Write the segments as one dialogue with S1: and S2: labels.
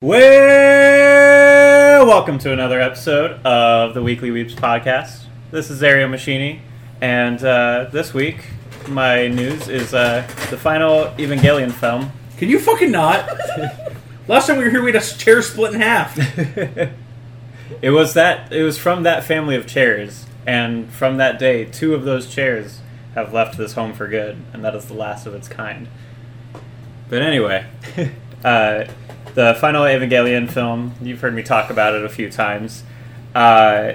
S1: Well, welcome to another episode of the Weekly Weeps podcast. This is Ario Machini, and uh, this week my news is uh, the final Evangelion film.
S2: Can you fucking not? Last time we were here, we had a chair split in half.
S1: It was that it was from that family of chairs, and from that day, two of those chairs have left this home for good, and that is the last of its kind. But anyway, uh, the final Evangelion film, you've heard me talk about it a few times. Uh,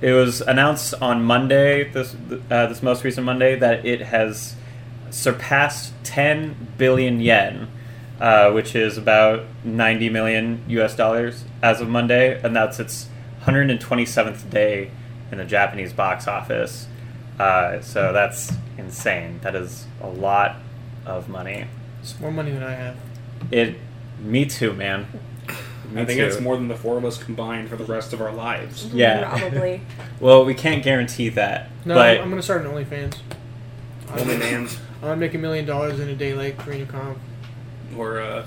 S1: it was announced on Monday, this, uh, this most recent Monday, that it has surpassed 10 billion yen, uh, which is about 90 million US dollars as of Monday, and that's its 127th day in the Japanese box office. Uh, so that's insane. That is a lot of money.
S3: It's more money than I have.
S1: It, me too, man. Me
S2: I think
S1: too.
S2: it's more than the four of us combined for the rest of our lives.
S1: Yeah.
S4: Probably.
S1: Well, we can't guarantee that,
S3: No,
S1: but
S3: I'm, I'm gonna start an OnlyFans. I'm
S2: Only
S3: gonna-
S2: man's
S3: I'm gonna make a million dollars in a day like Karina Kong.
S2: or uh, oh,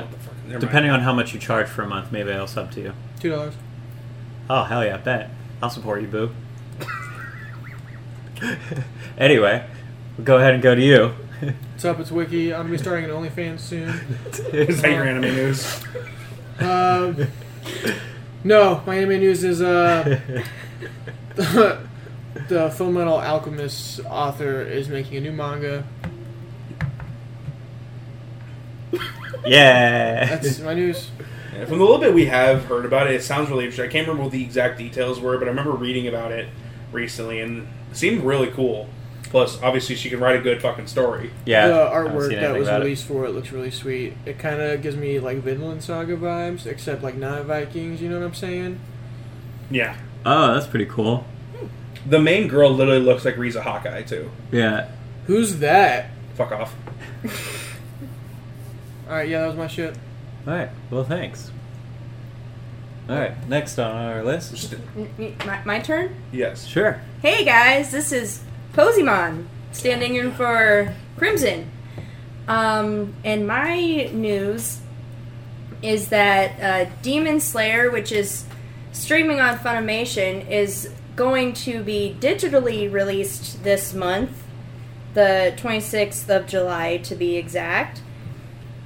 S2: what the fuck, never mind.
S1: depending on how much you charge for a month, maybe I'll sub to you.
S3: Two dollars.
S1: Oh hell yeah, bet. I'll support you, boo. anyway, we'll go ahead and go to you.
S3: What's up? It's Wiki. I'm gonna be starting an OnlyFans soon.
S2: is that your anime news?
S3: Um, no, my anime news is uh, the Full Metal Alchemist author is making a new manga.
S1: yeah.
S3: That's my news.
S2: Yeah, From the little bit we have heard about it, it sounds really interesting. I can't remember what the exact details were, but I remember reading about it recently and it seemed really cool. Plus, obviously, she can write a good fucking story.
S1: yeah.
S3: the
S1: I haven't seen
S3: artwork that
S1: anything
S3: was
S1: about it.
S3: released for it looks really sweet. It kind of gives me like Vinland Saga vibes, except like not Vikings. You know what I'm saying?
S2: Yeah.
S1: Oh, that's pretty cool.
S2: The main girl literally looks like Riza Hawkeye, too.
S1: Yeah.
S3: Who's that?
S2: Fuck off.
S3: All right, yeah, that was my shit.
S1: All right. Well, thanks. All right. Next on our list.
S2: Just-
S4: M- me- My, my turn?
S2: yes.
S1: Sure.
S4: Hey guys, this is Posimon, standing in for Crimson. Um, and my news is that uh, Demon Slayer, which is streaming on Funimation, is going to be digitally released this month, the 26th of July to be exact.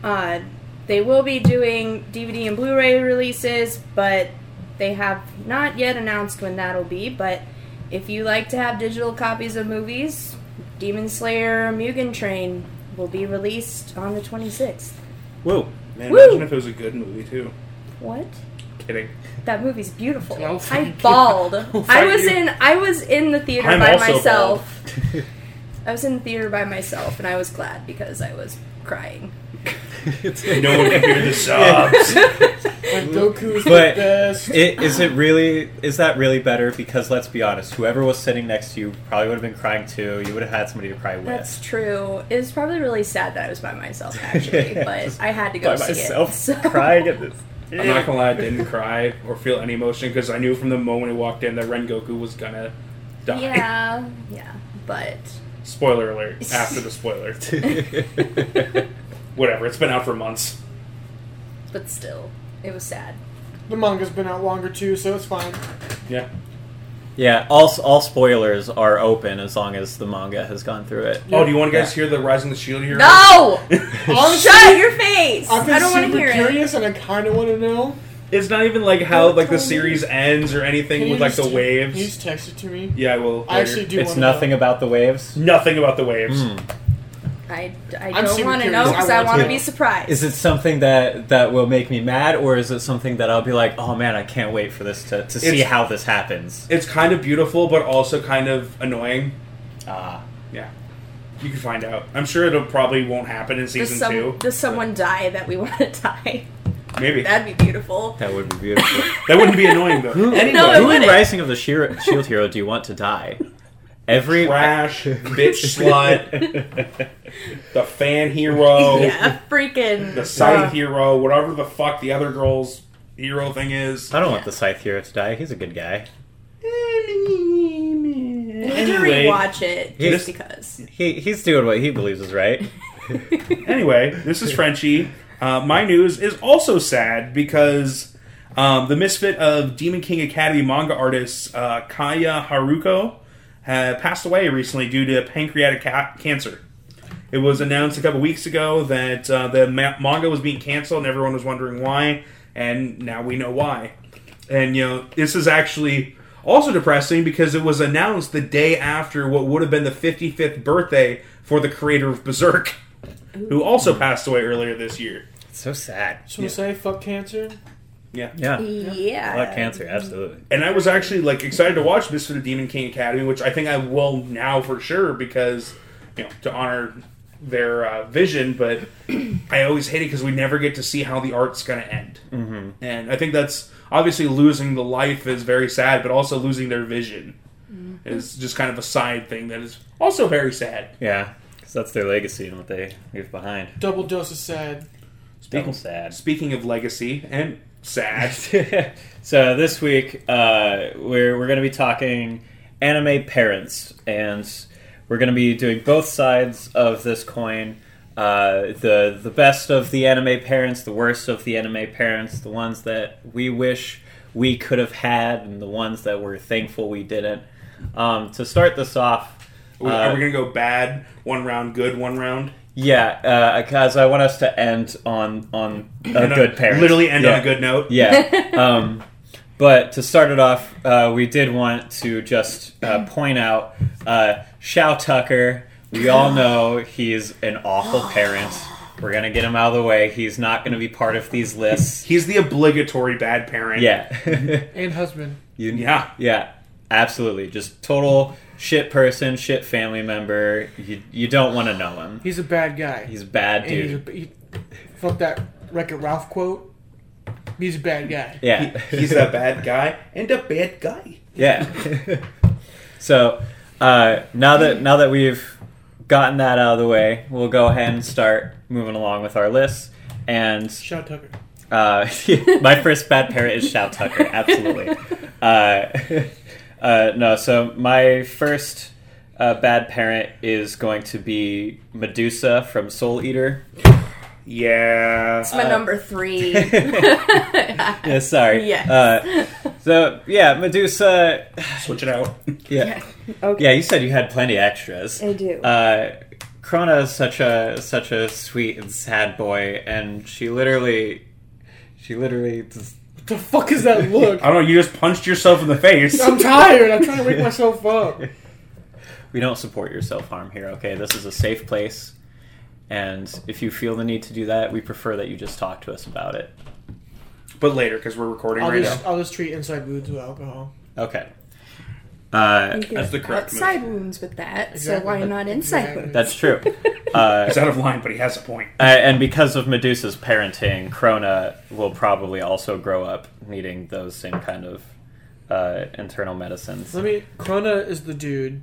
S4: Uh, they will be doing DVD and Blu ray releases, but they have not yet announced when that'll be. But if you like to have digital copies of movies, Demon Slayer Mugen Train will be released on the 26th.
S1: Whoa.
S2: Man,
S4: Woo!
S2: imagine if it was a good movie, too.
S4: What?
S2: Kidding.
S4: That movie's beautiful.
S3: I'll fight
S4: I
S3: you.
S4: bawled.
S3: I'll
S4: I
S3: fight
S4: was
S3: you.
S4: in I was in the theater
S2: I'm
S4: by
S2: also
S4: myself. I was in the theater by myself and I was glad because I was crying.
S2: No one can hear the sobs.
S3: Like
S2: Mm.
S3: Goku's
S1: But-
S3: the best.
S1: It, is it really? Is that really better? Because let's be honest, whoever was sitting next to you probably would have been crying too. You would have had somebody to cry with.
S4: That's true. It was probably really sad that I was by myself actually, but I had to go
S1: By
S4: see
S1: myself,
S4: it. So.
S1: crying at this.
S2: I'm not gonna lie, I didn't cry or feel any emotion because I knew from the moment I walked in that Ren Goku was gonna die.
S4: Yeah, yeah, but
S2: Spoiler alert after the spoiler. Whatever, it's been out for months.
S4: but still, it was sad.
S3: the manga's been out longer too, so it's fine.
S2: Yeah.
S1: Yeah, all all spoilers are open as long as the manga has gone through it.
S2: Oh, do you want to guys hear the Rise of the Shield here?
S4: No!
S3: Honestly,
S4: Shut your face!
S3: I've been
S4: I don't want to
S3: super
S4: hear it.
S3: curious, and I kind of want to know.
S2: It's not even like how
S4: Don't
S2: like the
S4: tell me.
S2: series ends or anything
S3: Can you
S2: with like
S3: just-
S2: the
S3: Can you
S2: waves.
S3: just text it to me?
S2: Yeah, I will.
S3: I
S2: later.
S3: actually do.
S1: It's
S3: wanna
S1: nothing
S3: Know.
S1: about the waves.
S2: nothing about the waves.
S4: I, I
S3: I'm
S4: don't
S3: super
S4: want to
S3: curious.
S4: know because
S3: I
S4: I
S3: want
S4: want to
S3: to.
S4: be surprised.
S1: Is it something that that will make me mad, or is it something that I'll be like, oh man, I can't wait for this to, to see
S2: It's-
S1: how this happens?
S2: It's kind of beautiful, but also kind of annoying.
S1: Ah,
S2: Yeah, you can find out. I'm sure it'll probably won't happen in
S4: does,
S2: season
S4: some,
S2: two.
S4: does someone die that we want to die?
S2: Maybe Maybe.
S4: That'd be beautiful.
S1: That would be beautiful.
S2: That wouldn't be annoying though.
S1: Anyway,
S4: No, it
S1: who in
S4: wouldn't.
S1: Rising of the Shiro- Shield Hero do you want to die? Every
S2: Trash, bitch, slut, the fan hero,
S4: Yeah, freaking.
S2: Oh. the side
S4: uh,
S2: hero, whatever the fuck the other girl's hero thing is.
S1: I don't want the Scythe Hero to die. He's a good guy.
S4: We need to
S2: Anyway,
S4: rewatch it just because.
S1: He he's doing what he believes is right.
S2: anyway, this is Frenchie. Uh, my news is also sad because um, the misfit of Demon King Academy manga artist uh, Kaya Haruko uh, passed away recently due to pancreatic ca- cancer. It was announced a couple weeks ago that uh, the ma- manga was being canceled, and everyone was wondering why. And now we know why. And you know, this is actually also depressing because it was announced the day after what would have been the 55th birthday for the creator of Berserk who also passed away earlier this year.
S1: It's so sad.
S3: Just want to say, fuck cancer.
S2: Yeah.
S1: Yeah.
S4: Yeah.
S1: Blood cancer, absolutely.
S2: And I was actually like excited to watch this for the Demon King Academy, which I think I will now for sure because you know to honor their uh, vision. But I always hate it because we never get to see how the art's going to end. Mm-hmm. And I think that's obviously losing the life is very sad, but also losing their vision is just kind of a side thing that is also very sad.
S1: Yeah, because that's their legacy and what they leave behind.
S3: Double dose of sad.
S1: Double sad.
S2: Speaking of legacy and sad,
S1: so this week uh, we're we're going to be talking anime parents, and we're going to be doing both sides of this coin. Uh, the the best of the anime parents, the worst of the anime parents, the ones that we wish we could have had, and the ones that we're thankful we didn't. Um, to start this off,
S2: are
S1: uh,
S2: we going to go bad one round, good one round?
S1: Yeah, because I want us to end on on a
S2: End on-
S1: good parent.
S2: uh, Literally end
S1: yeah.
S2: on a good note.
S1: Yeah. um, but to start it off, uh, we did want to just uh, point out uh, Shao Tucker. We all know he's an awful parent. We're gonna get him out of the way. He's not gonna be part of these lists.
S2: He's the obligatory bad parent.
S1: Yeah.
S3: And husband.
S1: you,
S2: Yeah.
S1: Yeah, absolutely. Just total shit person, shit family member. You you don't want to know him.
S3: He's a bad guy.
S1: He's a bad
S3: and
S1: dude.
S3: he's a, he, fuck that Wreck It Ralph quote. He's a bad guy.
S1: yeah.
S2: He's a bad guy and a bad guy.
S1: Yeah. so uh, now that now that we've gotten that out of the way, we'll go ahead and start moving along with our lists. And
S3: Shout Tucker.
S1: uh, my first bad parent is Shout Tucker. Absolutely. Uh, uh, no, so my first uh, bad parent is going to be Medusa from Soul Eater.
S2: Yeah.
S4: It's my number three.
S1: Yeah, sorry.
S4: Yes.
S1: Uh, so yeah, Medusa.
S2: Switch it out.
S1: Yeah.
S4: okay.
S1: Yeah, you said you had plenty extras.
S4: I do.
S1: Uh, Krona is such a such a sweet and sad boy, and she literally, she literally. Just,
S3: What the fuck is that look?
S2: I don't know. You just punched yourself in the face.
S3: I'm tired. I'm trying to wake myself up.
S1: we don't support your self harm here. Okay, this is a safe place, and if you feel the need to do that, we prefer that you just talk to us about it.
S2: but later, because we're recording
S3: I'll
S2: right
S3: just
S2: now.
S3: I'll just treat inside wounds with alcohol.
S1: Okay. Uh,
S4: You can
S2: That's the correct move.
S4: outside wounds with that, so
S3: Exactly.
S4: why not inside
S3: Exactly.
S4: wounds?
S1: that's true. Uh,
S2: He's out of line, but he has a point.
S1: Uh, and because of Medusa's parenting, Krona will probably also grow up needing those same kind of uh, internal medicines.
S3: Let me. Krona is the dude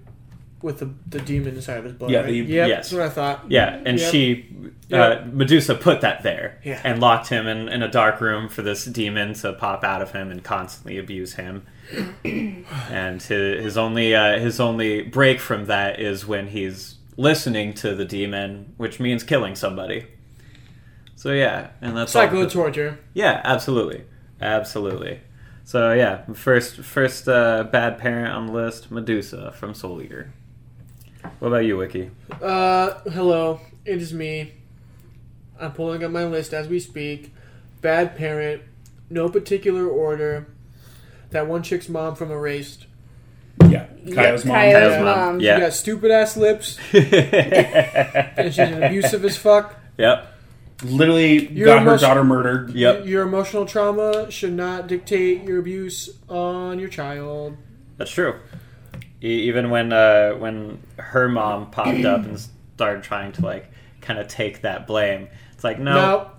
S3: with the, the demon inside of his blood.
S1: Yeah,
S3: right?
S1: the-
S3: Yep,
S1: yes.
S3: That's what I thought.
S1: Yeah, and
S3: Yep.
S1: she, uh,
S3: Yeah.
S1: Medusa, put that there
S3: Yeah.
S1: and locked him in, in a dark room for this demon to pop out of him and constantly abuse him. and his, his only uh, his only break from that is when he's listening to the demon, which means killing somebody. So yeah, and that's all-
S3: Psycho torture.
S1: Yeah, absolutely, absolutely. So yeah, first first uh, bad parent on the list, Medusa from Soul Eater. What about you, Wiki?
S3: Uh, hello. It is me. I'm pulling up my list as we speak. Bad parent. No particular order. That one chick's mom from Erased.
S2: Yeah. Kyle's mom.
S4: Kyle's
S1: Kyle's mom.
S4: mom.
S1: Yeah.
S3: She got stupid ass lips, and she's an abusive as fuck.
S1: Yep,
S2: Literally
S3: You're
S2: got her
S3: almost-
S2: daughter murdered.
S1: yep,
S3: Your emotional trauma should not dictate your abuse on your child.
S1: that's true. E- even when uh, when her mom popped up and started trying to like kind of take that blame, it's like no,
S3: No.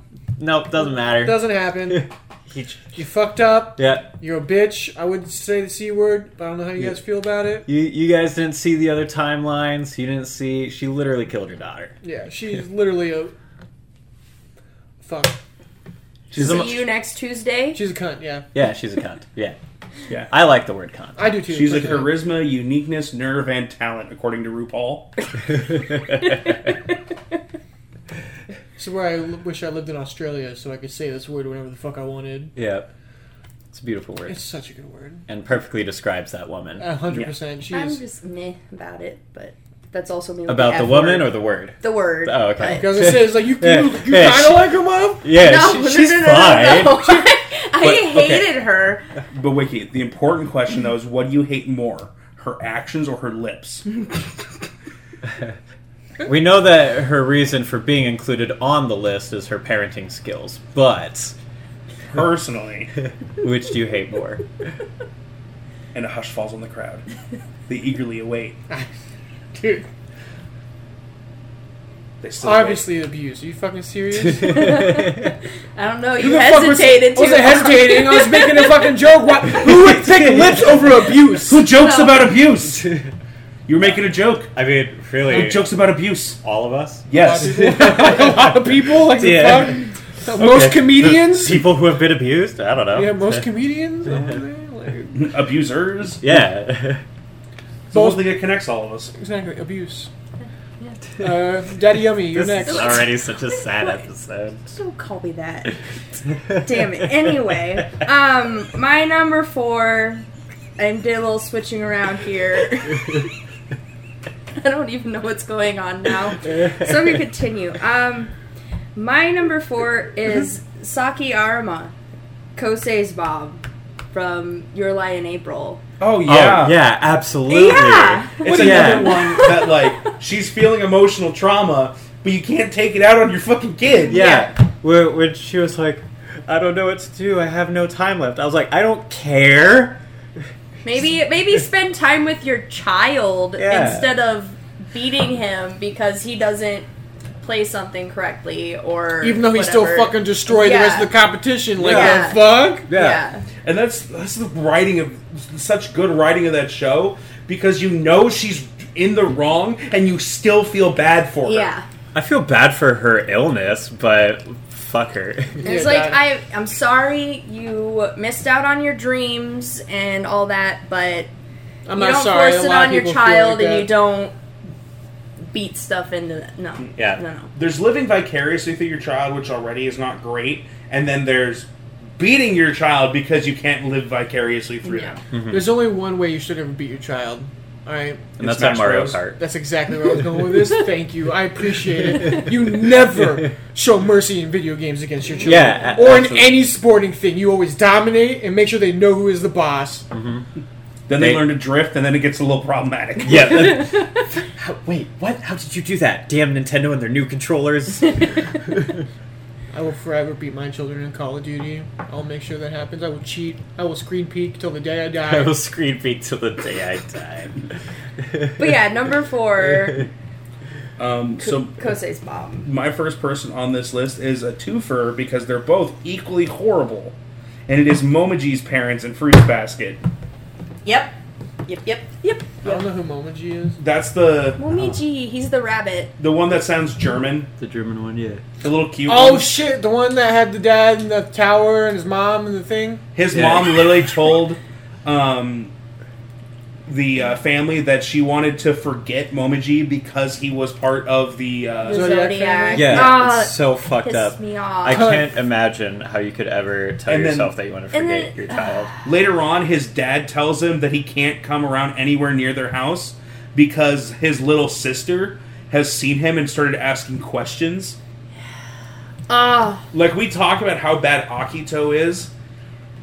S1: Nope, doesn't matter.
S3: Doesn't happen.
S1: He ch-
S3: You fucked up.
S1: yeah,
S3: You're a bitch. I wouldn't say the c word, but I don't know how you
S1: Yeah.
S3: guys feel about it.
S1: you you guys didn't see the other timelines. You didn't see she literally killed your daughter.
S3: Yeah, she's literally a fuck.
S1: She's a,
S4: See you next Tuesday.
S3: She's a cunt. Yeah,
S1: yeah, she's a cunt. Yeah,
S2: Yeah.
S1: I like the word cunt.
S3: I do too. uh,
S2: She's a
S3: personally.
S2: charisma, uniqueness, nerve, and talent, according to RuPaul.
S3: This is where I l- wish I lived in Australia, so I could say this word whenever the fuck I wanted.
S1: yeah, it's a beautiful word
S3: It's such a good word.
S1: and perfectly describes that woman.
S3: A hundred percent. She
S4: I'm
S3: is.
S4: just meh about it, but that's also me. with
S1: About the
S4: F
S1: woman
S4: word.
S1: or the word?
S4: the word.
S1: Oh, okay.
S4: but-
S3: Because it says like you,
S1: Yeah.
S3: you, you
S1: Yeah,
S3: kind
S1: she-
S3: of like her mom.
S1: Yeah,
S4: No,
S1: she-
S4: no,
S1: she's
S4: no, no,
S1: fine.
S4: no, no. I
S1: But, okay.
S4: hated her.
S2: But Wiki, the important question though is, what do you hate more, her actions or her lips?
S1: We know that her reason for being included on the list is her parenting skills, but
S2: Personally,
S1: which do you hate more?
S2: and a hush falls on the crowd. They eagerly await.
S3: Dude,
S2: They still wait.
S3: obviously abuse. Are you fucking serious? Who
S4: I don't know. You
S3: the fuck was-
S4: hesitated.
S3: I wasn't
S4: too long.
S3: hesitating. I was making a fucking joke. What? Who would pick lips over abuse?
S2: Who jokes
S4: No.
S2: about abuse? You're making a joke.
S1: I mean, really,
S2: Who jokes about abuse?
S1: all of us.
S2: Yes.
S3: a lot of people. Like the
S1: Yeah.
S3: fuck? Most comedians.
S1: people who have been abused. I don't know.
S3: Yeah, most comedians. over there, like-
S2: Abusers.
S1: Yeah.
S2: It's the one thing that connects all of us.
S3: Exactly, abuse. Uh, Daddy Yummy, you're
S1: this
S3: next.
S1: is already such a sad episode.
S4: Don't call me that. Damn it. Anyway, um, my number four. I did a little switching around here. I don't even know what's going on now. So I'm gonna continue. Um, my number four is Saki Arama, Kosei's Bob from Your Lie in April.
S2: Oh
S1: Oh, yeah, absolutely.
S4: Yeah.
S2: It's
S1: Yeah.
S2: another one that like she's feeling emotional trauma, but you can't take it out on your fucking kid.
S1: Yeah. Where, when she was like, I don't know what to do. I have no time left. I was like, I don't care.
S4: Maybe maybe spend time with your child
S1: Yeah.
S4: instead of beating him because he doesn't play something correctly or
S3: Even though he still
S4: whatever.
S3: fucking destroyed
S4: Yeah.
S3: the rest of the competition, like
S4: Yeah.
S3: the fuck.
S4: yeah.
S2: And that's that's the writing of such good writing of that show because you know she's in the wrong and you still feel bad for her.
S4: Yeah.
S1: I feel bad for her illness, but fuck her.
S4: It's
S3: Yeah,
S4: like
S3: that-
S4: I I'm sorry you missed out on your dreams and all that, but
S3: I'm
S4: you
S3: not
S4: don't
S3: sorry.
S4: force
S3: a
S4: it
S3: lot
S4: on
S3: of
S4: your
S3: people feel like
S4: child and
S3: that. Mm,
S4: you don't beat stuff into the, no.
S1: Yeah.
S4: No no.
S2: There's living vicariously through your child, which already is not great, and then there's beating your child because you can't live vicariously through
S4: Yeah.
S2: them.
S3: There's only one way you should ever beat your child. All right,
S1: Mm-hmm. And that's
S2: Smash
S1: on Mario
S2: Bros.
S1: Kart.
S3: that's exactly where I was going with this. Thank you, I appreciate it. You never show mercy in video games against your children,
S1: Yeah, a-
S3: or
S1: absolutely.
S3: in any sporting thing. You always dominate and make sure they know who is the boss.
S2: Then they,
S1: They-
S2: learn to drift, and then it gets a little problematic.
S1: Yeah. that- How- wait, what? How did you do that? Damn Nintendo and their new controllers.
S3: I will forever beat my children in Call of Duty. I'll make sure that happens. I will cheat. I will screen peek till the day I die.
S1: I will screen beat till the day I die.
S4: But yeah, number four
S2: Um, so
S4: Kosei's Bob.
S2: my first person on this list is a twofer because they're both equally horrible, and it is Momoji's parents and Fruits Basket.
S4: Yep. Yep, yep, yep.
S3: I don't know who Momoji is.
S2: That's the
S4: Momiji, he's the rabbit.
S2: the one that sounds German,
S1: The German one, yeah.
S2: the little cute.
S3: Oh
S2: one.
S3: shit, the one that had the dad in the tower and his mom and the thing.
S2: His
S1: Yeah.
S2: mom literally told um, the uh, family that she wanted to forget Momoji because he was part of the.
S4: The
S2: Uh,
S3: Zodiac
S4: Zodiac.
S3: family?
S1: Yeah,
S4: Ah,
S1: it's so fucked
S4: pissed
S1: up.
S4: me off.
S1: I can't imagine how you could ever tell
S2: And then-
S1: yourself that you want to
S4: and
S1: forget
S4: then-
S1: your child.
S2: later on, his dad tells him that he can't come around anywhere near their house because his little sister has seen him and started asking questions.
S4: Ah,
S2: Like we talk about how bad Akito is.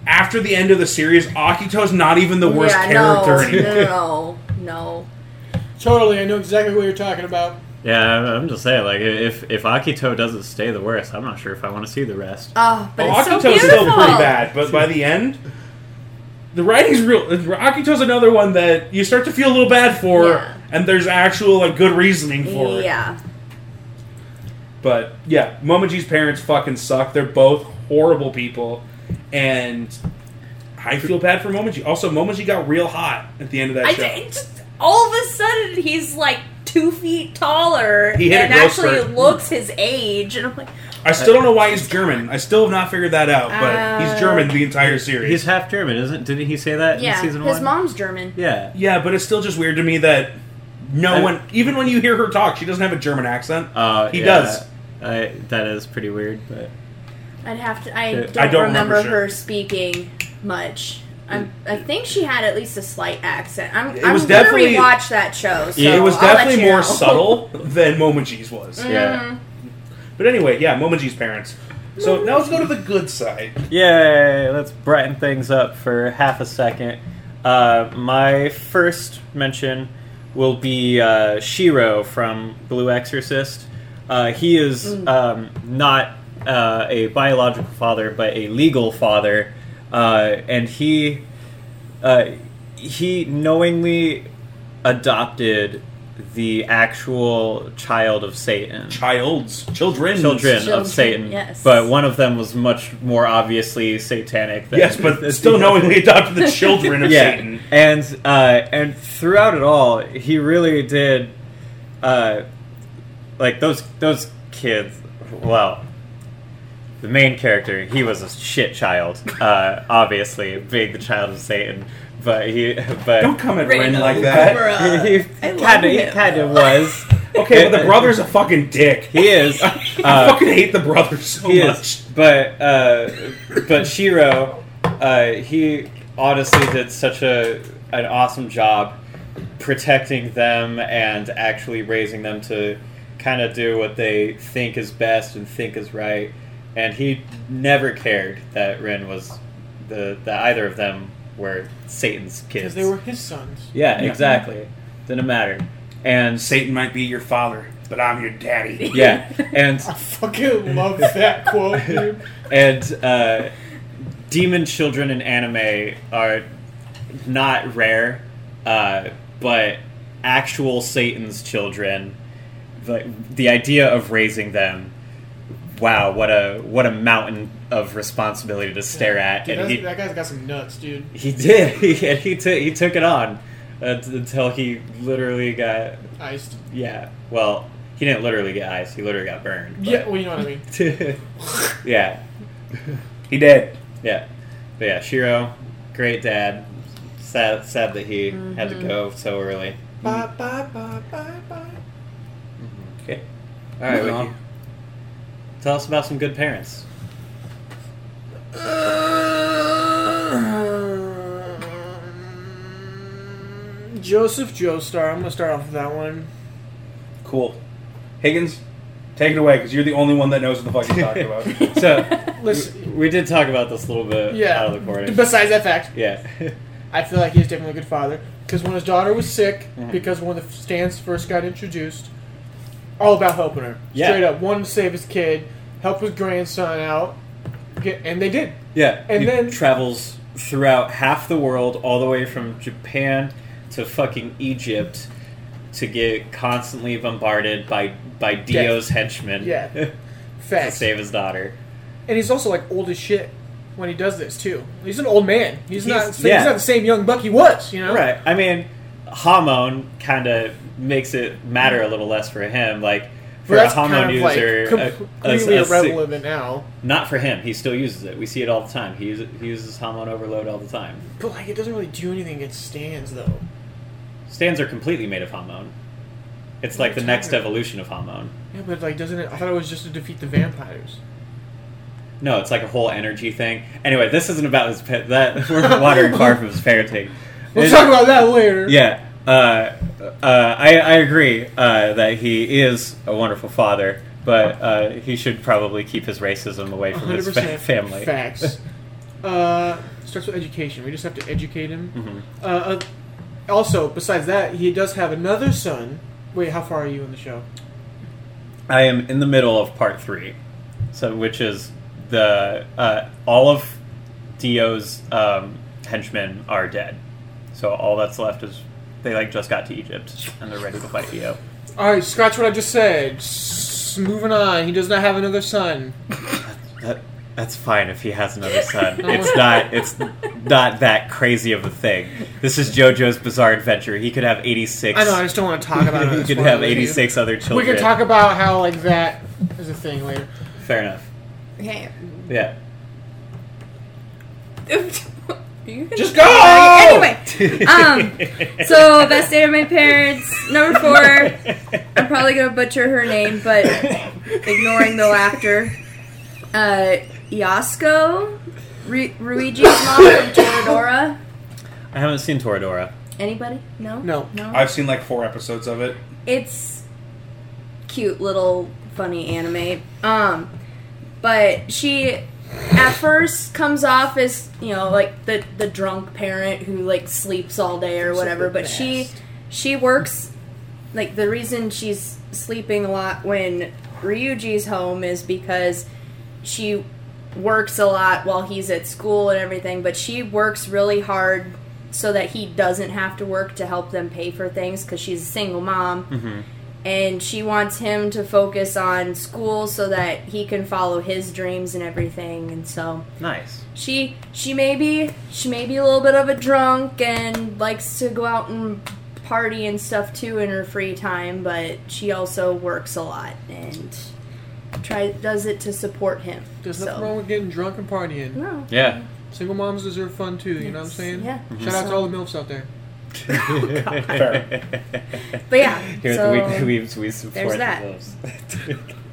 S2: After the end of the series, Akito's not even the worst
S4: yeah,
S2: character
S4: no,
S2: anymore.
S4: no, no, no.
S3: Totally, I know exactly what you're talking about.
S1: Yeah, I'm- I'm just saying, like, if if Akito doesn't stay the worst, I'm not sure if I want to see the rest.
S4: Ah, but
S2: Well,
S4: it's so
S2: Oh, Akito's
S4: beautiful.
S2: still pretty bad, but by the end, the writing's real. Akito's another one that you start to feel a little bad for,
S4: Yeah.
S2: and there's actual like good reasoning for it.
S4: Yeah.
S2: But yeah, Momoji's parents fucking suck. They're both horrible people, and I feel bad for Momoji. Also, Momoji got real hot at the end of that
S4: I
S2: show.
S4: d- just, all of a sudden he's like two feet taller
S2: He hit a
S4: and
S2: growth
S4: actually
S2: spurt.
S4: looks his age, and I'm like,
S2: I still don't know why he's German. I still have not figured that out, but he's
S4: Uh,
S2: German the entire series.
S1: He's half German, isn't? Didn't he say that
S4: yeah,
S1: in season
S4: his
S1: one?
S4: mom's German.
S1: Yeah.
S2: yeah, but it's still just weird to me that no
S1: I-
S2: one, even when you hear her talk, she doesn't have a German accent.
S1: Uh,
S2: He
S1: yeah,
S2: does.
S1: I, that is pretty weird, but
S4: I'd have to. I
S1: Yeah,
S4: don't,
S2: I don't
S4: remember,
S2: remember sure.
S4: her speaking much. I'm, I think she had at least a slight accent. I'm,
S2: It
S4: I'm
S2: was
S4: gonna
S2: definitely-
S4: rewatch that show. So
S1: Yeah,
S2: it was
S4: I'll let
S2: definitely
S4: you
S2: more
S4: know.
S2: subtle than Momoji's was.
S4: Mm.
S1: yeah.
S2: But anyway, yeah, Momoji's parents. So now let's go to the good side.
S1: Yay! Let's brighten things up for half a second. Uh, my first mention will be uh, Shiro from Blue Exorcist. Uh, he is um, not uh, a biological father, but a legal father, uh, and he uh, he knowingly adopted the actual child of Satan
S2: Childs, children,
S1: children,
S4: Children,
S1: of Satan.
S4: yes.
S1: But one of them was much more obviously satanic. Than
S2: Yes, but still knowingly adopted the children of
S1: yeah.
S2: Satan.
S1: And uh, and throughout it all, he really did, uh, like those those kids. Well, the main character, he was a shit child, uh, obviously being the child of Satan. But he, but
S2: Don't come at Ren
S4: Randall
S2: like that.
S4: Cobra.
S1: he
S4: I love
S1: kind of he
S4: him.
S1: kind of was.
S2: Okay, but the brother's a fucking dick.
S1: He is.
S2: I
S1: uh,
S2: fucking hate the brother so
S1: he
S2: much.
S1: is, but uh, but Shiro, uh, he honestly did such a an awesome job protecting them and actually raising them to kind of do what they think is best and think is right. And he never cared that Rin was the that either of them were Satan's kids.
S3: because they were his sons.
S1: yeah,
S2: Yeah.
S1: exactly. Didn't matter. And
S2: Satan might be your father, but I'm your daddy.
S1: yeah, and
S3: I fucking love that quote, dude.
S1: and uh, demon children in anime are not rare, uh, but actual Satan's children, the, the idea of raising them, wow, what a what a mountain of responsibility to stare at,
S3: Dude,
S1: and
S3: that's-
S1: he
S3: that guy's got some nuts, dude.
S1: he did, he, and he took he took it on uh, t- until he literally got
S3: Iced.
S1: yeah, well. He didn't literally get iced. He literally got burned. but-
S3: Yeah, well, you know what I mean.
S1: yeah.
S2: He did.
S1: Yeah, but yeah, Shiro, great dad. Sad, sad that he had to go so early.
S3: Bye, bye, bye, bye, bye.
S1: Okay. All right,
S2: Moving
S1: Wiki.
S2: on.
S1: Tell us about some good parents.
S3: Joseph Joestar. I'm gonna start off with that one.
S2: Cool. Higgins, take it away because you're the only one that knows what the fuck he's talking about.
S1: So
S3: Listen,
S1: we did talk about this a little bit
S3: yeah.
S1: out of the corner.
S3: Besides that fact,
S1: yeah.
S3: I feel like he's definitely a good father because when his daughter was sick,
S1: Mm-hmm.
S3: because when the stands first got introduced, all about helping her.
S1: Yeah.
S3: Straight up, wanted to save his kid, help his grandson out, get, and they did.
S1: Yeah.
S3: And
S1: he
S3: then-
S1: travels throughout half the world, all the way from Japan to fucking Egypt, to get constantly bombarded by by Dio's henchmen.
S3: Yeah.
S1: to
S3: Facts.
S1: save his daughter.
S3: And he's also like old as shit when he does this too. He's an old man. He's, not.
S1: He's-
S3: He's
S1: yeah.
S3: not the same young buck he was. You know.
S1: Right. I mean, hormone kind of makes it matter a little less for him. Like for
S3: But
S1: a
S3: that's
S1: hormone
S3: kind of
S1: user,
S3: like
S1: a- a-
S3: completely
S1: a si-
S3: irrelevant now.
S1: not for him. He still uses it. We see it all the time. He uses, he uses hormone overload all the time.
S3: But like, it doesn't really do anything against stands though.
S1: Stands are completely made of hormone. It's like the next evolution of hormone.
S3: Yeah, but like, doesn't it? I thought it was just to defeat the vampires.
S1: No, it's like a whole energy thing. Anyway, this isn't about his pet. That we're watering far from his parenting.
S3: We'll
S1: It's-
S3: talk about that later.
S1: Yeah, uh, uh, I, I agree uh, that he is a wonderful father, but uh, he should probably keep his racism away from his fa-
S3: 100%
S1: family.
S3: Facts. uh, starts with education. We just have to educate him.
S1: Mm-hmm.
S3: Uh, uh, also, besides that, he does have another son. Wait, how far are you in the show?
S1: I am in the middle of part three, so which is the uh, all of Dio's um, henchmen are dead, so all that's left is they like just got to Egypt and they're ready to fight Dio.
S3: All right, scratch what I just said. S- He's moving on. He does not have another son.
S1: That, that's fine if he has another son. It's not it's not that crazy of a thing. This is JoJo's bizarre adventure. He could have eighty six.
S3: I know. I just don't want to talk about it.
S1: He
S3: It's
S1: could
S3: one of
S1: have
S3: those-
S1: eighty six other
S3: We
S1: children.
S3: can talk about how like that is a thing later.
S1: Fair enough.
S4: Okay.
S1: Yeah.
S4: You can-
S3: Just go!
S4: Anyway,
S3: Ah!
S4: um, so best day of my parents. Number four. I'm probably gonna butcher her name, but ignoring the laughter. Uh, Yasko, Ru- Ruigi's mom from Toradora.
S1: I haven't seen Toradora.
S4: Anybody? No.
S3: No.
S4: No.
S2: I've seen like four episodes of it.
S4: it's cute little funny anime um but she at first comes off as you know like the the drunk parent who like sleeps all day or whatever but she she works like the reason she's sleeping a lot when Ryuji's home is because she works a lot while he's at school and everything, but she works really hard so that he doesn't have to work to help them pay for things because she's a single mom. And she wants him to focus on school so that he can follow his dreams and everything. And so
S1: Nice.
S4: she she may be she may be a little bit of a drunk and likes to go out and party and stuff too in her free time, but she also works a lot and try does it to support him.
S3: There's nothing wrong
S4: so.
S3: with getting drunk and partying.
S4: No.
S1: Yeah.
S3: Single moms deserve fun too. You know what I'm saying?
S4: Yeah.
S3: Shout out to all the milfs out there.
S4: But yeah,
S1: Here
S4: so
S1: at the Weekly Weaves, we support
S4: that.
S1: those.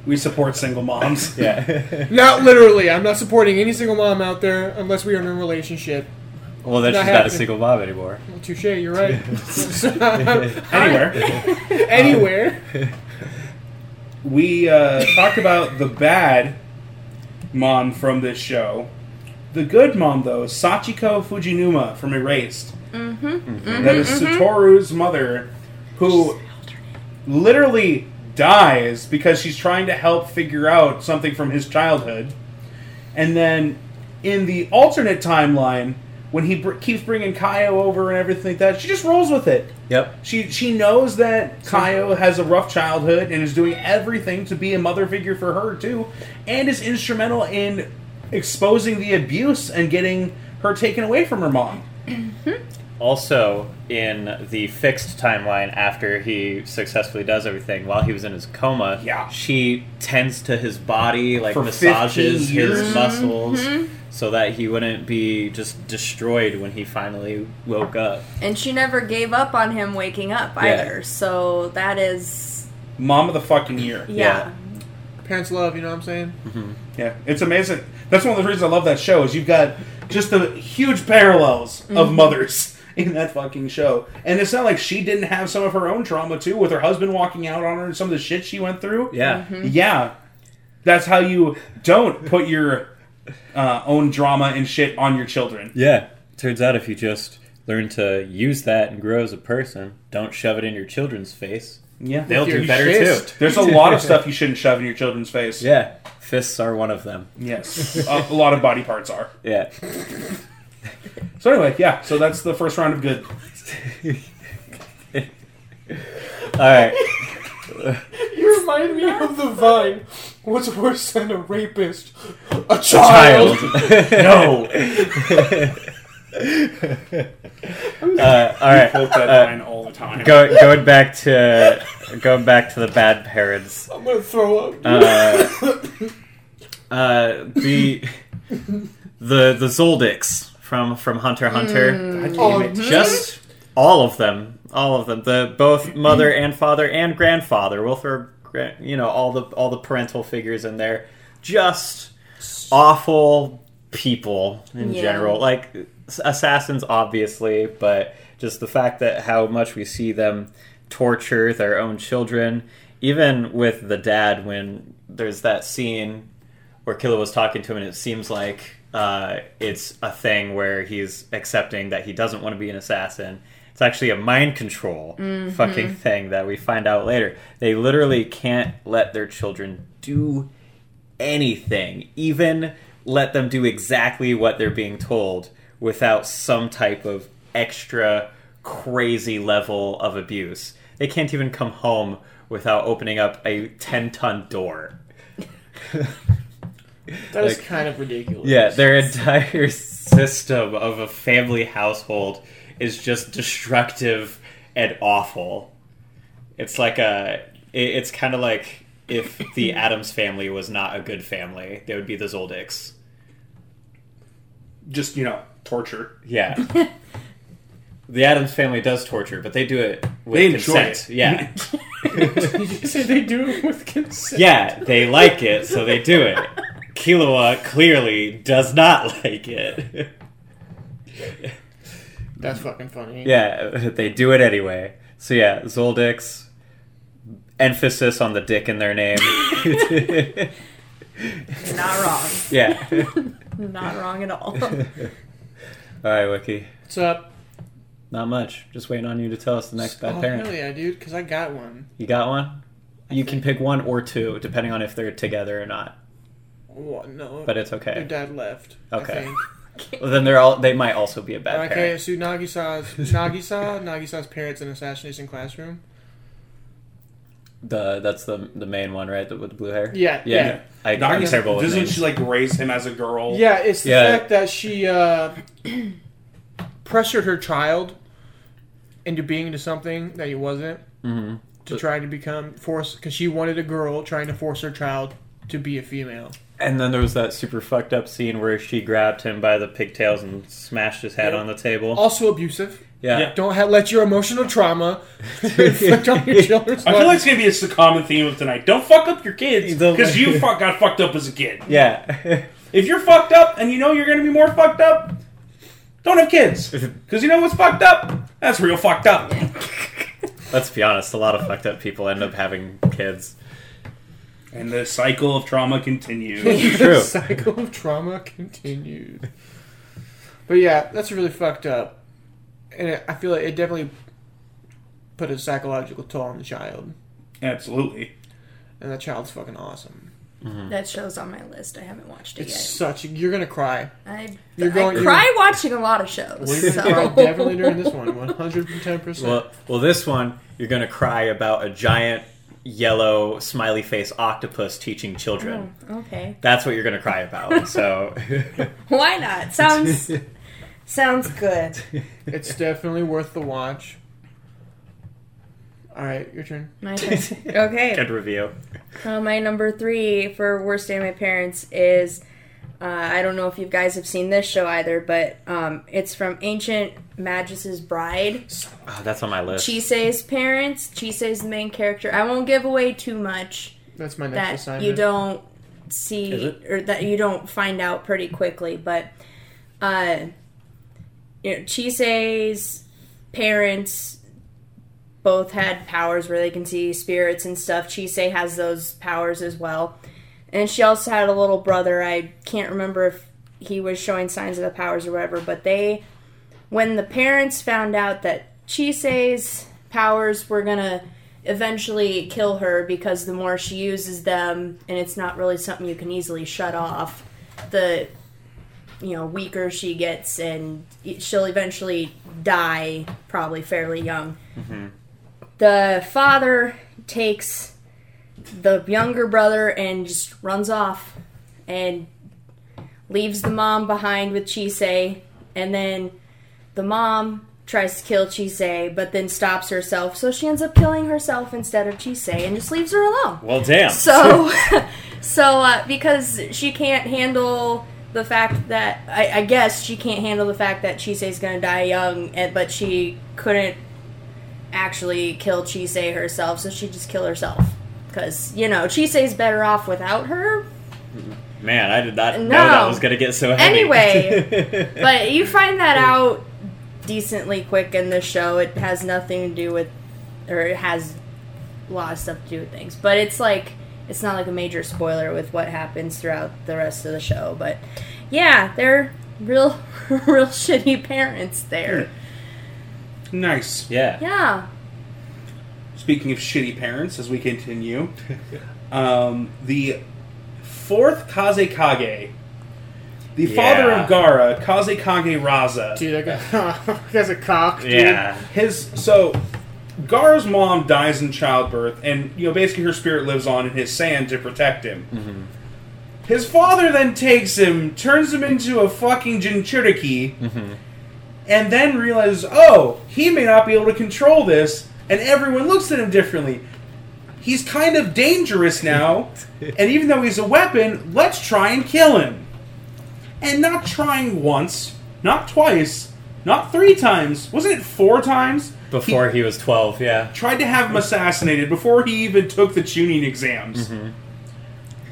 S2: We support single moms.
S1: yeah.
S3: Not literally. I'm not supporting any single mom out there unless we are in a relationship.
S1: Well, then
S3: Not
S1: she's not a
S3: happening. Mm.
S1: single mom anymore.
S3: Touche. You're right.
S2: Anywhere.
S3: Anywhere.
S2: we uh, talked about the bad mom from this show. The good mom, though, Sachiko Fujinuma from Erased. Mm-hmm. is Satoru's mother, who literally dies because she's trying to help figure out something from his childhood. And then in the alternate timeline, when he br- keeps bringing Kaio over and everything like that, she just rolls with it.
S1: Yep.
S2: She she knows that Kaio has a rough childhood and is doing everything to be a mother figure for her too, and is instrumental in exposing the abuse and getting her taken away from her mom.
S1: also in the fixed timeline after he successfully does everything while he was in his coma
S2: Yeah.
S1: she tends to his body like
S2: For 15
S1: massages
S2: years.
S1: his muscles so that he wouldn't be just destroyed when he finally woke up
S4: and she never gave up on him waking up
S1: Yeah.
S4: either. So that is
S2: Mom of the fucking year.
S4: yeah.
S3: Parents love. You know what I'm saying?
S2: Yeah, it's amazing. That's one of the reasons I love that show is you've got just the huge parallels of mothers in that fucking show. And it's not like she didn't have some of her own trauma too with her husband walking out on her and some of the shit she went through.
S1: yeah
S2: Mm-hmm. Yeah, that's how you don't put your uh, own drama and shit on your children.
S1: yeah turns out if you just learn to use that and grow as a person don't shove it in your children's face
S2: Yeah,
S1: they'll
S3: your
S1: do better
S3: fist.
S1: too
S2: there's a lot of stuff you shouldn't shove in your children's face.
S1: yeah fists are one of them
S2: Yes, a, a lot of body parts are.
S1: yeah
S2: So anyway, yeah. So that's the first round of good.
S1: all right
S3: You remind me of the vine. What's worse than a rapist? A
S1: child.
S3: child.
S1: no. uh, all right.
S2: Quote that
S1: Uh,
S2: line all the time.
S1: Go, going back to going back to the bad parents.
S3: I'm gonna throw up. Oh,
S1: Uh, uh, the the the Zoldix from from Hunter x Hunter.
S3: Oh,
S1: Hmm. Just all of them, all of them. The both mother and father and grandfather. We'll throw, gra- you know, all the all the parental figures in there. Just awful people in
S4: Yeah.
S1: general. Like s- assassins, obviously, but just the fact that how much we see them torture their own children. Even with the dad, when there's that scene where Killer was talking to him, and it seems like uh, it's a thing where he's accepting that he doesn't want to be an assassin. It's actually a mind control fucking thing that we find out later. They literally can't let their children do anything, even let them do exactly what they're being told without some type of extra crazy level of abuse. They can't even come home without opening up a 10 ton door.
S3: That is
S1: Like-
S3: kind of ridiculous.
S1: Yeah, their entire system of a family household is just destructive and awful. It's like a. i- It's kind of like if the Adams family was not a good family, they would be the Zoldics.
S2: Just you know, torture.
S1: Yeah. the Adams family does torture, but they do it with
S2: They enjoy
S1: consent.
S2: it.
S1: Yeah.
S3: So they do it with consent.
S1: yeah, they like it, so they do it. Kilowa clearly does not like it.
S3: That's fucking funny.
S1: Yeah, they do it anyway. So yeah, Zoldix. Emphasis on the dick in their name.
S4: Not wrong.
S1: yeah.
S4: Not wrong at all.
S1: All right, Wiki.
S3: What's up?
S1: Not much. Just waiting on you to tell us the next bad
S3: oh,
S1: parent.
S3: hell yeah, dude, because I got one.
S1: You got one? You can pick one or two, depending on if they're together or not.
S3: What? No.
S1: But it's okay.
S3: Their dad left.
S1: Okay.
S3: I think.
S1: Well, then they're all. They might also be a bad
S3: Okay,
S1: parent.
S3: so Nagisa's Nagisa Nagisa's parents in assassination classroom.
S1: The that's the the main one, right? The, with the blue hair.
S3: Yeah,
S1: Yeah.
S3: yeah.
S1: I, I'm
S2: Nagi's-
S1: terrible with
S2: Doesn't
S1: names.
S2: she like raise him as a girl?
S3: Yeah, it's the
S1: Yeah.
S3: fact that she uh, pressured her child into being into something that he wasn't
S1: Mhm.
S3: to try to become force because she wanted a girl trying to force her child to be a female.
S1: And then there was that super fucked up scene where she grabbed him by the pigtails and smashed his head
S3: Yeah.
S1: on the table.
S3: Also abusive.
S1: Yeah.
S2: Yeah.
S3: Don't ha- let your emotional trauma reflect on your children's
S2: I feel like
S3: lives.
S2: it's gonna be it's the common theme of tonight. Don't fuck up your kids
S1: You don't-
S2: because you fuck, got fucked up as a kid.
S1: Yeah.
S2: If you're fucked up and you know you're gonna be more fucked up, don't have kids because you know what's fucked up. That's real fucked up.
S1: Let's be honest, a lot of fucked up people end up having kids.
S2: And the cycle of trauma continues.
S1: True.
S3: the cycle of trauma continues. But yeah, that's really fucked up, and it, I feel like it definitely put a psychological toll on the child,
S2: Absolutely.
S3: and that child's fucking awesome.
S4: that show's on my list. I haven't watched it
S3: It's
S4: yet.
S3: such you're gonna cry.
S4: I,
S3: You're going-
S4: I cry watching a lot of shows.
S3: We're gonna cry
S4: so.
S3: definitely during this one, one hundred and ten percent.
S1: Well, well, this one you're gonna cry about a giant yellow smiley face octopus teaching
S3: Oh.
S1: children.
S4: Okay.
S1: That's what you're gonna cry about. So,
S4: Why not? Sounds sounds good.
S3: It's definitely worth the watch. All right, your turn.
S4: My turn. Okay.
S1: good review.
S4: Uh, my number three for worst day of my parents is uh, I don't know if you guys have seen this show either, but um, it's from Ancient Magus' Bride.
S1: Oh, that's on my list.
S4: Chise's parents. Chise's the main character. I won't give away too much
S3: That's my next
S4: that
S3: assignment.
S4: you don't see or that you don't find out pretty quickly. But uh, you know, Chise's parents both had powers where they can see spirits and stuff. Chise has those powers as well, and she also had a little brother. I can't remember if he was showing signs of the powers or whatever, but they when the parents found out that Chise's powers were gonna eventually kill her because the more she uses them, and it's not really something you can easily shut off, the you know weaker she gets, and she'll eventually die, probably fairly young. The father takes the younger brother and just runs off and leaves the mom behind with Chisei, and then the mom tries to kill Chisei, but then stops herself, so she ends up killing herself instead of Chisei and just leaves her alone.
S1: Well, damn.
S4: So, so uh, because she can't handle the fact that I, I guess she can't handle the fact that Chisei's gonna die young, and, but she couldn't actually kill Chisei herself, so she just killed herself. Because you know Chisei's better off without her,
S1: Man, I did not know
S4: No.
S1: that was gonna get so heavy.
S4: Anyway. but you find that out decently quick in the show. It has nothing to do with, or it has a lot of stuff to do with things. But it's like it's not like a major spoiler with what happens throughout the rest of the show. But yeah, they're real, real shitty parents there.
S2: Nice.
S1: yeah.
S4: Yeah.
S2: Speaking of shitty parents, as we continue, um, the fourth Kazekage, the father
S1: Yeah.
S2: of Gara, Kazekage Raza.
S3: dude. I got that's a cock. Dude.
S1: Yeah.
S2: His so Gara's mom dies in childbirth, and you know basically her spirit lives on in his sand to protect him. His father then takes him, turns him into a fucking jinchuriki, and then realizes, oh, he may not be able to control this, and everyone looks at him differently. He's kind of dangerous now, and even though he's a weapon, let's try and kill him. And not trying once, not twice, not three times, wasn't it four times?
S1: Before he was 12, yeah.
S2: tried to have him assassinated before he even took the tuning exams.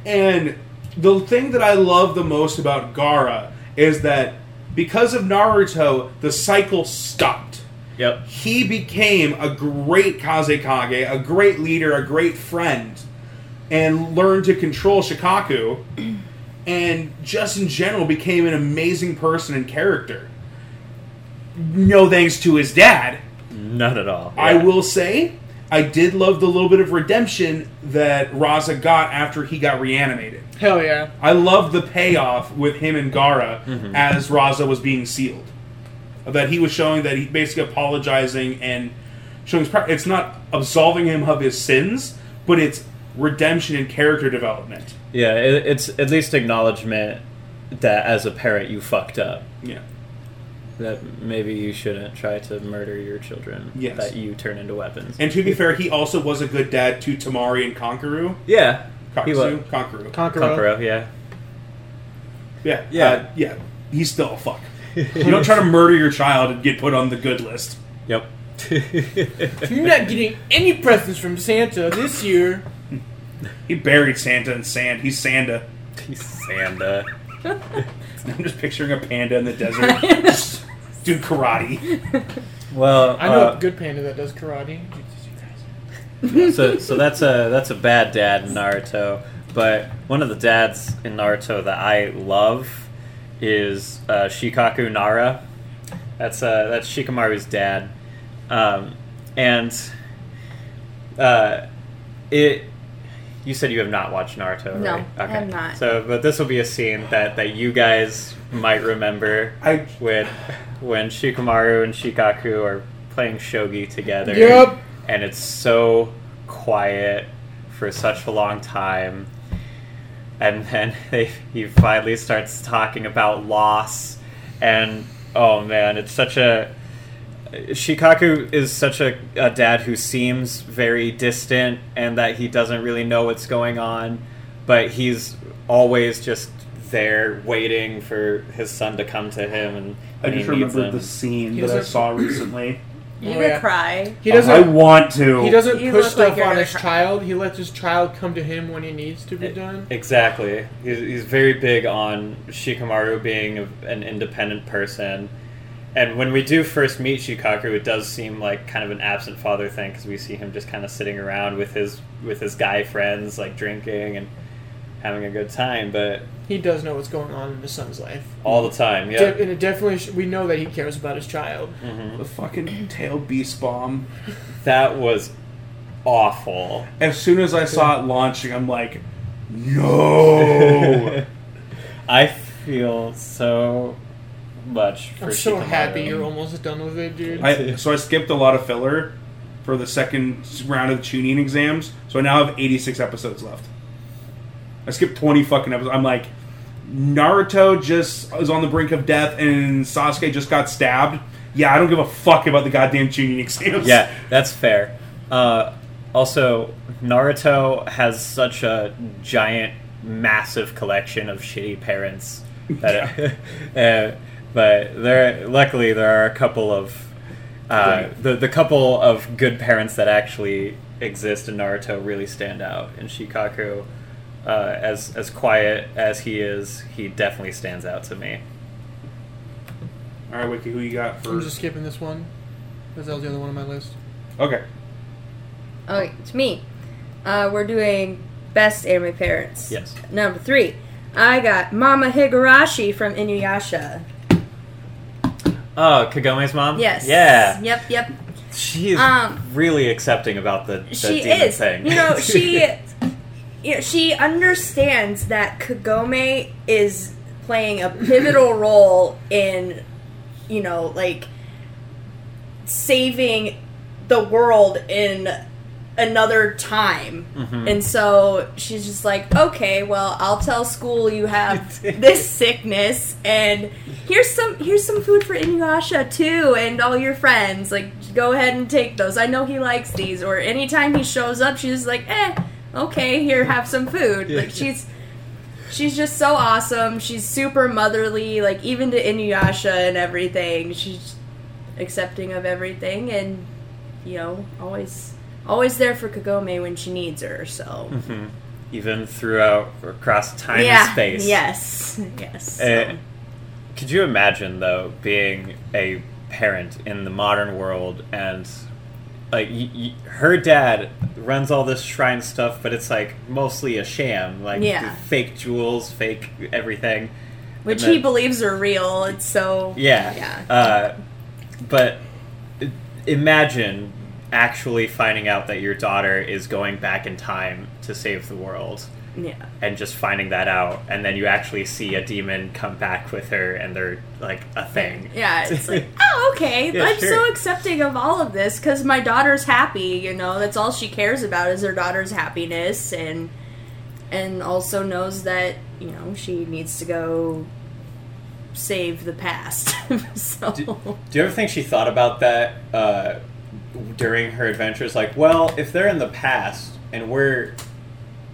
S2: And the thing that I love the most about Gara is that because of Naruto, the cycle stopped.
S1: Yep.
S2: He became a great Kazekage, a great leader, a great friend, and learned to control Shikaku, and just in general became an amazing person and character. No thanks to his dad.
S1: Not at all.
S2: I
S1: Yeah.
S2: will say, I did love the little bit of redemption that Raza got after he got reanimated.
S3: Hell yeah.
S2: I loved the payoff with him and Gara
S1: Mm-hmm.
S2: as Raza was being sealed. That he was showing that he basically apologizing and showing his. Pro- it's not absolving him of his sins, but it's redemption and character development.
S1: Yeah, it, it's at least acknowledgement that as a parent you fucked up.
S2: Yeah.
S1: That maybe you shouldn't try to murder your children.
S2: Yes.
S1: That you turn into weapons.
S2: And to be fair, he also was a good dad to Tamari and Konkuru.
S1: yeah. He was.
S2: Konkuru? Konkuru.
S3: Conqueror.
S1: Kokoro, yeah.
S2: Yeah.
S1: Yeah.
S2: Uh, yeah. He's still a fuck. you don't try to murder your child and get put on the good list.
S1: Yep.
S3: You're not getting any presents from Santa this year.
S2: He buried Santa in sand. He's Santa.
S1: Sanda.
S2: I'm just picturing a panda in the desert. just do karate.
S1: Well,
S3: I know
S1: uh,
S3: a good panda that does karate.
S1: so so that's a that's a bad dad in Naruto. But one of the dads in Naruto that I love is uh, Shikaku Nara. That's uh, that's Shikamaru's dad, um, and uh, it. You said you have not watched Naruto,
S4: No,
S1: right?
S4: I have not.
S1: So, but this will be a scene that that you guys might remember
S2: I
S1: when when Shikamaru and Shikaku are playing shogi together.
S3: Yep.
S1: And it's so quiet for such a long time. And then they, he finally starts talking about loss and oh man, it's such a Shikaku is such a, a dad who seems very distant and that he doesn't really know what's going on, but he's always just there waiting for his son to come to him. And
S2: I
S1: when he
S2: just
S1: needs
S2: remembered
S1: him.
S2: the scene
S3: He
S2: that I
S3: doesn't-
S2: saw recently.
S4: You
S3: Oh,
S4: would
S3: yeah.
S4: cry.
S3: He
S2: I
S3: doesn't.
S2: want to.
S3: He doesn't
S4: You
S3: push
S4: look like
S3: stuff
S4: you're
S3: on
S4: gonna
S3: his
S4: cry.
S3: child. He lets his child come to him when he needs to be done.
S1: Exactly. He's, he's very big on Shikamaru being a- an independent person. And when we do first meet Shikaku, it does seem like kind of an absent father thing because we see him just kind of sitting around with his with his guy friends, like drinking and having a good time, but
S3: He does know what's going on in his son's life.
S1: all the time, yeah. Mm-hmm.
S3: De- and it definitely, sh- we know that he cares about his child.
S2: The fucking tail beast bomb.
S1: That was awful.
S2: As soon as I saw it launching, I'm like, no.
S1: I feel so much for
S3: I'm so
S1: Shikamaru.
S3: happy you're
S1: um,
S3: almost done with it, dude.
S2: I, so I skipped a lot of filler for the second round of the tuning exams. So I now have 86 episodes left. I skipped 20 fucking episodes. I'm like, Naruto just is on the brink of death, and Sasuke just got stabbed. Yeah, I don't give a fuck about the goddamn tuning exams.
S1: Yeah, that's fair. Uh, also, Naruto has such a giant, massive collection of shitty parents. That uh, but there, luckily, there are a couple of uh, the the couple of good parents that actually exist in Naruto really stand out. And Shikaku, uh, as as quiet as he is, he definitely stands out to me.
S2: All right, Wiki, who you got
S3: I'm
S2: first?
S3: just skipping this one because that was the other one on my list.
S2: Okay.
S4: Okay, Oh, it's me. Uh, we're doing best anime parents.
S1: Yes.
S4: Number three, I got Mama Higurashi from Inuyasha.
S1: Oh, Kagome's mom.
S4: Yes.
S1: Yeah.
S4: Yep. Yep.
S1: She is
S4: Um,
S1: really accepting about the, the
S4: she
S1: demon
S4: is.
S1: thing.
S4: You know, she you know, she understands that Kagome is playing a pivotal role in you know, like saving the world in another time. And so she's just like, okay, well, I'll tell school you have this sickness, and here's some here's some food for Inuyasha too, and all your friends. Like, go ahead and take those. I know he likes these. Or anytime he shows up, she's just like, eh, okay, here, have some food. Like, she's she's just so awesome. She's super motherly, like even to Inuyasha and everything. She's accepting of everything, and you know, always always there for Kagome when she needs her. So
S1: even throughout or across Hmm. time
S4: yeah,
S1: and space.
S4: yes, yes.
S1: Uh, could you imagine though being a parent in the modern world and like y- y- her dad runs all this shrine stuff, but it's like mostly a sham, like
S4: Yeah.
S1: fake jewels, fake everything.
S4: Which
S1: and
S4: he
S1: then-
S4: believes are real. It's so
S1: Yeah.
S4: yeah.
S1: Uh, but i- imagine actually finding out that your daughter is going back in time to save the world
S4: yeah.
S1: and just finding that out and then you actually see a demon come back with her and they're like a thing
S4: Yeah, it's like, oh, okay.
S1: Yeah,
S4: I'm
S1: sure.
S4: so accepting of all of this because my daughter's happy. You know, that's all she cares about is her daughter's happiness, and and also knows that you know she needs to go save the past. so
S1: do you ever think she thought about that uh, during her adventures like well if they're in the past and we're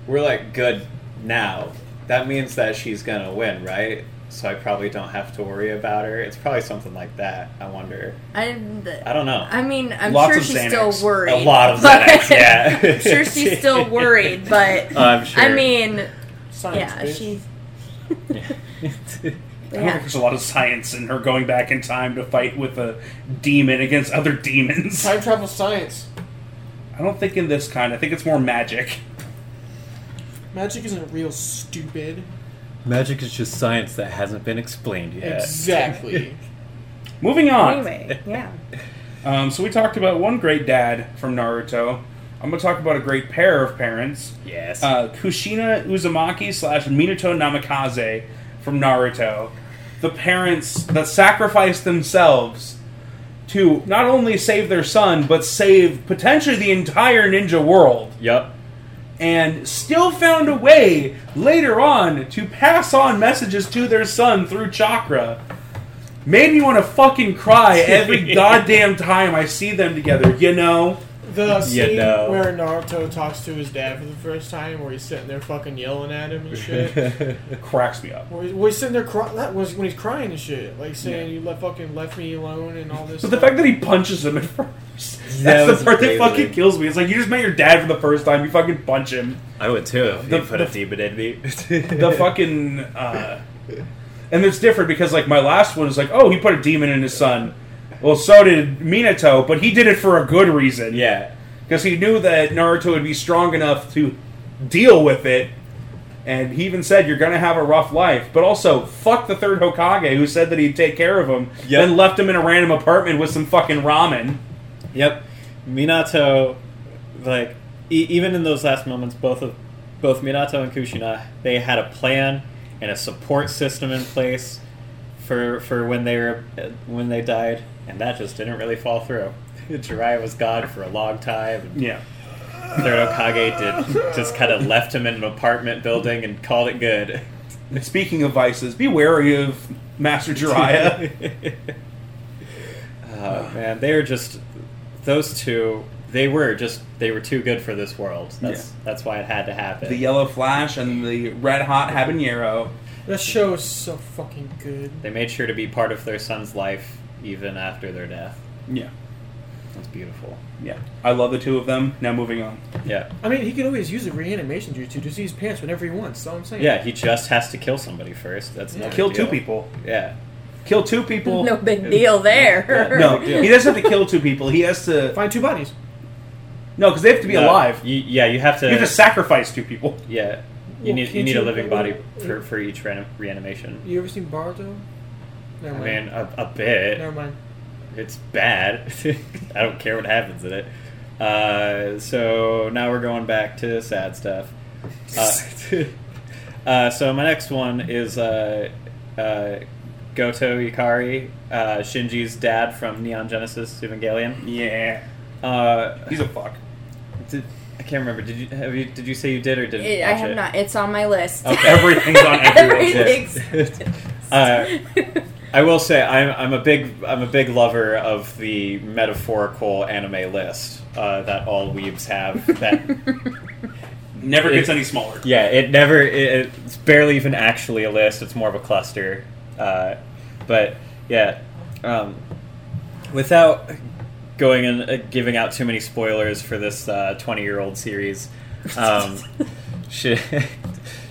S1: we're like good now that means that she's gonna win right so i probably don't have to worry about her it's probably something like that i wonder
S4: I,
S1: i don't know
S4: I mean, I'm
S2: Lots
S4: sure
S2: of
S4: she's
S2: Xanax.
S4: still worried.
S1: a lot of
S4: but-
S1: Xanax, yeah
S4: I'm sure she's still worried, but
S1: Uh,
S2: Uh,
S1: i'm sure
S4: I mean,
S3: Science,
S4: yeah,
S3: bitch.
S4: she.
S2: I don't think
S4: Yeah.
S2: there's a lot of science in her going back in time to fight with a demon against other demons.
S3: Time travel science.
S2: I don't think in this kind. I think it's more magic.
S3: Magic isn't real stupid.
S1: magic is just science that hasn't been explained yet
S3: Exactly.
S2: Moving on.
S4: Anyway, yeah.
S2: Um, so we talked about one great dad from Naruto. I'm going to talk about a great pair of parents.
S1: yes
S2: Uh, Kushina Uzumaki slash Minato Namikaze from Naruto. The parents that sacrificed themselves to not only save their son, but save potentially the entire ninja world.
S1: yep
S2: And still found a way later on to pass on messages to their son through chakra. Made me want to fucking cry every goddamn time I see them together, you know?
S3: the
S1: You
S3: scene
S1: know.
S3: where Naruto talks to his dad for the first time, where he's sitting there fucking yelling at him and shit.
S2: It cracks me up.
S3: where, he's, where he's sitting there crying. That was when he's crying and shit, like saying you left fucking left me alone and all this.
S2: But the
S3: stuff.
S2: fact that he punches him at first.
S1: That
S2: That's
S1: was
S2: the part that
S1: amazing.
S2: fucking kills me. It's like you just met your dad for the first time, you fucking punch him.
S1: I would too if
S2: The-
S1: you put a demon in me.
S2: The fucking uh And it's different because like my last one is like, oh he put a demon in his son. Well so did Minato, but he did it for a good reason.
S1: yeah.
S2: Because he knew that Naruto would be strong enough to deal with it. And he even said, You're gonna have a rough life. But also, fuck the third Hokage who said that he'd take care of him,
S1: Yep.
S2: then left him in a random apartment with some fucking ramen.
S1: Yep. Minato, like e- even in those last moments, both of both Minato and Kushina, they had a plan and a support system in place for for when they were when they died, and that just didn't really fall through. Jiraiya was gone for a long time. And
S2: Yeah.
S1: Third Okage did just kind of left him in an apartment building and called it good.
S2: Speaking of vices, be wary of Master Jiraiya.
S1: Oh man, they are just those two. They were just they were too good for this world. That's that's why it had to happen.
S2: the uh, Yellow Flash and the Red Hot Habanero.
S3: that show is so fucking good.
S1: they made sure to be part of their son's life even after their death.
S2: Yeah.
S1: That's beautiful.
S2: Yeah. I love the two of them. Now moving on.
S1: Yeah,
S3: I mean, he can always use a reanimation jutsu to see his pants whenever he wants. So I'm saying,
S1: yeah. He just has to kill somebody first. That's no big
S2: Kill two
S1: deal.
S2: people.
S1: Yeah,
S2: Kill two people.
S4: No big deal there.
S2: No, he doesn't have to kill two people. He has to.
S3: find two bodies.
S2: No, because they have to be
S1: No,
S2: alive.
S1: You, yeah, you have to.
S2: You have to sacrifice two people.
S1: yeah, you
S3: Well,
S1: need you
S3: can't
S1: need a
S3: you-
S1: living body for for each reanim- reanimation.
S3: You ever seen Baruto? Never
S1: I
S3: mind.
S1: mean, a, a bit.
S3: Never mind.
S1: It's bad. I don't care what happens in it. Uh, so now we're going back to sad stuff. Uh, uh, so my next one is uh, uh, Goto Ikari, uh, Shinji's dad from Neon Genesis Evangelion.
S2: Yeah.
S1: Uh,
S2: He's a fuck.
S1: did, I can't remember. Did you have you? Did you say you did or didn't?
S4: It, I
S1: watch
S4: have
S1: it?
S4: not. It's on my list.
S1: Okay.
S2: Everything's on everyone's
S4: Everything's.
S1: Uh, I will say I'm, I'm a big I'm a big lover of the metaphorical anime list uh, that all weebs have. That
S2: Never
S1: It-
S2: gets any smaller.
S1: yeah, it never it, it's barely even actually a list. It's more of a cluster. Uh, but yeah, um, without going and uh, giving out too many spoilers for this twenty year old series, um, Shi-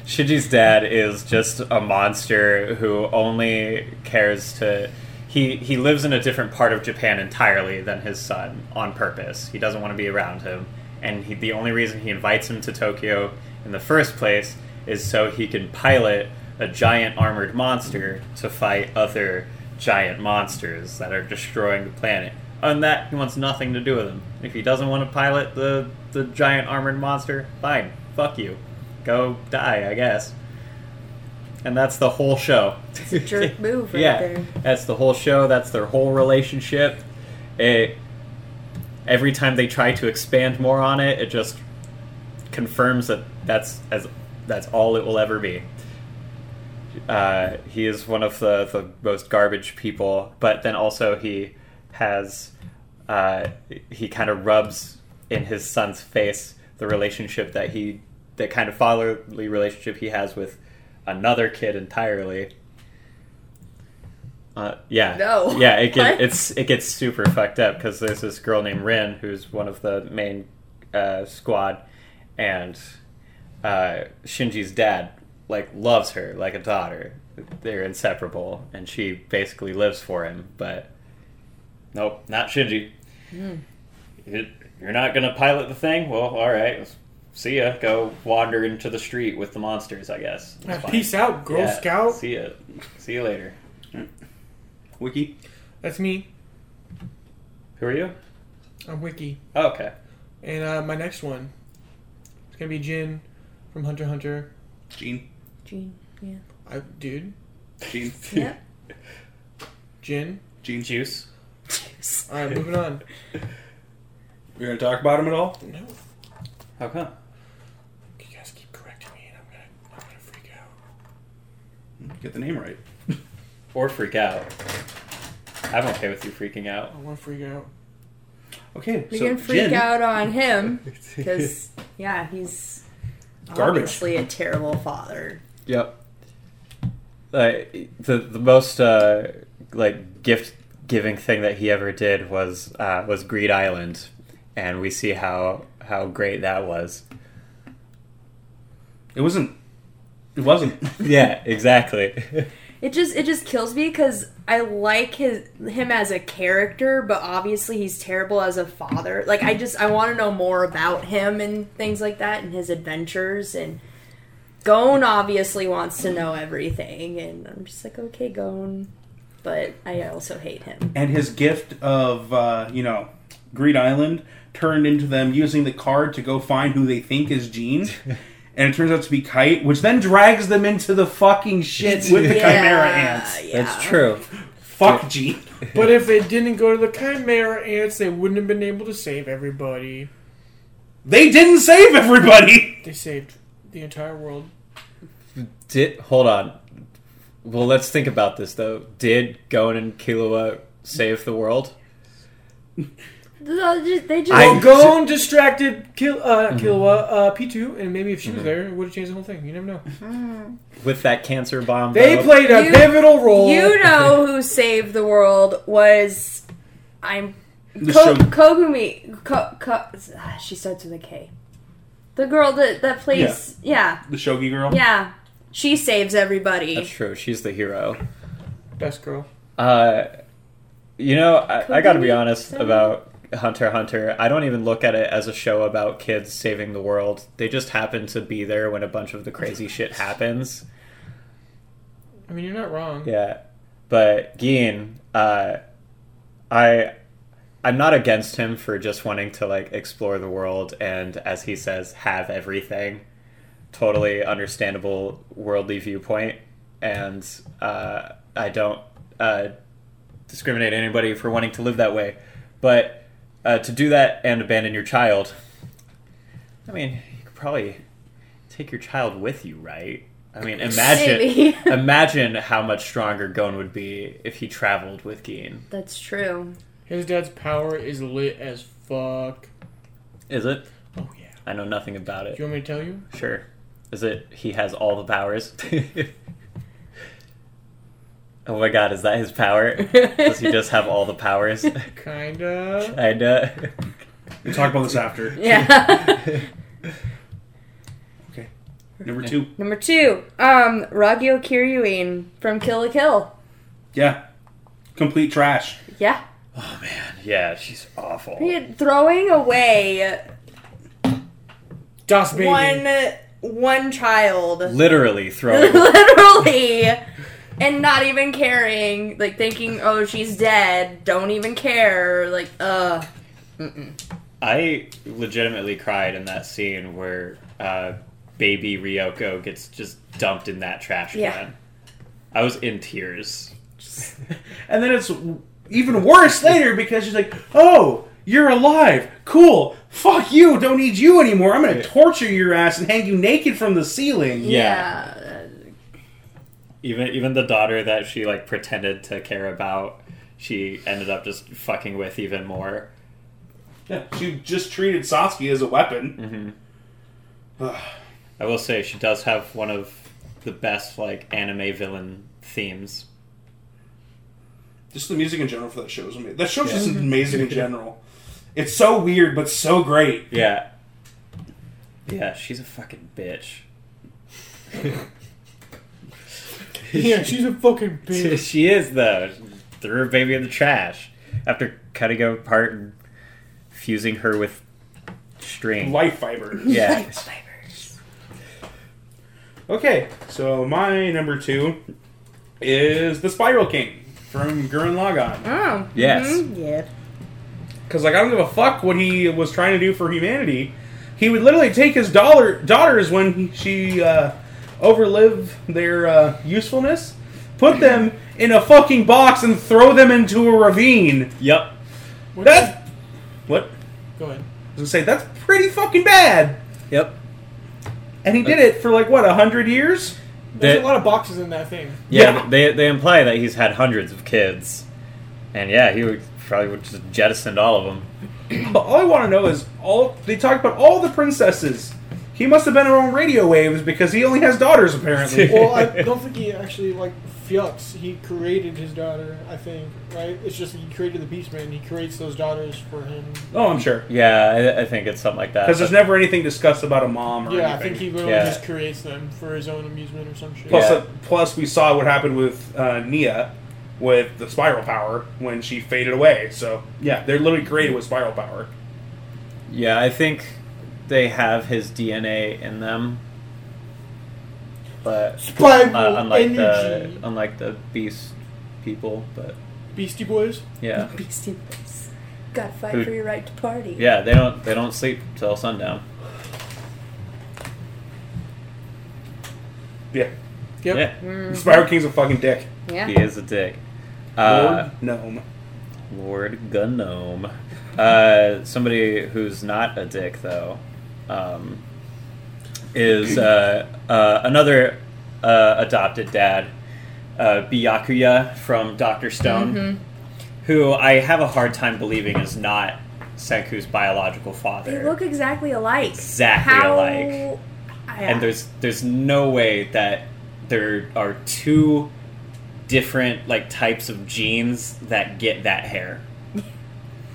S1: Shiji's dad is just a monster who only cares to. He, he lives in a different part of Japan entirely than his son on purpose. He doesn't want to be around him. And he, the only reason he invites him to Tokyo in the first place is so he can pilot a giant armored monster to fight other giant monsters that are destroying the planet. Other than that, he wants nothing to do with them. If he doesn't want to pilot the, the giant armored monster, fine. Fuck you. Go die, I guess. And that's the whole show. It's
S4: a jerk move right
S1: yeah,
S4: there.
S1: that's the whole show. That's their whole relationship. It, every time they try to expand more on it, it just confirms that that's as that's all it will ever be. Uh, he is one of the, the most garbage people, but then also he has uh, he kind of rubs in his son's face the relationship that he the kind of fatherly relationship he has with another kid entirely. Uh, yeah,
S4: No.
S1: yeah, it
S4: What?
S1: gets, it's it gets super fucked up because there's this girl named Rin who's one of the main uh, squad, and uh, Shinji's dad like loves her like a daughter. They're inseparable, and she basically lives for him. But nope, not Shinji. You- You're not gonna pilot the thing. Well, all right. See ya. Go wander into the street with the monsters. I guess. It's fine.
S3: Uh, Peace out, Girl
S1: Yeah,
S3: Scout.
S1: See ya. See you later.
S2: Wiki.
S3: That's me.
S1: Who are you?
S3: I'm Wiki.
S1: Oh, okay.
S3: And uh, my next one it's gonna be Jin from Hunter x Hunter.
S2: Gene.
S4: Gene. Yeah.
S3: I dude,
S2: Gene.
S4: Yeah.
S3: Jin.
S2: Gene.
S1: Juice.
S3: All right, moving on.
S2: We're gonna talk about him at all?
S3: No,
S1: How come?
S3: you guys keep correcting me, and I'm gonna, I'm gonna freak out.
S2: Hmm, Get the name right.
S1: Or freak out. I'm okay with you freaking out.
S3: I want to freak out.
S2: Okay.
S4: We
S2: so
S4: can freak
S2: Jin.
S4: out on him because yeah, he's
S2: Garbage.
S4: obviously a terrible father.
S1: Yep. Like the the most uh, like gift giving thing that he ever did was uh, was Greed Island, and we see how how great that was.
S2: It wasn't. It wasn't.
S1: Yeah, exactly.
S4: It just it just kills me because I like his him as a character, but obviously he's terrible as a father. Like I just I want to know more about him and things like that and his adventures and Gon obviously wants to know everything and I'm just like okay Gon, but I also hate him.
S2: and his gift of uh, you know Greed Island turned into them using the card to go find who they think is Gene, and it turns out to be Kite, which then drags them into the fucking shit with the Chimera ants.
S4: Yeah.
S1: true.
S2: Fuck Gene.
S3: But if they didn't go to the Chimera ants, they wouldn't have been able to save everybody.
S2: They didn't save everybody.
S3: They saved the entire world.
S1: Did hold on. Well, let's think about this though. Did Gon and Killua save the world?
S4: They just, they just
S1: I- Mm-hmm.
S3: Well, Gon distracted Kill, uh, Killua, uh, P2, and maybe if she was there, it would have changed the whole thing. You never know.
S1: With that cancer bomb,
S3: They
S1: though?
S3: played a
S4: You-
S3: pivotal role.
S4: You know who saved the world was I'm
S2: The show-
S4: Ko- Kogumi. Ko- Ko- ah, she starts with a K. The girl that that plays yeah
S2: The Shogi girl.
S4: yeah, she saves
S1: That's
S4: everybody.
S1: true. She's the hero.
S3: Best girl.
S1: Uh, you know, I, I got to be
S4: Kogumi-
S1: honest about Hunter x Hunter. I don't even look at it as a show about kids saving the world. They just happen to be there when a bunch of the crazy shit happens.
S3: I mean, you're not wrong.
S1: Yeah, but Geen, uh, I, I'm not against him for just wanting to like explore the world and, as he says, have everything. Totally understandable worldly viewpoint, and uh, I don't uh, discriminate anybody for wanting to live that way. But Uh, to do that and abandon your child. I mean, you could probably take your child with you, right? I mean, imagine
S4: Maybe.
S1: imagine how much stronger Gon would be if he traveled with Geen.
S4: That's true.
S3: His dad's power is lit as fuck.
S1: Is it?
S3: Oh yeah.
S1: I know nothing about
S3: Do
S1: it.
S3: you want me to tell you?
S1: Sure. Is it he has all the powers? oh my god, is that his power? Does he just have all the powers?
S3: Kinda.
S1: I know.
S2: We'll talk about this after.
S4: Yeah.
S2: Number two.
S4: Number two, um, Ragio Kiryuin from Kill a Kill.
S2: Yeah. Complete trash.
S4: Yeah.
S1: oh man, yeah, she's awful.
S4: Yeah, Throwing away
S3: Das baby.
S4: one one child.
S1: Literally throwing.
S4: Literally. And not even caring, like thinking, oh, she's dead, don't even care, like, uh,
S1: I legitimately cried in that scene where uh, baby Ryoko gets just dumped in that trash
S4: Yeah.
S1: can. I was in tears.
S2: And then it's even worse later because she's like, oh, you're alive. Cool. Fuck you. Don't need you anymore. I'm going to torture your ass and hang you naked from the ceiling.
S4: yeah.
S1: Even even the daughter that she like pretended to care about, she ended up just fucking with even more.
S2: Yeah, she just treated Sasuke as a weapon.
S1: I will say she does have one of the best like anime villain themes.
S2: Just the music in general for that show is amazing. That show's just amazing in general. It's so weird, but so great.
S1: Yeah. Yeah, she's a fucking bitch.
S3: Yeah, she's a fucking bitch.
S1: she is though. Threw her baby in the trash after cutting her apart and fusing her with string.
S2: Life fiber.
S1: Yeah.
S2: Okay, so my number two is the Spiral King from Gurren Lagann.
S4: Oh.
S1: Yes.
S4: mhm, Yeah.
S2: Because like I don't give a fuck what he was trying to do for humanity. He would literally take his dollar daughters when he, she uh, overlive their uh, usefulness, put them in a fucking box and throw them into a ravine.
S1: Yep.
S3: What
S2: That what I was
S3: the- Go ahead.
S2: gonna say? That's pretty fucking bad.
S1: Yep.
S2: And he did it for like what a hundred years.
S3: There's
S1: That-
S3: a lot of boxes in that thing.
S1: Yeah,
S2: Yeah.
S1: They, they imply that he's had hundreds of kids. And yeah, he would probably would just jettisoned all of them.
S2: But all I want to know is all they talk about all the princesses. He must have been on radio waves because he only has daughters apparently.
S3: Well, I don't think he actually like Fux. He created his daughter. I think right. It's just he created the Beastman. He creates those daughters for him.
S2: oh, I'm sure.
S1: Yeah, I, I think it's something like that.
S2: Because there's
S1: but-
S2: never anything discussed about a mom or
S3: Yeah, I
S2: anything.
S3: think he literally
S1: Yeah.
S3: just creates them for his own amusement or some shit.
S2: Plus,
S1: Yeah.
S2: uh, plus we saw what happened with uh, Nia with the spiral power when she faded away. So yeah, they're literally created with spiral power.
S1: Yeah, I think they have his DNA in them. But
S3: Spiral
S1: uh, unlike
S3: energy.
S1: the um, unlike the beast people, but
S3: Beastie Boys.
S1: yeah.
S4: Beastie Boys. Gotta fight
S1: Who-
S4: for your right to party.
S1: Yeah, they don't they don't sleep till sundown.
S2: Yeah,
S3: Yep.
S2: Spiral King's a fucking dick.
S1: Yeah,
S4: Yeah.
S1: he is a dick. Uh,
S2: Lord gnome.
S1: Lord Gnome. Uh, somebody who's not a dick though, um, is uh, uh, another uh, adopted dad, uh, Byakuya from Doctor Stone, who I have a hard time believing is not Senku's biological father.
S4: They look exactly alike.
S1: Exactly
S4: How...
S1: alike.
S4: I-
S1: and there's there's no way that there are two different like types of genes that get that hair.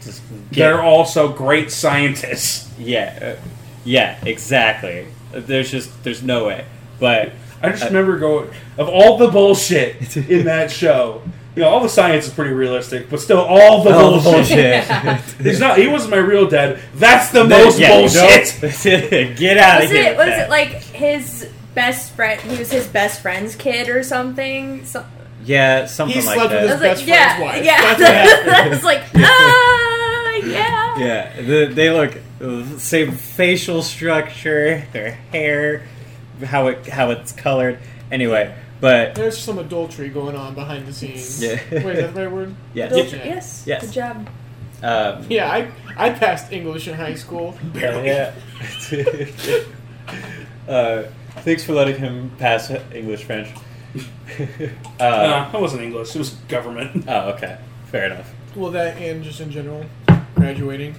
S1: Just get-
S2: They're also great scientists.
S1: yeah, uh, yeah, exactly. There's just there's no way, but
S2: I just remember going of all the bullshit in that show. You know, all the science is pretty realistic, but still, all the bullshit.
S3: Oh,
S2: He's not. He wasn't my real dad. That's the most
S1: Yeah,
S2: bullshit.
S1: nope. Get out of
S4: was
S1: here. with
S4: it was
S1: that.
S4: it like his best friend? He was his best friend's kid or something. So,
S1: yeah, something
S3: He
S1: like
S3: slept
S1: that.
S3: with
S4: I
S3: His
S4: was
S3: best
S4: like, yeah,
S3: friend's wife.
S4: yeah.
S3: That's what happened.
S4: That's like, ah, yeah.
S1: Yeah, the, they look uh, same facial structure, their hair, how it how it's colored. Anyway, but
S3: There's some adultery going on behind the scenes.
S1: Yeah.
S3: Wait, is that the right word?
S1: yeah,
S4: Adult-
S3: Yeah.
S4: Yes.
S1: Yes.
S4: Good job.
S1: Um,
S3: Yeah, I I passed English in high school.
S2: Barely.
S1: Yeah. uh, thanks for letting him pass English French. uh,
S2: Nah, that wasn't English. It was government.
S1: Oh, okay. Fair enough.
S3: Well, that and just in general, graduating.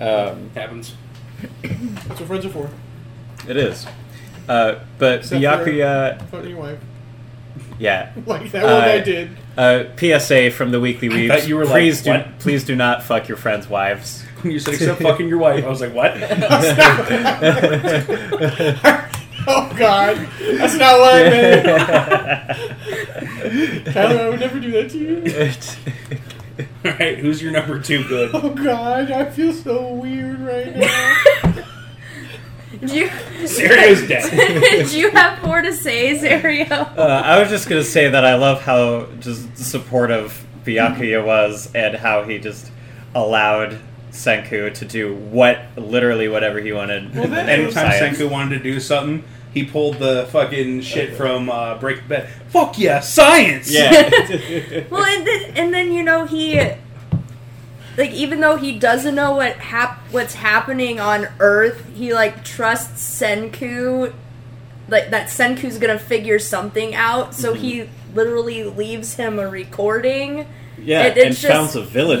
S1: Um,
S2: Happens.
S3: That's what friends are for.
S1: it is. Uh, but
S3: Except
S1: Byakuya,
S3: Fucking your wife.
S1: yeah.
S3: Like that one I
S1: Uh,
S3: did.
S1: Uh, PSA from the Weekly Weeps.
S2: thought you were like,
S1: please do,
S2: what?
S1: please do not fuck your friends' wives.
S2: You said except fucking your wife. I was like, what?
S3: Oh God, that's not what I
S1: Uh,
S3: meant. Tyler, I would never do that to you.
S2: All right, who's your number two? Good.
S3: Oh God, I feel so weird right now.
S4: Did you,
S2: Serio's dead.
S4: did you have more to say, Zario?
S1: Uh, I was just gonna say that I love how just supportive Byakuya was, and how he just allowed Senku to do what literally whatever he wanted. in the name of
S2: Anytime
S1: science.
S2: Senku wanted to do something, he pulled the fucking shit from uh, Breaking Bad. Fuck yeah, science.
S1: Yeah.
S4: Well, and then, and then you know he, like, even though he doesn't know what hap- what's happening on Earth, he like trusts Senku, like that Senku's gonna figure something out. So
S1: Mm-hmm.
S4: he literally leaves him a recording.
S1: yeah,
S4: It-
S1: and
S4: it's just-
S1: founds a village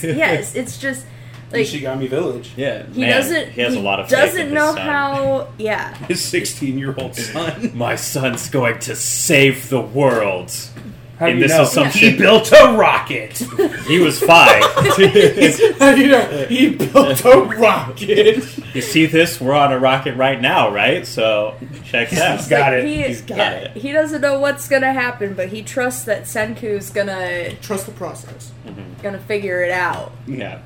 S1: for him.
S4: yes, it's just like he
S2: Ishigami Village.
S1: yeah. He
S4: doesn't.
S1: He has
S4: he
S1: a lot of. faith in
S4: doesn't
S1: his
S4: know
S1: son.
S4: how. Yeah.
S2: His 16 year old son.
S1: My son's going to save the world.
S2: How
S1: In this assumption-
S2: He built a rocket.
S1: He was five.
S3: you know, he built a rocket.
S1: you see this? We're on a rocket right now, right? So check it out.
S2: He's got
S4: Like,
S2: it.
S4: He,
S1: He's got
S4: yeah,
S1: it.
S4: He doesn't know what's gonna happen, but he trusts that Senku's gonna
S3: Trust the process.
S4: gonna figure it out.
S1: Yeah.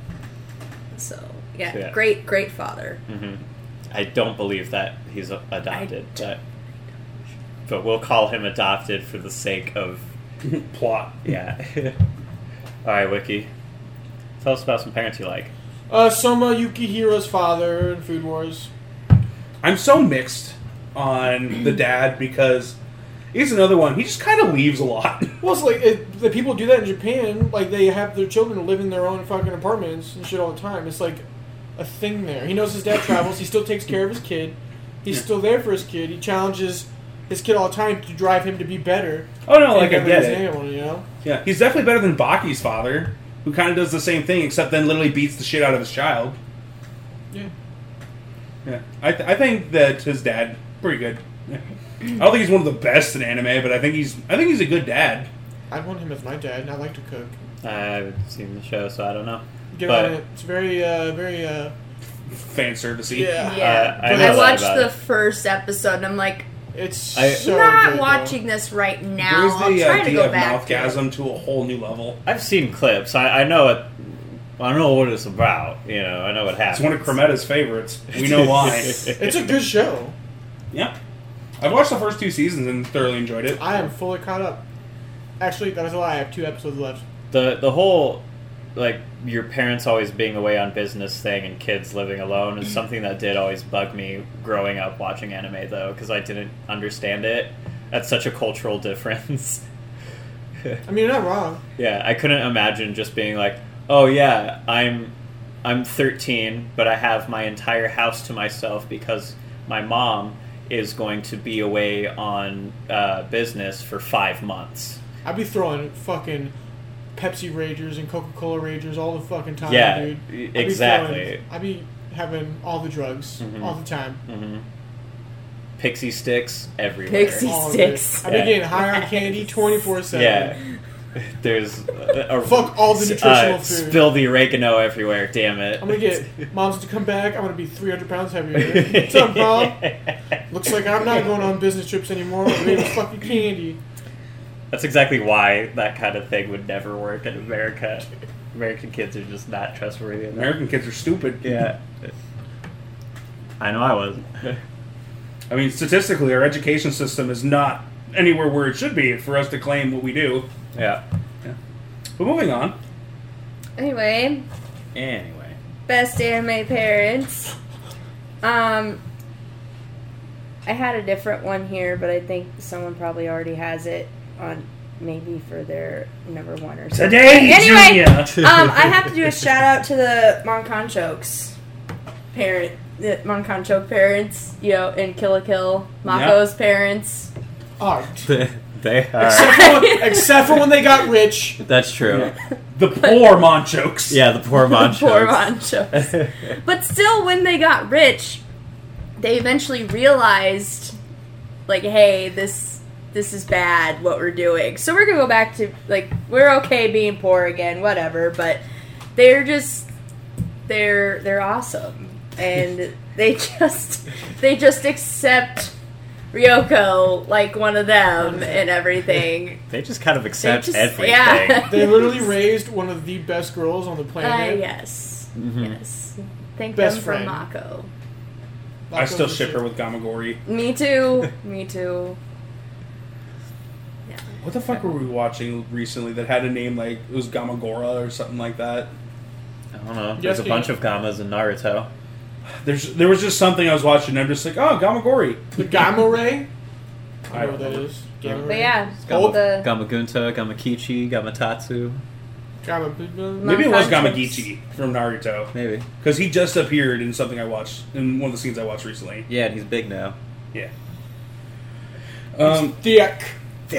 S4: So yeah,
S1: Yeah.
S4: great, great father.
S1: I don't believe that he's a- adopted, but but we'll call him adopted for the sake of
S2: Plot.
S1: yeah. All right, Wiki. Tell us about some parents you like.
S3: Uh, Soma Yukihiro's father in Food Wars.
S2: I'm so mixed on the dad because he's another one. He just kind of leaves a lot.
S3: Well, it's like it, the people do that in Japan. Like they have their children live in their own fucking apartments and shit all the time. It's like a thing there. He knows his dad travels. He still takes care of his kid. He's still there for his kid. He challenges his kid all the time to drive him to be better.
S2: Oh no, like I
S3: And
S2: get
S3: he's
S2: it.
S3: able, you know.
S2: Yeah, he's definitely better than Baki's father, who kind of does the same thing except then literally beats the shit out of his child.
S3: Yeah.
S2: Yeah, I, th- I think that his dad pretty good. Yeah. I don't think he's one of the best in anime, but I think he's I think he's a good dad.
S3: I want him as my dad, and I like to cook.
S1: I haven't seen the show, so I don't know.
S3: Get
S1: But-
S3: on it. It's very, uh, very. Uh,
S2: Fan servicey.
S3: Yeah.
S4: Yeah,
S1: I
S3: know
S4: Uh, I,
S3: that
S4: watched
S1: about
S4: the
S1: it.
S4: first episode. and I'm like,
S3: it's
S1: I-
S3: so
S4: not
S3: good, though.
S4: watching this right now.
S2: brings
S4: I'm
S2: the uh,
S4: trying to
S2: idea
S4: go
S2: of
S4: back. to it.
S2: mouthgasm to a whole new level.
S1: I've seen clips. I, I know it. I know what it's about. You know, I know what happens.
S2: It's one of Cremetta's favorites. We know why.
S3: It's a good show.
S2: yeah, I've watched the first two seasons and thoroughly enjoyed it.
S3: I am fully caught up. Actually, that is a lie. I have two episodes left.
S1: the the whole like your parents always being away on business thing and kids living alone is something that did always bug me growing up watching anime though because I didn't understand it. That's such a cultural difference.
S3: I mean, you're not wrong.
S1: yeah, I couldn't imagine just being like, oh yeah, I'm I'm 13, but I have my entire house to myself because my mom is going to be away on uh, business for five months.
S3: I'd be throwing fucking Pepsi Ragers and Coca Cola Ragers all the fucking time,
S1: Yeah,
S3: dude.
S1: e-
S3: I'd be
S1: exactly. Mm-hmm.
S3: throwing- I'd be having all the drugs all the time.
S1: Pixie sticks everywhere.
S4: Pixie
S3: All of it.
S4: sticks.
S3: I'd be
S1: Yeah.
S3: getting high on candy 24 7.
S1: Yeah. There's a, a-
S3: Fuck all the
S1: s-
S3: nutritional
S1: uh,
S3: food.
S1: Spill the oregano everywhere. Damn it.
S3: I'm gonna get moms to come back. I'm gonna be 300 pounds heavier. What's up, mom? Looks like I'm not going on business trips anymore. I'm eating fucking candy.
S1: That's exactly why that kind of thing would never work in America. American kids are just not trustworthy enough.
S2: American kids are stupid.
S1: Yeah. I know I wasn't.
S2: I mean, statistically, our education system is not anywhere where it should be for us to claim what we do.
S1: Yeah.
S2: But moving on,
S4: Anyway,
S1: Anyway.
S4: best anime parents. Um, I had a different one here, but I think someone probably already has it on maybe for their number one or something.
S5: Today,
S4: Anyway,
S5: Junior.
S4: um, I have to do a shout out to the Monconchokes parent, the Monconchoke parents, you know, and Kill a Kill, Mako's parents.
S3: Art.
S1: they are.
S3: Except for, when, Oh, except for when they got rich.
S1: That's true.
S2: The poor Monchokes.
S1: Yeah, the poor Monchokes.
S4: Poor Monchokes. But still, when they got rich, they eventually realized, like, hey, this this is bad. What we're doing, so we're gonna go back to like we're okay being poor again, whatever. But they're just they're they're awesome, and they just they just accept Ryoko like one of them and everything.
S1: they just kind of accept
S4: just-
S1: everything.
S4: yeah.
S3: They literally raised one of the best girls on the
S4: Uh,
S3: planet.
S4: yes,
S1: Mm-hmm.
S4: yes. Thank
S3: Best
S4: them
S3: friend.
S4: for Mako.
S2: I still ship her with Gamagori.
S4: Me too. Me too.
S2: What the fuck were we watching recently that had a name like it was Gamagora or something like that?
S1: I don't know. There's
S3: Yes,
S1: a
S3: you-
S1: bunch of commas in Naruto.
S2: There's there was just something I was watching. I'm just like, oh, Gamagori.
S3: The Gamma Ray. I
S2: I
S3: know what that is. Gamma
S4: But
S3: Ray.
S4: yeah,
S3: Gama-
S4: the
S1: Gamagunta, Gamakichi, Gamatatsu.
S3: Gamma.
S2: Maybe it was
S4: Monchokes.
S2: Gamagichi from Naruto
S1: Maybe.
S2: because he just appeared in something I watched in one of the scenes I watched recently.
S1: Yeah, and he's big now.
S2: Yeah. Um.
S3: Thick.
S2: So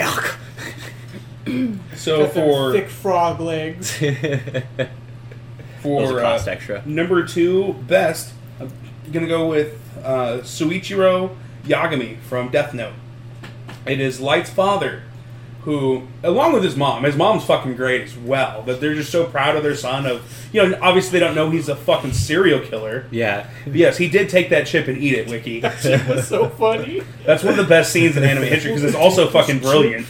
S3: Got them
S2: for
S3: thick frog legs.
S1: Those
S2: for
S1: are
S2: uh,
S1: cost extra.
S2: number two best, I'm gonna go with uh, Suichiro Yagami from Death Note. It is Light's father, who, along with his mom, his mom's fucking great as well. But they're just so proud of their son. Of you know, obviously they don't know he's a fucking serial killer.
S1: Yeah.
S2: Yes, he did take that chip and eat it, Wiki.
S3: It was so funny.
S2: That's one of the best scenes in anime history because it's also fucking brilliant.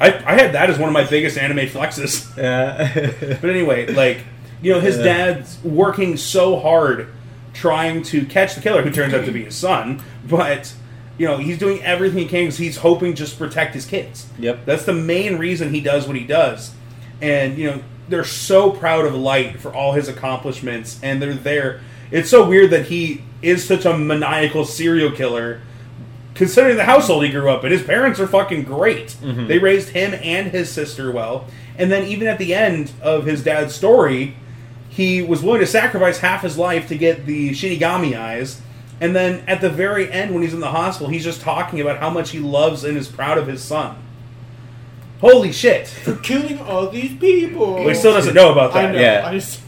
S2: I, I had that as one of my biggest anime flexes.
S1: Yeah.
S2: But anyway, like you know, his dad's working so hard trying to catch the killer, who turns out to be his son. But you know, he's doing everything he can because he's hoping just to protect his kids.
S1: Yep.
S2: that's the main reason he does what he does. And you know, they're so proud of Light for all his accomplishments, and they're there. It's so weird that he is such a maniacal serial killer. Considering the household he grew up in, his parents are fucking great. They raised him and his sister well. And then, even at the end of his dad's story, he was willing to sacrifice half his life to get the Shinigami eyes. And then at the very end, when he's in the hospital, he's just talking about how much he loves and is proud of his son. Holy shit!
S3: For killing all these people.
S2: Well, he still doesn't know about
S3: I
S2: that.
S3: know.
S1: Yeah.
S3: I just,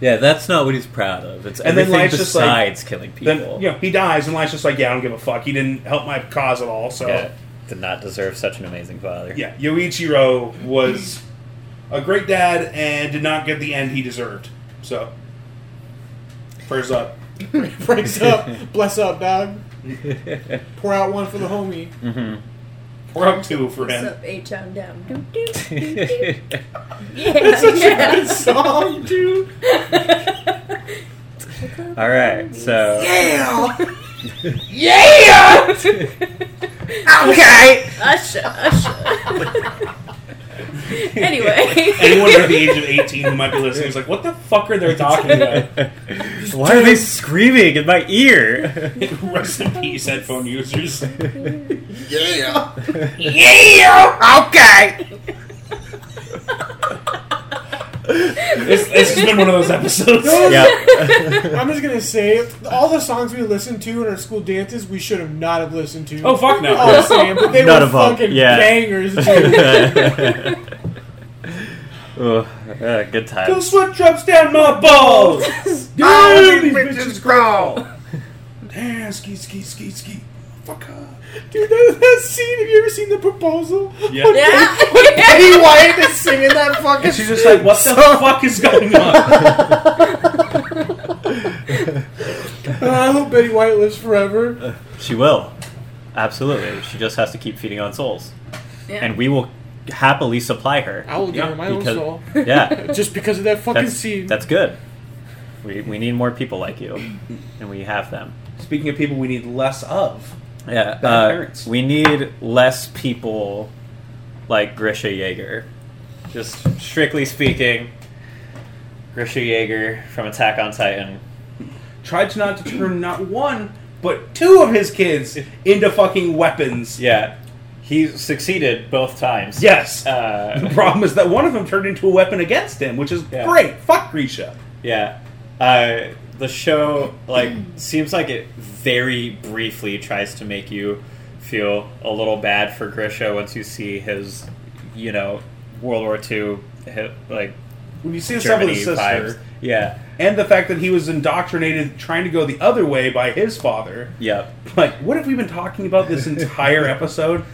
S1: yeah, that's not what he's proud of. It's
S2: And then
S1: everything
S2: life's just like-
S1: besides killing people.
S2: Then you know he dies, and Light's just like, "Yeah, I don't give a fuck. He didn't help my cause at all." So
S1: yeah. Did not deserve such an amazing father.
S2: yeah, Yoichiro was a great dad and did not get the end he deserved. So prayers up.
S3: breaks up. Bless up, dog. Pour out one for the homie.
S2: We're up two for
S4: What's
S2: him.
S4: up, H on down? Doo, doo, doo,
S1: Yeah.
S4: doo. Yeah,
S3: That's such
S4: yeah.
S3: a good song, dude.
S1: All right, so
S4: Usha, Usha. anyway,
S2: Anyone under the age of eighteen who might be listening is like, "What the fuck are they talking about?"
S1: why are they screaming in my ear?
S2: Rest in peace, headphone users. This, this has been one of those episodes.
S1: yeah,
S3: I'm just gonna say, all the songs we listened to in our school dances, we should have not have listened to.
S2: Oh fuck no!
S3: All the same, but they
S1: None
S3: were
S1: of 'em.
S3: fucking
S1: Yeah.
S3: bangers, dude.
S1: Ugh, uh, good
S2: The
S1: times.
S2: sweat drops down my balls. Damn, these bitches growl. Damn, ski, ski, ski, ski. Fuck up.
S3: Dude, that, that scene. Have you ever seen the proposal?
S2: Yeah.
S4: yeah,
S3: Betty White is singing that fucking.
S2: And she's just like, what the fuck is going on?
S3: I hope Betty White lives forever.
S1: She will, absolutely. She just has to keep feeding on souls,
S4: Yeah.
S1: and we will happily supply her.
S3: I will give her my own
S1: because-
S3: soul
S1: Yeah,
S3: just because of that fucking
S1: that's
S3: scene.
S1: that's good. We we need more people like you, and we have them.
S2: Speaking of people we need less of.
S1: Yeah,
S2: Bad
S1: uh,
S2: parents.
S1: we need less people like Grisha Yeager. Just strictly speaking, Grisha Yeager from Attack on Titan.
S2: Tried to not to turn not one, but two of his kids into fucking weapons.
S1: Yeah, He succeeded both times.
S2: Yes. the
S1: Uh,
S2: problem is that one of them turned into a weapon against him, which is
S1: Yeah.
S2: great. Fuck Grisha.
S1: yeah. Uh, the show like seems like it very briefly tries to make you feel a little bad for Grisha once you see his, you know, World War II hit, like
S2: When you see the stuff with
S1: Germany
S2: his sister,
S1: vibes. Yeah.
S2: and the fact that he was indoctrinated trying to go the other way by his father.
S1: Yep.
S2: Like, what have we been talking about this entire episode?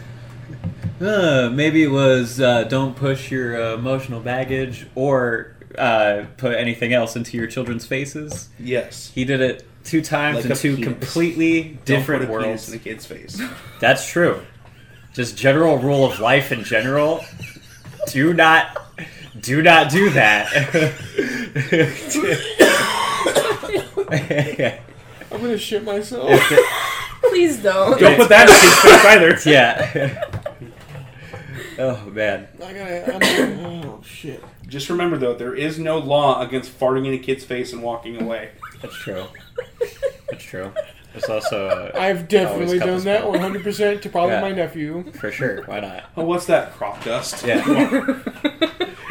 S1: Uh, maybe it was uh, don't push your uh, emotional baggage or uh, put anything else into your children's faces.
S2: Yes.
S1: He did it two times
S2: Like
S1: in
S2: a
S1: two
S2: penis.
S1: completely different
S2: Don't put a
S1: worlds.
S2: penis in a kid's face.
S1: That's true. Just general rule of life in general. Do not, do not do that.
S3: I'm gonna shit myself.
S4: Please don't.
S2: Don't put that in a kid's face either.
S1: yeah. Oh man.
S3: I gotta. I'm, oh shit.
S2: Just remember though, there is no law against farting in a kid's face and walking away.
S1: That's true. That's true. There's also uh,
S3: I've definitely
S1: Always cut
S3: done
S1: this
S3: that
S1: part.
S3: 100 percent to probably
S1: Yeah.
S3: my nephew.
S1: for sure. Why not?
S2: Oh, what's that? Crop dust.
S1: Yeah,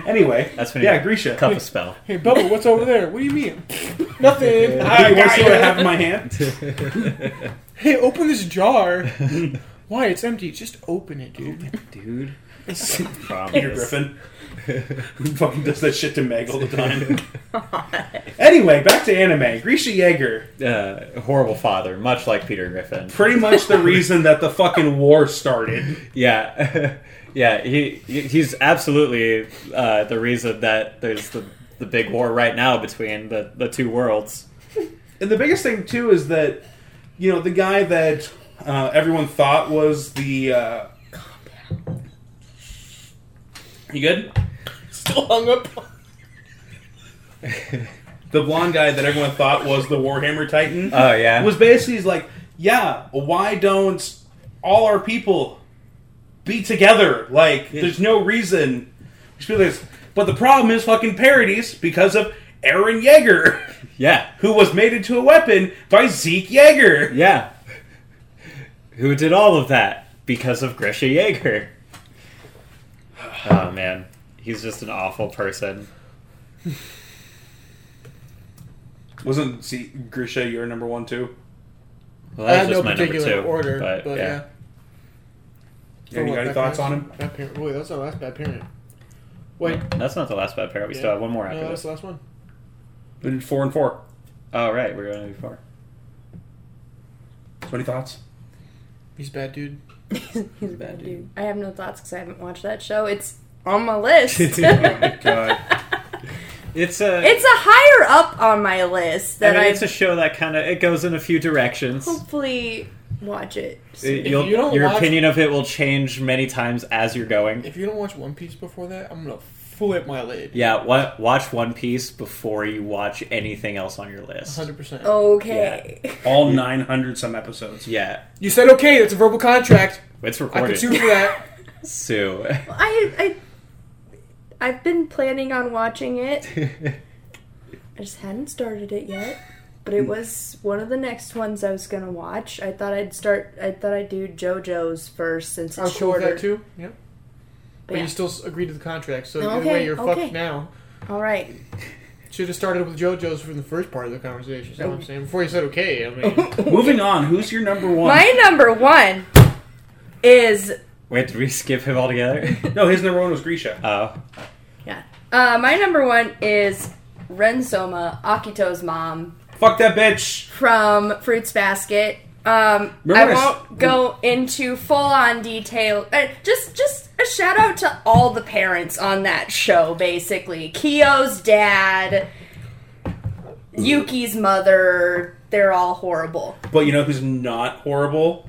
S2: Anyway,
S1: that's when you
S2: yeah, Grisha.
S1: cuff a spell.
S3: Hey Bubba, what's over there? What do you mean? Nothing.
S2: I got you to have in my hand.
S3: Hey, open this jar. Why? It's empty. Just open it, dude.
S1: Dude,
S2: Peter Griffin. Who fucking does that shit to Meg all the time? anyway, back to anime. Grisha Yeager.
S1: uh, horrible father, much like Peter Griffin.
S2: pretty much the reason that the fucking war started.
S1: Yeah, yeah. He he's absolutely uh, the reason that there's the the big war right now between the the two worlds.
S2: And the biggest thing too is that you know the guy that uh, everyone thought was the. Uh, you good?
S3: Still hung up.
S2: The blonde guy that everyone thought was the Warhammer Titan
S1: Oh yeah,
S2: was basically he's like, yeah, why don't all our people be together? Like, there's no reason. We should be like this. But the problem is fucking parodies because of Aaron Yeager.
S1: yeah,
S2: who was made into a weapon by Zeke Yeager.
S1: yeah. Who did all of that because of Grisha Yeager? Oh man, he's just an awful person.
S2: Wasn't Zeke Grisha your number one too?
S1: Well,
S3: I
S1: that's
S3: have
S1: just
S3: no
S1: my number
S3: particular
S1: two.
S3: order,
S1: but, yeah.
S3: For
S2: Any-
S3: what,
S2: any
S3: bad
S2: thoughts
S3: parent?
S2: on him?
S3: Bad parent. Wait, that's our last bad parent. Wait,
S1: that's not the last bad pair. We
S3: Yeah.
S1: still have one more after
S3: no,
S1: this.
S3: that's the last one.
S2: We did four and four.
S1: Oh right, we're going to do four.
S2: So any thoughts?
S3: He's a bad, dude.
S4: He's a bad dude. I have no thoughts because I haven't watched that show. It's on my list. it's a
S2: Oh God.
S1: It's a
S4: higher up on my list
S1: I
S4: that
S1: mean,
S4: I
S1: it's a show that kind of it goes in a few directions.
S4: hopefully watch it.
S1: It-
S3: If
S1: Uh, you'll-
S3: you don't
S1: your
S3: watch-
S1: opinion of it will change many times as you're going.
S3: If you don't watch One Piece before that, I'm gonna flip my lid.
S1: Yeah, wa- watch One Piece before you watch anything else on your list.
S3: 100%.
S4: Oh. Okay.
S2: All nine hundred some episodes.
S1: Yeah,
S3: You said okay, that's a verbal contract.
S1: it's
S3: I could
S1: recorded.
S3: sue for that.
S1: Sue.
S4: I I I've been planning on watching it. I just hadn't started it yet, but it was one of the next ones I was gonna watch. I thought I'd start. I thought I'd do JoJo's first since
S3: I
S4: it's
S3: was Oh, cool with
S4: shorter.
S3: that too. Yep. But
S4: yeah.
S3: you still s- agreed to the contract, so
S4: Okay,
S3: either way, you're
S4: okay.
S3: fucked now.
S4: All right.
S3: Should have started with JoJo's from the first part of the conversation. Is what I'm saying before you said okay. I mean,
S2: Moving on. Who's your number one?
S4: My number one is
S1: Wait, did we skip him altogether?
S2: No, his number one was Grisha.
S1: Oh,
S4: yeah. Uh, my number one is Rensoma Akito's mom.
S2: Fuck that bitch.
S4: from Fruits Basket. Um, I
S2: Remember I s-
S4: won't go into full on detail. Uh, just just a shout out to all the parents on that show, basically. Kyo's dad, Yuki's mother, they're all horrible.
S2: But you know who's not horrible?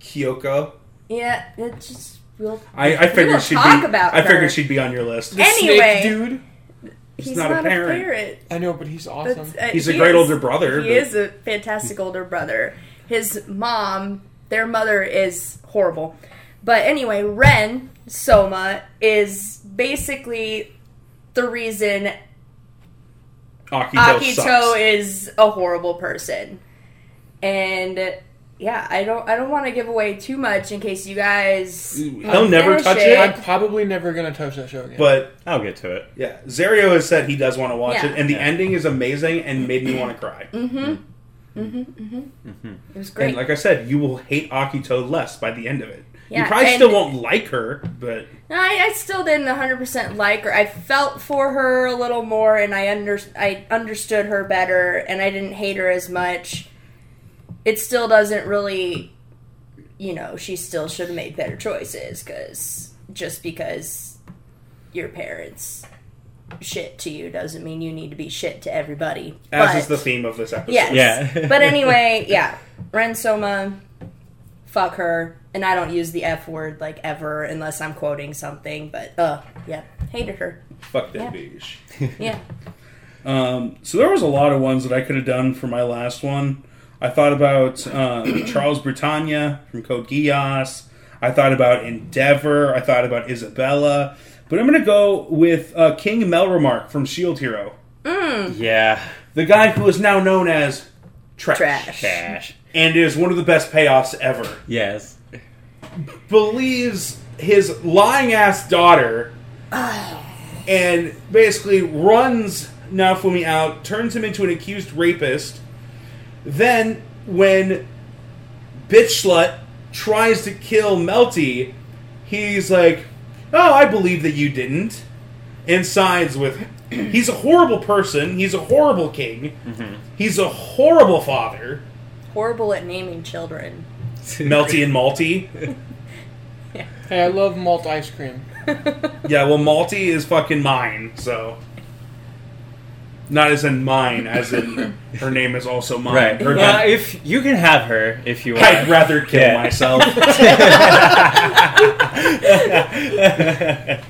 S2: Kyoko.
S4: Yeah, it's just real.
S2: I, I figured
S4: don't
S2: she'd
S4: talk
S2: be.
S4: about
S2: I
S4: her.
S2: figured she'd be on your list.
S4: Anyway,
S3: Snake dude.
S4: he's
S2: not a parent.
S3: I know, but he's awesome.
S4: That's- uh,
S2: He's a
S4: he
S2: great
S4: is-
S2: older brother,
S4: He
S2: but-
S4: is a fantastic older brother. His mom, their mother is horrible. But anyway, Ren Soma is basically the reason
S2: Akito,
S4: Akito
S2: sucks.
S4: is a horrible person. And yeah, I don't I don't want to give away too much in case you guys.
S2: He'll never
S4: finish
S2: touch
S4: it.
S2: it.
S3: I'm probably never gonna touch that show again.
S2: But
S1: I'll get to it.
S2: yeah, Zario has said he does want to watch
S4: Yeah.
S2: it, and the
S1: Yeah.
S2: ending is amazing and made me want to cry.
S4: It was great.
S2: And like I said, you will hate Akito less by the end of it. you
S4: Yeah,
S2: probably
S4: and-
S2: still won't like her, but
S4: No, I, I still didn't 100% like her. I felt for her a little more, and I under I understood her better, and I didn't hate her as much. It still doesn't really, you know, she still should have made better choices because just because your parents shit to you doesn't mean you need to be shit to everybody.
S2: as
S4: But-
S2: is the theme of this episode.
S4: Yes.
S1: Yeah.
S4: but anyway, yeah. Ren Soma, fuck her. And I don't use the F word like ever unless I'm quoting something, but uh yeah. Hated her.
S2: Fuck that
S4: Yeah.
S2: bitch.
S4: Yeah.
S2: Um, so there was a lot of ones that I could have done for my last one. I thought about um, Charles Britannia from Code Geass. I thought about Endeavor. I thought about Isabella. But I'm going to go with uh, King Melremark from Shield Hero,
S4: Mm.
S1: Yeah.
S2: the guy who is now known as Trash,
S4: Trash.
S1: Cash.
S2: and is one of the best payoffs ever.
S1: Yes.
S2: Believes his lying ass daughter and basically runs Naofumi out, turns him into an accused rapist. Then, when bitch slut tries to kill Melty, he's like, "Oh, I believe that you didn't," and sides with. Him. He's a horrible person. He's a horrible king. He's a horrible father.
S4: Horrible at naming children.
S2: Melty and Malty.
S3: hey, I love malt ice cream.
S2: Yeah, well, Malty is fucking mine, so. Not as in mine, as in her name is also mine.
S1: Right.
S2: Her
S1: Well,
S2: dad-
S1: if you can have her, if you
S2: I'd
S1: want.
S2: rather kill
S1: Yeah.
S2: myself.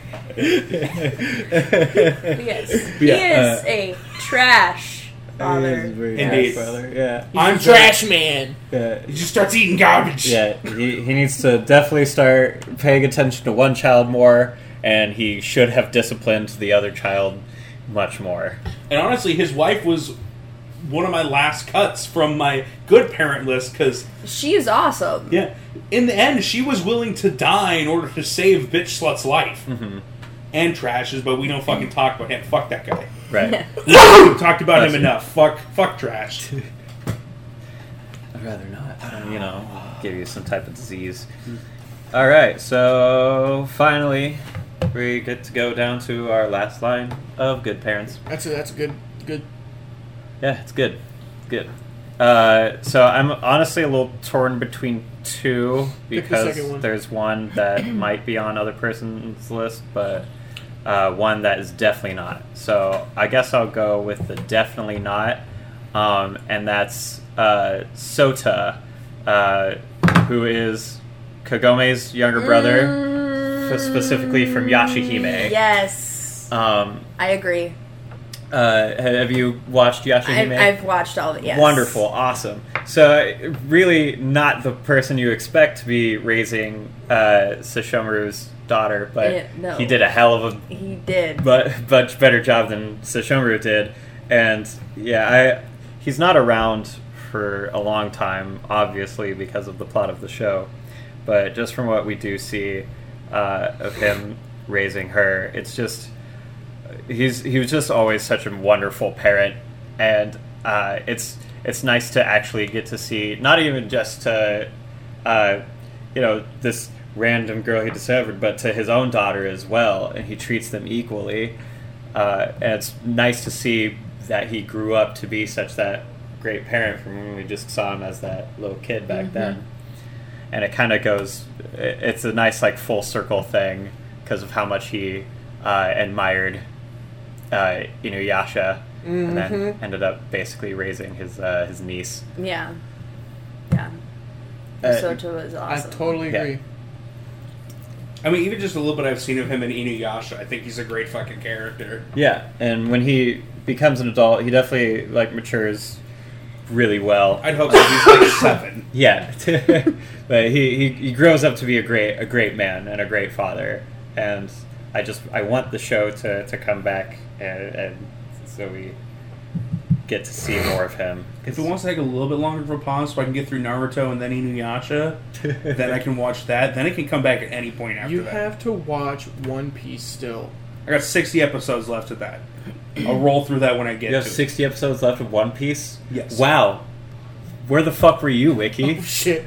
S4: Yes.
S1: uh,
S2: Yeah,
S4: he is a trash father.
S2: Indeed.
S1: Yeah.
S2: I'm
S3: I'm trash man.
S1: Yeah.
S2: He just starts eating garbage.
S1: Yeah, he, he needs to definitely start paying attention to one child more, and he should have disciplined the other child much more.
S2: And honestly, his wife was one of my last cuts from my good parent list because,
S4: She is awesome.
S2: yeah, in the end, she was willing to die in order to save Bitch Slut's life.
S1: Mm-hmm.
S2: And Trash's, but we don't fucking talk about him. Fuck that guy.
S1: Right.
S2: We've talked about
S1: Bless
S2: him
S1: you.
S2: enough. Fuck, fuck Trash.
S1: I'd rather not. You know, give you some type of disease. All right, so finally, we get to go down to our last line of good parents.
S3: That's a that's a good good.
S1: Yeah, it's good. It's good. Uh, so I'm honestly a little torn between two
S3: Pick the
S1: because
S3: second one.
S1: there's one that might be on other person's list, but uh, one that is definitely not. So I guess I'll go with the definitely not, um, and that's uh, Sota, uh, who is Kagome's younger brother, f- specifically from Yashihime.
S4: Mm.
S3: Mm.
S4: Yes.
S1: Um,
S4: I agree.
S1: uh, have you watched
S4: I've,
S1: Yashihime?
S4: I've watched all of it. Yes.
S1: Wonderful, awesome. So, really, not the person you expect to be raising uh, Sashomaru's daughter, but
S4: Yeah, no.
S1: he did a hell of a
S4: He did.
S1: but, much better job than Sashomaru did. And yeah, I he's not around for a long time, obviously, because of the plot of the show. But just from what we do see uh, of him raising her, it's just he's he was just always such a wonderful parent, and uh, it's it's nice to actually get to see not even just to uh, you know this random girl he discovered, but to his own daughter as well, and he treats them equally. Uh, and it's nice to see that he grew up to be such that great parent from when we just saw him as that little kid back then and it kind of goes i- it's a nice like full circle thing because of how much he uh, admired uh, Inuyasha and then ended up basically raising his uh, his niece
S4: yeah. Yeah.
S1: Uh,
S4: Soto was awesome.
S3: I totally
S1: Yeah.
S3: agree.
S2: I mean, even just a little bit I've seen of him in Inuyasha, I think he's a great fucking character.
S1: yeah and when he becomes an adult he definitely like matures really well
S2: I'd hope so. He's like seven.
S1: yeah but he, he he grows up to be a great a great man and a great father and I just I want the show to, to come back and, and so we get to see more of him.
S2: If it wants to take a little bit longer of a pause so I can get through Naruto and then Inuyasha, then I can watch that. Then I can come back at any point after
S3: You
S2: that.
S3: have to watch One Piece still.
S2: I got 60 episodes left of that. I'll roll through that when I get
S1: You have
S2: to it.
S1: 60 episodes left of One Piece?
S2: Yes.
S1: Wow. Where the fuck were you, Wiki?
S3: Shit.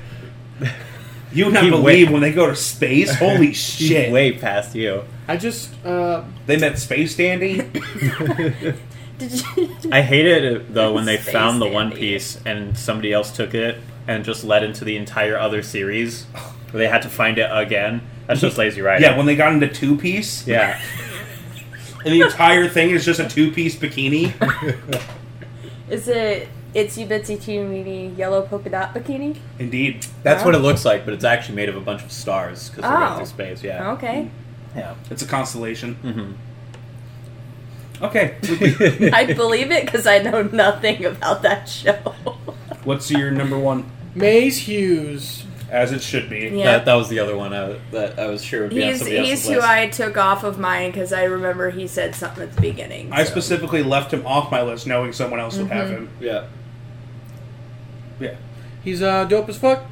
S2: You would not
S1: He
S2: believe
S1: went-
S2: when they go to space. Holy shit.
S1: Way past you.
S3: I just uh,
S2: They met Space Dandy.
S4: Did you?
S1: I hated it, though, when they
S4: Space
S1: found the One
S4: dandy.
S1: Piece and somebody else took it and just led into the entire other series. Where they had to find it again. That's just lazy writing.
S2: yeah, when they got into Two Piece.
S1: Yeah.
S2: And the entire thing is just a two piece bikini.
S4: Is it? It's Ubitsy Teeny Yellow Polka Dot Bikini?
S2: Indeed.
S1: That's what it looks like, but it's actually made of a bunch of stars because they're
S4: Oh.
S1: going through space. Yeah.
S4: Okay.
S1: Yeah.
S2: It's a constellation.
S1: hmm
S2: Okay.
S4: I believe it because I know nothing about that show.
S2: What's your number one?
S3: Maze Hughes.
S2: As it should be.
S4: Yeah.
S1: That, that was the other one I, that I was sure would be on
S4: He's,
S1: somebody else's
S4: he's who
S1: list.
S4: I took off of mine because I remember he said something at the beginning.
S2: I
S4: so.
S2: specifically left him off my list knowing someone else would have
S4: Mm-hmm.
S2: him.
S1: Yeah.
S2: Yeah.
S3: He's uh, dope as fuck.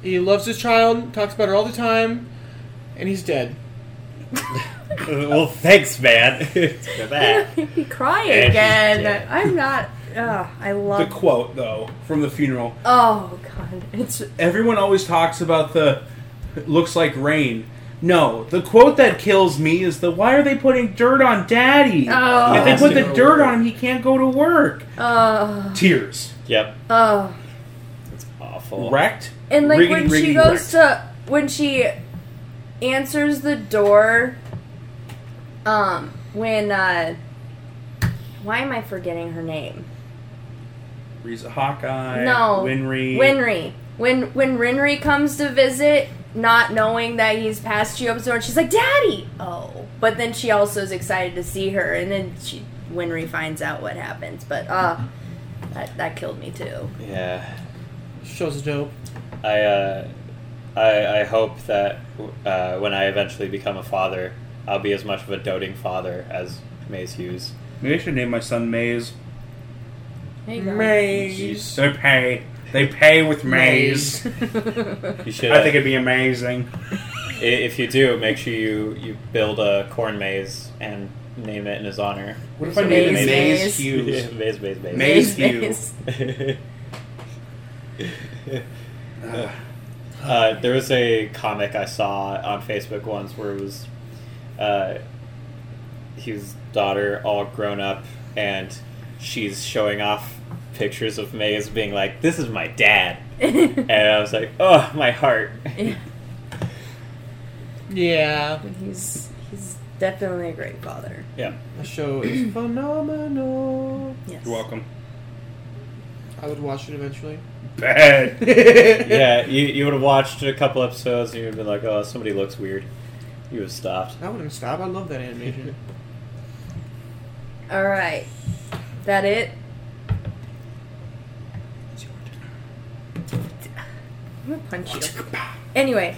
S3: He loves his child, talks about her all the time, and he's dead.
S1: well, thanks, man. For that.
S4: He crying
S1: And he's
S4: again.
S1: dead.
S4: I'm not. Oh, I
S2: The
S4: love.
S2: quote, though, from the funeral
S4: oh God, it's
S2: everyone always talks about the looks like rain. No, the quote that kills me is the why are they putting dirt on daddy?
S4: Oh.
S2: If they
S3: Has
S2: put
S3: to
S2: the
S3: go to
S2: dirt
S3: work.
S2: on him, he can't go to work.
S4: oh
S2: Tears.
S1: Yep.
S4: oh.
S1: It's awful.
S2: Wrecked.
S4: And like when
S2: Riggedy,
S4: she
S2: riggedy,
S4: goes
S2: wrecked.
S4: to when she answers the door um when uh why am I forgetting her name?
S2: Reza Hawkeye.
S4: No.
S2: Winry.
S4: Winry. When when Winry comes to visit, not knowing that he's passed, she opens the door and she's like, Daddy Oh. But then she also is excited to see her and then she Winry finds out what happens. But uh that that killed me too.
S1: Yeah.
S3: Show's dope.
S1: I, uh, I, I hope that uh, when I eventually become a father, I'll be as much of a doting father as Maze Hughes.
S2: Maybe I should name my son Maze.
S3: Maze.
S2: They pay. They pay with Maze.
S1: You should. uh,
S2: I think it'd be amazing.
S1: i- if you do, make sure you, you build a corn maze and name it in his honor.
S2: What if I named him
S4: Maze,
S2: Maze
S4: Maze.
S2: Hughes?
S1: Yeah, maze, maze, maze.
S2: Maze. you.
S1: uh, there was a comic I saw on Facebook once where it was uh, his daughter all grown up and she's showing off pictures of Maze being like, This is my dad. And I was like, Oh, my heart.
S3: Yeah.
S4: he's he's definitely a great father.
S1: Yeah.
S3: The show is phenomenal.
S4: Yes.
S2: You're welcome.
S3: I would watch it eventually.
S2: Bad.
S1: Yeah, you, you would have watched a couple episodes and you would have been like, Oh, somebody looks weird. You would have stopped.
S3: I wouldn't stop. I love that animation.
S4: All right. That it? I'm gonna punch you. Anyway,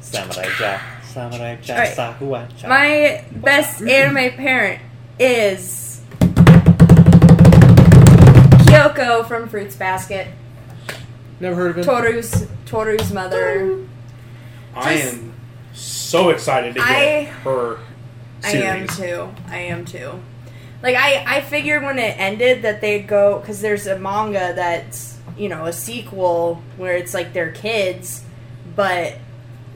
S1: Samurai Jack. Samurai
S4: Alright.
S1: Jack. Sahuacha.
S4: my best anime parent is Kyoko from Fruits Basket.
S3: Never heard of him.
S4: Toru's Toru's mother.
S2: I am so excited to get
S4: I-
S2: her
S4: I
S2: series.
S4: am too. I am too. Like I, I figured when it ended that they'd go because there's a manga that's you know a sequel where it's like their kids, but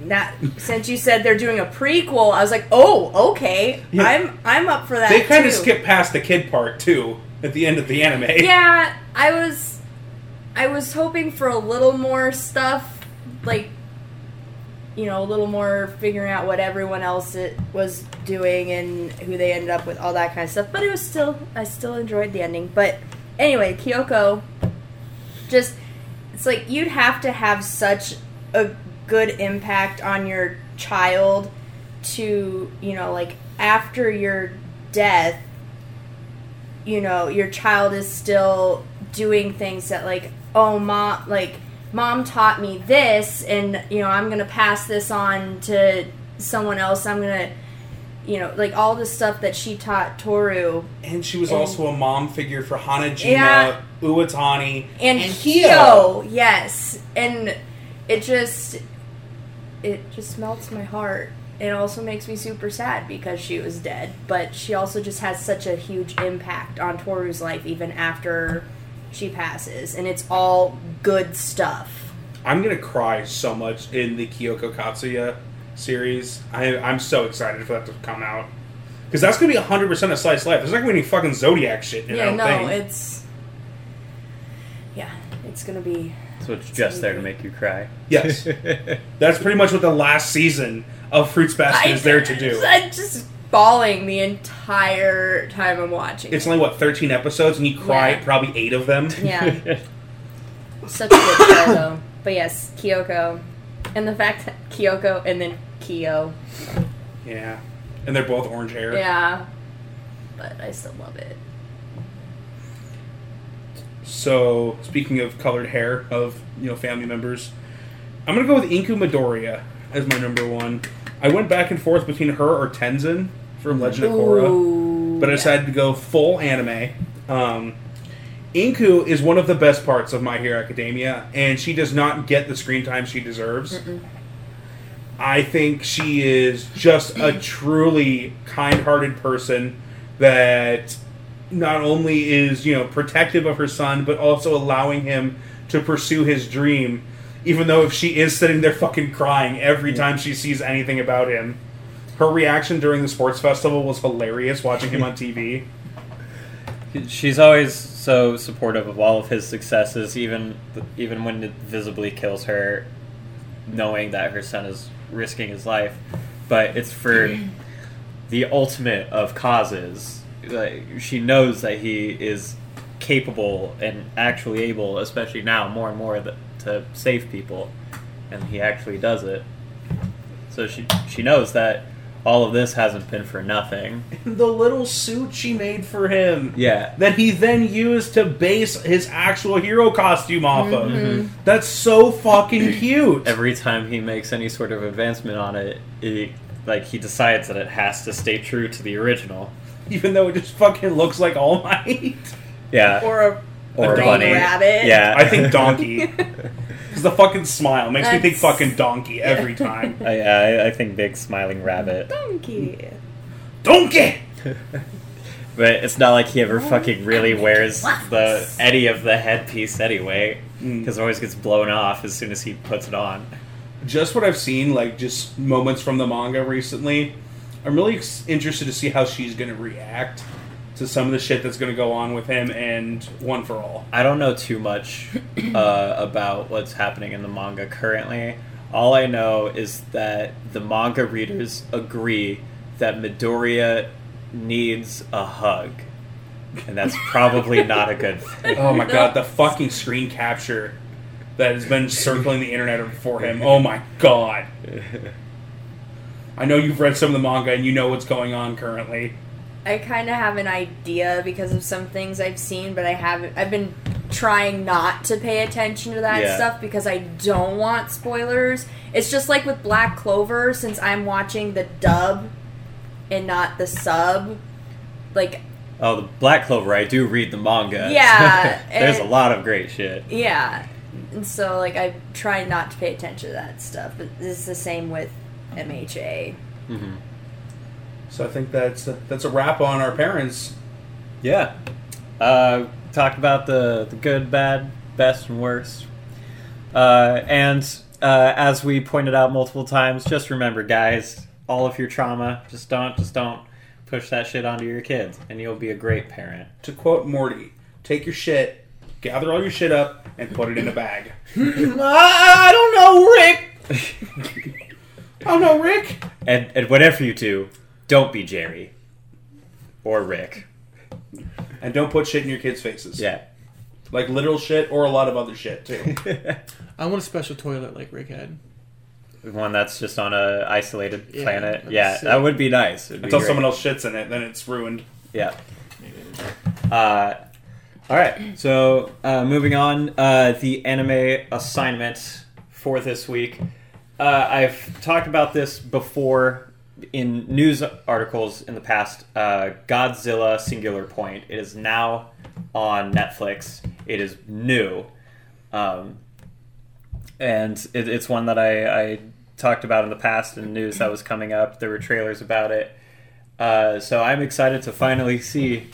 S4: not since you said they're doing a prequel, I was like, oh, okay,
S2: Yeah.
S4: I'm I'm up for that.
S2: They kind
S4: too.
S2: of skip past the kid part too at the end of the anime.
S4: Yeah, I was, I was hoping for a little more stuff, like, you know, a little more figuring out what everyone else it was doing and who they ended up with, all that kind of stuff. But it was still, I still enjoyed the ending. But anyway, Kyoko, just, it's like you'd have to have such a good impact on your child to, you know, like after your death you know your child is still doing things that like oh mom like mom taught me this and you know i'm gonna pass this on to someone else i'm gonna you know, like all the stuff that she taught Toru
S2: And she was
S4: And-
S2: also a mom figure for Hanajima,
S4: Yeah.
S2: Uwatani,
S4: and,
S2: Hio.
S4: Hio. Yes, and it just it just melts my heart. It also makes me super sad because she was dead, but she also just has such a huge impact on Toru's life even after she passes, and it's all good stuff.
S2: I'm gonna cry so much in the Kyoko Katsuya series. I, I'm so excited for that to come out because that's gonna be 100 percent of Slice Life. There's not gonna be any fucking Zodiac shit. In it, I
S4: yeah,
S2: don't
S4: no,
S2: think.
S4: it's yeah, it's gonna be
S1: So it's just there to make you cry.
S2: Yes. that's pretty much what the last season of Fruits Basket is there to do.
S4: I'm just bawling the entire time I'm watching.
S2: It's
S4: it.
S2: only what 13 episodes, and you cry
S4: Yeah.
S2: at probably eight of them.
S4: yeah. Such a good show, though. But yes, Kyoko. And the fact that Kyoko and then Kyo.
S2: Yeah, and they're both orange hair.
S4: Yeah. But I still love it.
S2: So speaking of colored hair of you know family members, I'm gonna go with Inku Midoriya as my number one. I went back and forth between her or Tenzin from Legend of Korra,
S4: Ooh,
S2: but I
S4: yeah.
S2: decided to go full anime. Um, Inku is one of the best parts of My Hero Academia, and she does not get the screen time she deserves. I think she is just a truly kind-hearted person that not only is you know protective of her son, but also allowing him to pursue his dream, even though if she is sitting there fucking crying every time she sees anything about him. Her reaction during the sports festival was hilarious. Watching him on TV,
S1: She's always so supportive of all of his successes, even even when it visibly kills her, knowing that her son is risking his life. But it's for the ultimate of causes. Like, she knows that he is capable and actually able, especially now more and more, th- to save people, and he actually does it. So she she knows that all of this hasn't been for nothing.
S2: the little suit she made for him.
S1: Yeah,
S2: that he then used to base his actual hero costume off of. That's so fucking cute.
S1: every time he makes any sort of advancement on it, it like he decides that it has to stay true to the original.
S2: Even though it just fucking looks like All Might.
S1: Yeah,
S4: Or a
S1: or
S4: dang
S1: bunny.
S4: rabbit.
S1: Yeah,
S2: I think Donkey. Because the fucking smile makes me think
S4: That's-
S2: fucking Donkey every time.
S1: I, I, I think big smiling rabbit.
S4: donkey.
S2: Donkey!
S1: But it's not like he
S4: Oh,
S1: ever fucking really wears the any of the headpiece anyway, because it always gets blown off as soon as he puts it on.
S2: Just what I've seen, like, just moments from the manga recently, I'm really ex- interested to see how she's going to react to some of the shit that's going to go on with him and One for All.
S1: I don't know too much uh, about what's happening in the manga currently. All I know is that the manga readers agree that Midoriya needs a hug. And that's probably not a good thing.
S2: Oh my god, the fucking screen capture that has been circling the internet for him. Oh my god. I know you've read some of the manga and you know what's going on currently.
S4: I kind of have an idea because of some things I've seen, but I haven't. I've been trying not to pay attention to that
S1: Yeah.
S4: stuff because I don't want spoilers. It's just like with Black Clover, since I'm watching the dub and not the sub. Like,
S1: Oh, the Black Clover, I do read the manga.
S4: Yeah,
S1: There's a
S4: and-
S1: lot of great shit.
S4: yeah, and so like I try not to pay attention to that stuff. But this is the same with MHA.
S1: hmm
S2: So I think that's that's a wrap on our parents.
S1: Yeah. Uh, talked about the, the good, bad, best, and worst. Uh, and uh, as we pointed out multiple times, just remember, guys, all of your trauma, just don't, just don't push that shit onto your kids, and you'll be a great parent.
S2: To quote Morty, take your shit, gather all your shit up, and put it in a bag.
S1: I don't know, Rick.
S2: Oh no, Rick!
S1: And and whatever you do, don't be Jerry or Rick.
S2: And don't put shit in your kids' faces.
S1: Yeah.
S2: Like literal shit or a lot of other shit too.
S3: I want a special toilet like Rick had.
S1: One that's just on a isolated
S3: Yeah,
S1: planet.
S3: that's
S1: Yeah,
S3: sick.
S1: that would be nice. It'd be
S2: Until
S1: great.
S2: someone else shits in it, then it's ruined.
S1: Yeah. Uh, all right. So uh, moving on, uh, the anime assignment for this week. Uh, I've talked about this before in news articles in the past, uh, Godzilla Singular Point. It is now on Netflix. It is new. Um, and it, it's one that I, I talked about in the past in news that was coming up. There were trailers about it. Uh, so I'm excited to finally see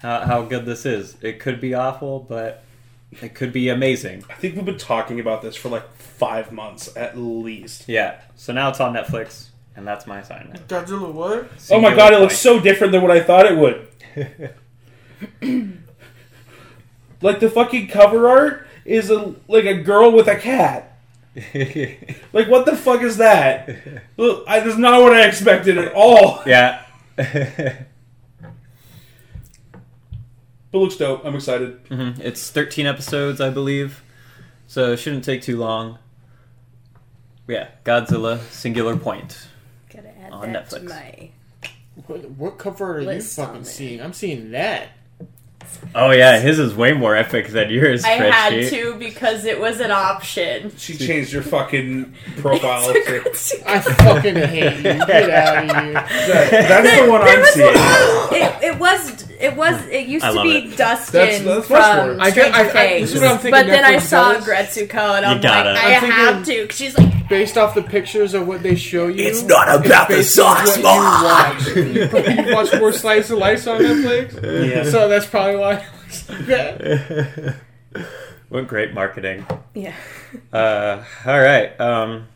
S1: how, how good this is. It could be awful, but it could be amazing.
S2: I think we've been talking about this for like five months at least.
S1: Yeah. So now it's on Netflix, and that's my assignment.
S3: Godzilla what?
S2: oh my god, it looks
S1: looks
S2: so different than what I thought it would. like the fucking cover art is a like a girl with a cat. Like what the fuck is that? Look, I, that's not what I expected at all.
S1: yeah.
S2: But looks dope. I'm excited.
S1: Mhm. It's 13 episodes, I believe. So it shouldn't take too long. Yeah, Godzilla Singular Point.
S4: Gotta add
S1: On
S4: that to
S1: Netflix.
S4: my.
S3: What, what cover are
S4: List
S3: you
S4: on
S3: fucking
S4: there.
S3: seeing? I'm seeing that.
S1: Oh yeah, his is way more epic than yours.
S4: I had
S1: spreadsheet.
S4: to because it was an option.
S2: She changed your fucking profile. to-
S3: I fucking hate you. Get out of here.
S2: That- that's the one
S4: There
S2: I'm
S4: was
S2: seeing.
S4: It, it was it was it used
S1: I
S4: to
S1: love
S4: be
S1: it.
S4: Dustin
S2: That's- that's
S4: from
S2: much worse.
S3: I
S4: Stranger
S3: get- I- I-
S4: Things,
S3: this is what I'm thinking
S4: but then I
S3: Netflix
S4: saw
S3: does.
S4: Gretsuko and I'm
S1: gotta.
S4: like, I
S3: I'm thinking-
S4: have to. 'cause she's like,
S3: Based off the pictures of what they show you,
S1: It's not about the
S3: based on
S1: socks,
S3: what you watch. you watch more Slice of Life on Netflix,
S2: Yeah.
S3: so that's probably why. Yeah.
S1: What great marketing.
S4: yeah.
S1: Uh, all right. Um,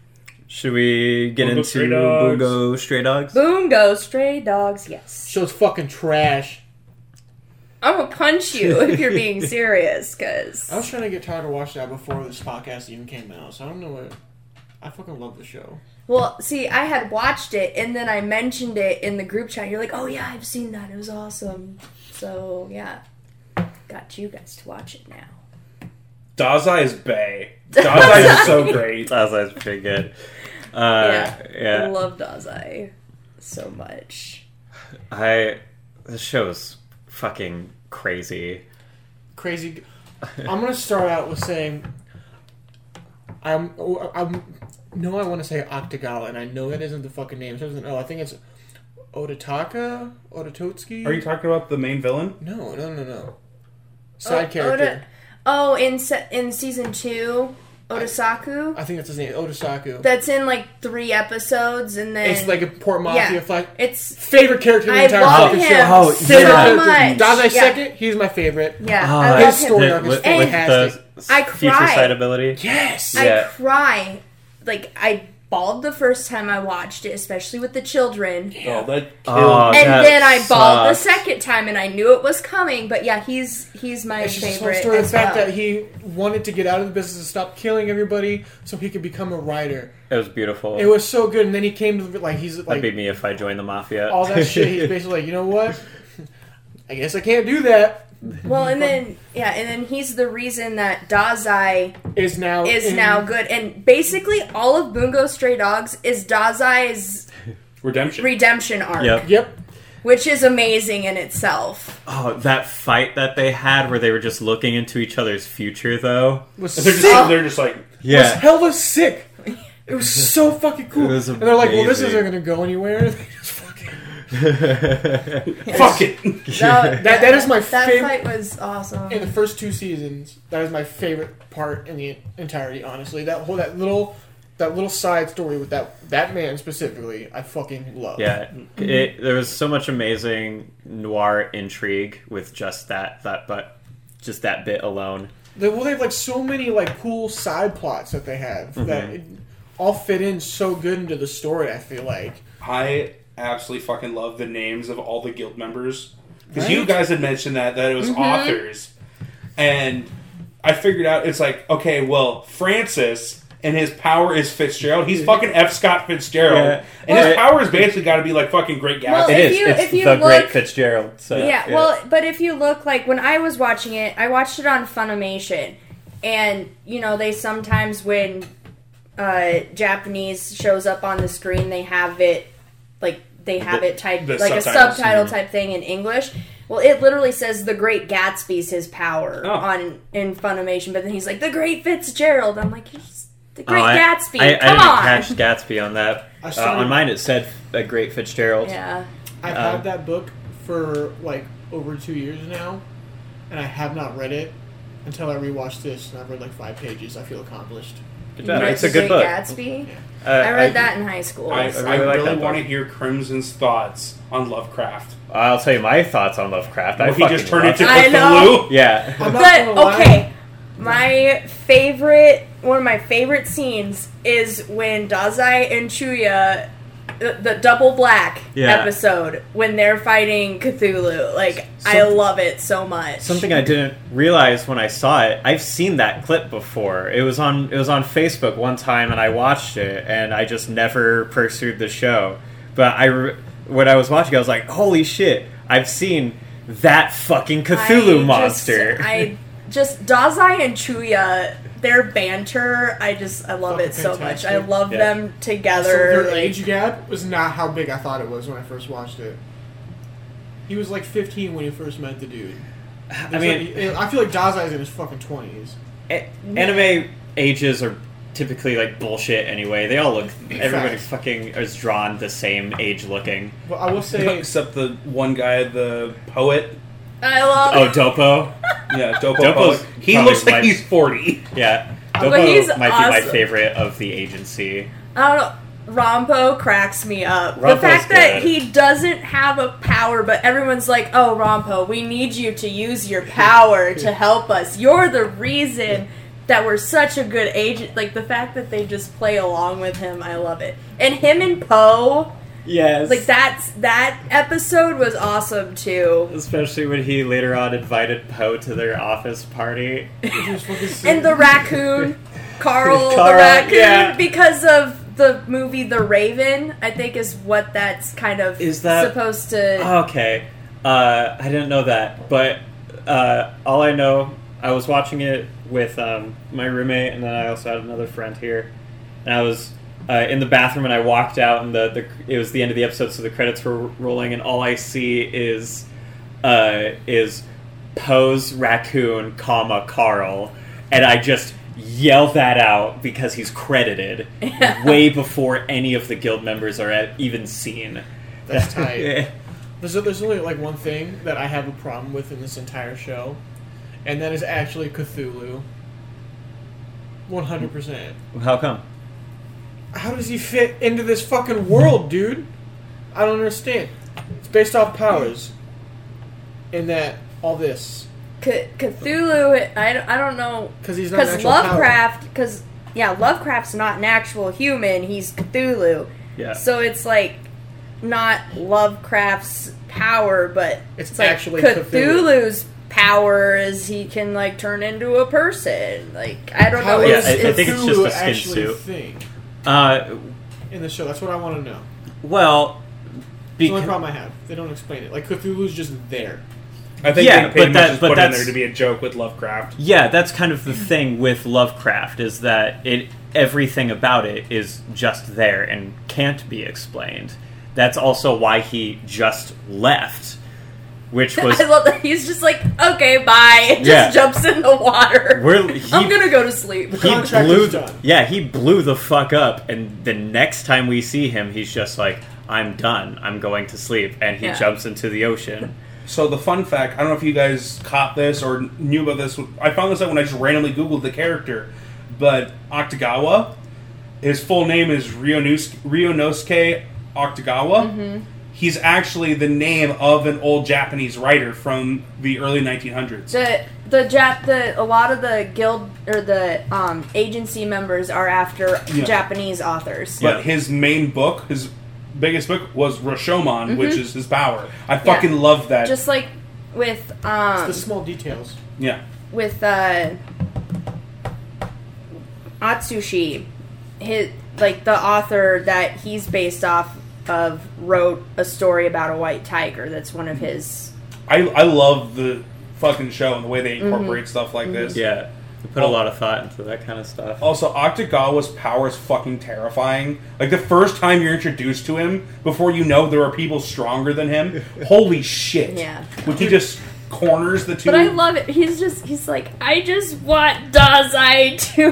S1: should we get
S2: Bungo
S1: into
S2: Stray Dogs.
S1: Bungo Stray Dogs?
S4: Boom goes stray dogs. Yes,
S3: Show's fucking trash.
S4: I'm gonna punch you if you're being serious,
S3: I
S4: because
S3: was trying to get tired of watching that before this podcast even came out, so I don't know what. I fucking love the show.
S4: well, see, I had watched it and then I mentioned it in the group chat. You're like, oh yeah, I've seen that. It was awesome. So yeah, got you guys to watch it now.
S2: Dazai is bae. Dazai is so great.
S1: That was pretty good. Uh,
S4: Yeah. I
S1: yeah.
S4: love Dazai so much.
S1: I. This show's fucking crazy.
S3: Crazy. I'm gonna start out with saying, I'm. oh, I'm. No, I want to say Octagal, and I know that isn't the fucking name. It starts with an O. I think it's Otataka, Otatotsuki.
S2: Are you talking about the main villain?
S3: No, no, no, no. Side
S4: O-
S3: character.
S4: Oh, Oda- oh, in se- in season two, Odasaku.
S3: I think that's his name. Otasaku.
S4: that's in like three episodes, and then
S3: it's like a port mafia
S4: yeah,
S3: flag.
S4: it's.
S3: Favorite character in the
S4: I
S3: entire
S4: love
S3: fucking
S4: him
S3: show.
S1: Oh,
S4: so
S1: yeah.
S4: much.
S3: Dazai
S4: yeah.
S3: second. He's my favorite.
S4: Yeah,
S1: Oh,
S4: I
S3: his
S4: love him.
S3: story arc is
S1: with, with the
S3: fantastic.
S1: s-
S4: I
S1: future
S4: cried.
S1: sight ability.
S3: Yes.
S4: I
S1: Yeah.
S4: cry. Like I bawled the first time I watched it, especially with the children.
S2: Oh, that killed
S1: Oh,
S4: And
S1: that
S4: then I bawled the
S1: sucks.
S4: second time, and I knew it was coming. But yeah, he's he's my
S3: It's just this whole
S4: favorite.
S3: story. The
S4: as
S3: fact
S4: well.
S3: that he wanted to get out of the business and stop killing everybody so he could become a writer.
S1: It was beautiful.
S3: It was so good. And then he came to the, like he's
S1: That'd be
S3: like
S1: me if I joined the mafia.
S3: all that shit. He's basically like, you know what? I guess I can't do that.
S4: well, and then yeah, and then he's the reason that Dazai
S3: Is now
S4: is
S3: in-
S4: now good. And basically, all of Bungo Stray Dogs is Dazai's
S2: redemption.
S4: redemption arc,
S1: Yep.
S3: Yep.
S4: which is amazing in itself.
S1: Oh, that fight that they had where they were just looking into each other's future, though.
S3: Was
S2: they're
S3: sick.
S2: just
S1: Oh.
S2: they're just like
S3: was hella sick. It was so fucking cool.
S1: It was
S3: and they're like, well, this
S1: amazing.
S3: isn't gonna go anywhere. They just fucking-
S2: fuck it.
S4: That,
S3: That- that is my
S4: that
S3: fav-
S4: fight was awesome.
S3: in the first two seasons, that is my favorite part in the entirety. Honestly, that whole that little that little side story with that that man specifically, I fucking love.
S1: Yeah, it, there was so much amazing noir intrigue with just that that but just that bit alone.
S3: They, well, they have like so many like cool side plots that they have
S1: Mm-hmm.
S3: that it, all fit in so good into the story. I feel like
S2: I absolutely fucking love the names of all the guild members because you guys had mentioned that that it
S1: Mm-hmm.
S2: was authors, and I figured out it's like okay, well Francis and his power is Fitzgerald. He's fucking F. Scott Fitzgerald,
S1: Mm-hmm. Yeah.
S2: and
S1: Well-
S2: his power is basically got to be like fucking Great Gatsby.
S4: Well, It If is. you- It's if you the great look-
S1: Fitzgerald. So
S4: yeah, well, but if you look like when I was watching it, I watched it on Funimation, and you know they sometimes when uh, Japanese shows up on the screen, they have it like they have
S2: The-
S4: it typed
S2: the
S4: like a
S2: subtitles.
S4: subtitle type thing in English. Well, it literally says "The Great Gatsby's his power"
S2: Oh.
S4: on in Funimation, but then he's like "The Great Fitzgerald." I'm like, you just The Great
S1: Oh, I-
S4: Gatsby.
S1: I, I,
S4: Come
S1: didn't
S4: on.
S1: catch Gatsby on that.
S3: I
S1: Uh,
S3: started-
S1: on mine, it said a Great Fitzgerald.
S4: yeah.
S3: I've
S1: Uh,
S3: had that book for like over two years now, and I have not read it until I rewatched this, and I've read like five pages. I feel accomplished.
S1: Good
S4: You
S1: job.
S4: read
S1: It's a
S4: The
S1: good
S4: Great
S1: book.
S4: Gatsby.
S1: Uh,
S4: I read that in high school.
S2: I, I
S1: I
S2: really,
S1: really like that
S2: want to
S1: book.
S2: hear Crimson's thoughts on Lovecraft.
S1: I'll tell you my thoughts on Lovecraft. I
S2: Well, he just
S1: fucking loved
S2: turned into
S4: it. I know.
S2: Cthulhu.
S1: Yeah.
S3: I'm not
S4: but
S3: gonna lie.
S4: okay, my favorite one of my favorite scenes is when Dazai and Chuya, the, the double black
S1: Yeah.
S4: episode, when they're fighting Cthulhu. Like I
S1: Something-
S4: love it so much.
S1: Something I didn't realize when I saw it. I've seen that clip before. It was on it was on Facebook one time, and I watched it, and I just never pursued the show. But I, re- when I was watching, I was like, "Holy shit! I've seen that fucking Cthulhu
S4: I
S1: monster."
S4: Just, I just Dazai and Chuya. Their banter, I just I love
S3: Fucking
S4: it so much. I
S3: fantastic.
S4: love
S1: Yeah.
S4: them
S3: So
S4: together.
S3: their
S4: like-
S3: age gap was not how big I thought it was when I first watched it. He was like 15 when he first met the dude.
S1: I mean,
S3: There's, like, I feel like Dazai's in his fucking 20s.
S1: A- anime ages are typically like bullshit anyway. They all look everybody
S3: Facts.
S1: fucking is drawn the same age looking.
S3: But I will say,
S2: Except the one guy, the poet.
S4: I love.
S1: Oh, Dopo.
S2: Yeah, Dopo
S1: Dopo's
S2: poet. He
S1: probably
S2: looks like
S1: my-
S2: he's 40.
S1: Yeah.
S4: But
S1: Dopo
S4: he's
S1: might be my
S4: awesome.
S1: favorite of the agency.
S4: I don't know. Rompo cracks me up. the
S1: Rompo's
S4: fact that
S1: good.
S4: he doesn't have a power, but everyone's like, "Oh, Rompo, we need you to use your power to help us. You're the reason that we're such a good agent." Like the fact that they just play along with him, I love it. And him and Poe,
S1: Yes.
S4: like that's that episode was awesome too.
S1: Especially when he later on invited Poe to their office party.
S3: just fucking see-
S4: And the raccoon, Carl, the
S1: Carl,
S4: raccoon,
S1: yeah.
S4: because of the movie The Raven, I think is what that's kind of
S1: Is that- Oh,
S4: supposed to.
S1: Okay. Uh, I didn't know that, but uh, all I know, I was watching it with um, my roommate, and then I also had another friend here, and I was uh, in the bathroom, and I walked out, and the, the it was the end of the episode, so the credits were rolling, and all I see is uh, is Poe's raccoon, comma Carl, and I just yell that out because he's credited way before any of the guild members are even seen.
S3: That's tight. There's, there's only like one thing that I have a problem with in this entire show, and that is actually Cthulhu. 100%.
S1: How come?
S3: How does he fit into this fucking world, dude? I don't understand. It's based off powers. And that, all this.
S4: C- Cthulhu, I, don't- I don't know.
S3: Because he's not an
S4: Because
S3: actual
S4: Lovecraft, because, yeah, Lovecraft's not an actual human, he's Cthulhu.
S1: Yeah.
S4: So it's like not Lovecraft's power, but
S3: It's
S4: like
S3: actually Cthulhu.
S4: Cthulhu's power is he can, like, turn into a person. Like, I
S3: power.
S4: don't
S3: How
S4: know.
S3: is
S1: Yeah, I- I think it's
S3: Cthulhu
S1: just a skin
S3: actually a
S1: suit.
S3: thing
S1: Uh,
S3: in the show? That's what I want to know.
S1: well,
S3: It's the only
S1: beca-
S3: problem I have. They don't explain it. Like, Cthulhu's just there.
S2: I think
S1: Yeah,
S2: they
S1: but
S2: pretty much
S1: that-
S2: just
S1: but
S2: put it in
S1: that's-
S2: there to be a joke with Lovecraft.
S1: yeah, that's kind of the thing with Lovecraft is that it everything about it is just there and can't be explained. That's also why he just left, which was
S4: I love that he's just like, okay, bye. and Just
S1: Yeah.
S4: jumps in the water.
S1: We're- he-
S4: I'm gonna go to sleep.
S1: he
S3: contract
S1: blew.
S3: is done.
S1: Yeah, he blew the fuck up, and the next time we see him, he's just like, "I'm done. I'm going to sleep," and he
S4: Yeah.
S1: jumps into the ocean.
S2: So the fun fact, I don't know if you guys caught this or knew about this. I found this out when I just randomly Googled the character, but Octagawa, his full name is Rionus- Rionosuke Octagawa.
S1: Mm-hmm.
S2: He's actually the name of an old Japanese writer from the early 1900s.
S4: The the Jap the a lot of the guild or the um, agency members are after
S2: Yeah.
S4: Japanese authors.
S2: But
S1: Yeah.
S2: his main book, his biggest book, was Rashomon, which is his power. I fucking love that.
S4: Mm-hmm. Just like with um
S3: The small details.
S2: yeah.
S4: with uh Atsushi, his like the author that he's based off of wrote a story about a white tiger. That's one of his
S2: I, I love the fucking show and the way
S4: Mm-hmm.
S2: they incorporate stuff like this.
S1: Yeah, we
S3: Oh.
S1: put a lot of thought into that kind of stuff.
S2: Also, Octagawa's power is fucking terrifying. Like the first time you're introduced to him, before you know there are people stronger than him, holy shit!
S4: Yeah.
S2: Would he just corners the two.
S4: But I love it. He's just he's like, I just want Dazai to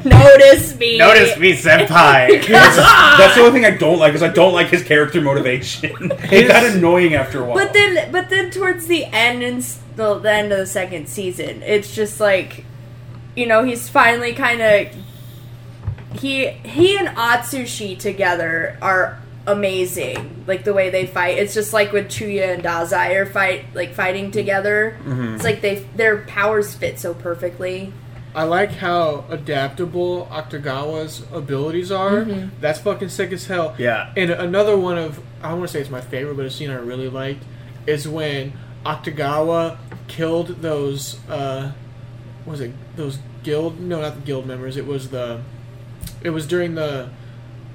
S4: to notice me.
S1: Notice me, senpai.
S2: That's, that's the only thing I don't like is I don't like his character motivation. it got annoying after a while.
S4: But then but then towards the end and s- the, the end of the second season, it's just like you know, he's finally kind of he he and Atsushi together are amazing. Like the way they fight. It's just like when Chuya and Dazai are fight like fighting together. It's like they their powers fit so perfectly.
S3: I like how adaptable Octagawa's abilities are. That's fucking sick as hell.
S1: Yeah.
S3: And another one of I want to say it's my favorite, but a scene I really liked is when Octagawa killed those uh, what was it those guild? No, not the guild members. It was the it was during the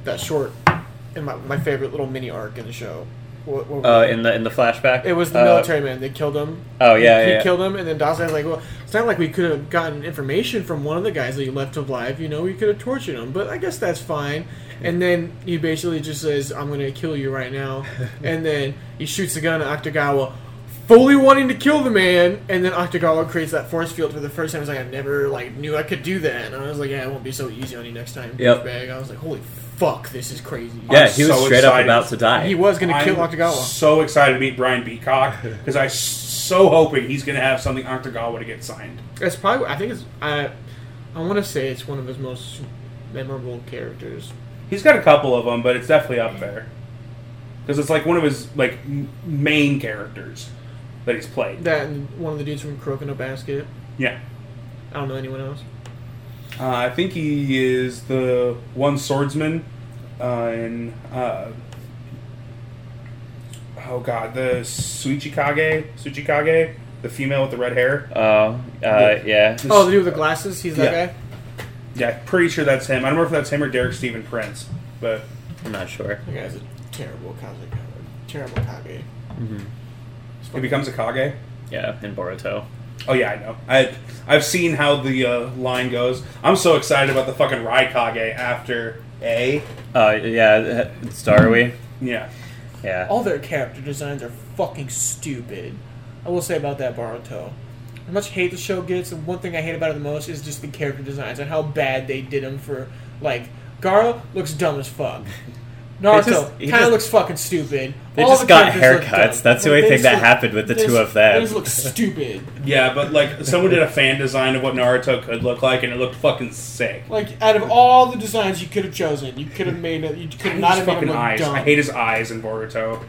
S3: that short and my, my favorite little mini arc in the show. What, what
S1: uh, in the in the flashback,
S3: it was the
S1: Uh,
S3: military man. They killed him.
S1: Oh, yeah,
S3: he,
S1: yeah, yeah.
S3: killed him, and then Dawson's like, "Well, it's not like we could have gotten information from one of the guys that you left alive. You know, we could have tortured him, but I guess that's fine." And then he basically just says, "I'm going to kill you right now," and then he shoots a gun at Octagawa, fully wanting to kill the man. And then Octagawa creates that force field for the first time. He's like, "I never like knew I could do that," and I was like, "Yeah, it won't be so easy on you next time."
S1: Yep.
S3: douchebag." I was like, "Holy fuck, this is crazy."
S1: Yeah,
S2: I'm
S1: he was
S2: so
S1: straight up
S2: excited.
S1: about to die.
S3: He was going to kill
S2: I'm
S3: Octagawa.
S2: So excited to meet Brian Peacock because I'm so hoping he's going to have something Octagawa to get signed.
S3: It's probably. I think it's. I. I want to say it's one of his most memorable characters.
S2: He's got a couple of them, but it's definitely up there because it's like one of his like m- main characters that he's played.
S3: That and one of the dudes from Croak in a Basket.
S2: Yeah,
S3: I don't know anyone else.
S2: uh, I think he is the one swordsman uh, in. Uh, oh God, the Suichikage, Suichikage, the female with the red hair.
S1: Oh, uh, yeah.
S3: Oh, the dude with the glasses. He's that
S2: Yeah.
S3: guy.
S2: Yeah, pretty sure that's him. I don't know if that's him or Derek Steven Prince, but
S1: I'm not sure.
S3: That guy's a terrible Kage. Terrible Kage.
S2: he becomes a Kage.
S1: Yeah, in Boruto.
S2: Oh yeah, I know. I I've seen how the uh, line goes. I'm so excited about the fucking Rai Kage after A.
S1: Uh, yeah, uh, Starway.
S2: Yeah.
S1: Yeah.
S3: All their character designs are fucking stupid. I will say about that Baruto. How much hate the show gets, and one thing I hate about it the most is just the character designs and how bad they did them for. Like Gara looks dumb as fuck. Naruto
S1: just- he
S3: kind
S1: just-
S3: of looks fucking stupid.
S1: They
S3: All
S1: just
S3: the
S1: got
S3: characters look
S1: haircuts.
S3: dumb.
S1: That's the
S3: Like,
S1: only
S3: they
S1: thing
S3: just
S1: that
S3: look-
S1: happened with the
S3: they
S1: two
S3: just-
S1: of them.
S3: They just look stupid.
S2: Yeah, but like someone did a fan design of what Naruto could look like, and it looked fucking sick.
S3: Like out of all the designs you could have chosen, you could have made it. You
S2: I
S3: could
S2: hate
S3: not
S2: his
S3: have made him
S2: fucking
S3: look
S2: eyes.
S3: dumb.
S2: I hate his eyes in Boruto.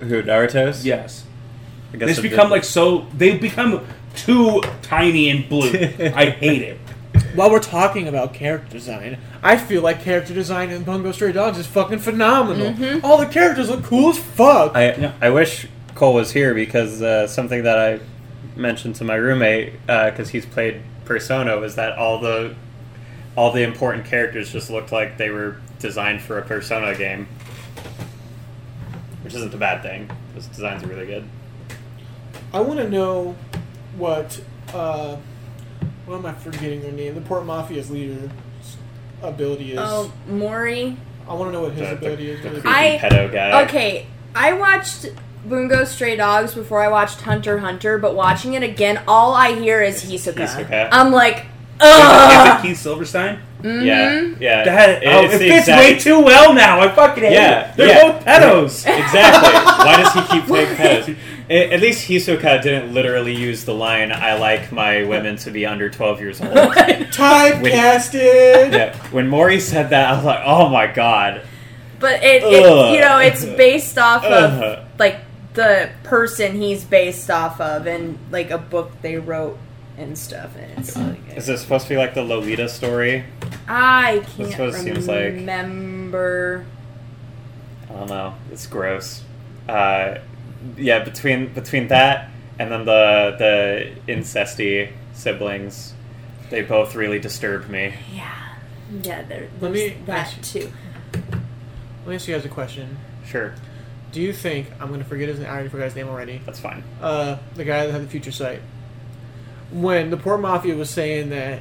S1: Who Naruto's?
S2: Yes,
S1: I guess
S2: they
S1: it
S2: become
S1: did.
S2: like so. They become too tiny and blue. I hate it.
S3: While we're talking about character design, I feel like character design in Bungo Stray Dogs is fucking phenomenal. All the characters look cool as fuck.
S1: I
S2: Yeah.
S1: I wish Cole was here because uh, something that I mentioned to my roommate because he's played Persona was that all the all the important characters just looked like they were designed for a Persona game, which isn't a bad thing. Those designs are really good.
S3: I want to know what. Uh, what am I forgetting their name? The Port Mafia's leader ability is.
S4: Oh, Mori.
S3: I want to know what his
S1: The- the-
S3: ability is. Really
S1: the
S4: I-
S1: creepy pedo guy.
S4: Okay, I watched Bungo Stray Dogs before I watched Hunter x Hunter, but watching it again, all I hear is Hisoka.
S1: Hisoka.
S4: I'm like,
S2: Is it
S4: ugh.
S2: Keith Silverstein?
S1: Yeah, yeah.
S2: That,
S1: Ah! It-
S2: oh,
S1: it's
S2: it
S1: the
S2: fits
S1: exact-
S2: way too well now. I fucking hate
S1: Yeah,
S2: it. They're
S1: yeah.
S2: both pedos.
S1: Exactly. Why does he keep playing pedos? A- At least Hisoka didn't literally use the line "I like my women to be under twelve years old."
S3: Typecasted!
S1: yeah, when Maury said that, I was like, "Oh my god!"
S4: but it,
S1: Ugh.
S4: it,
S1: Uh-huh.
S4: you know, it's based off
S1: Ugh.
S4: of like the person he's based off of, and like a book they wrote and stuff. And it's like,
S1: Is it supposed to be like the Lolita story?
S4: I
S1: That's what it
S4: can't
S1: seems like.
S4: remember.
S1: I don't know. It's gross. Uh, yeah, between between that and then the the incesty siblings, they both really disturbed me.
S4: Yeah, yeah, there,
S3: Let
S4: there's
S3: me
S4: that
S3: ask
S4: too.
S3: Let me ask you guys a question.
S1: Sure,
S3: Do you think. I'm going to forget his name. I already forgot his name already.
S1: that's fine.
S3: uh, the guy that had the future sight. When the Port Mafia was saying that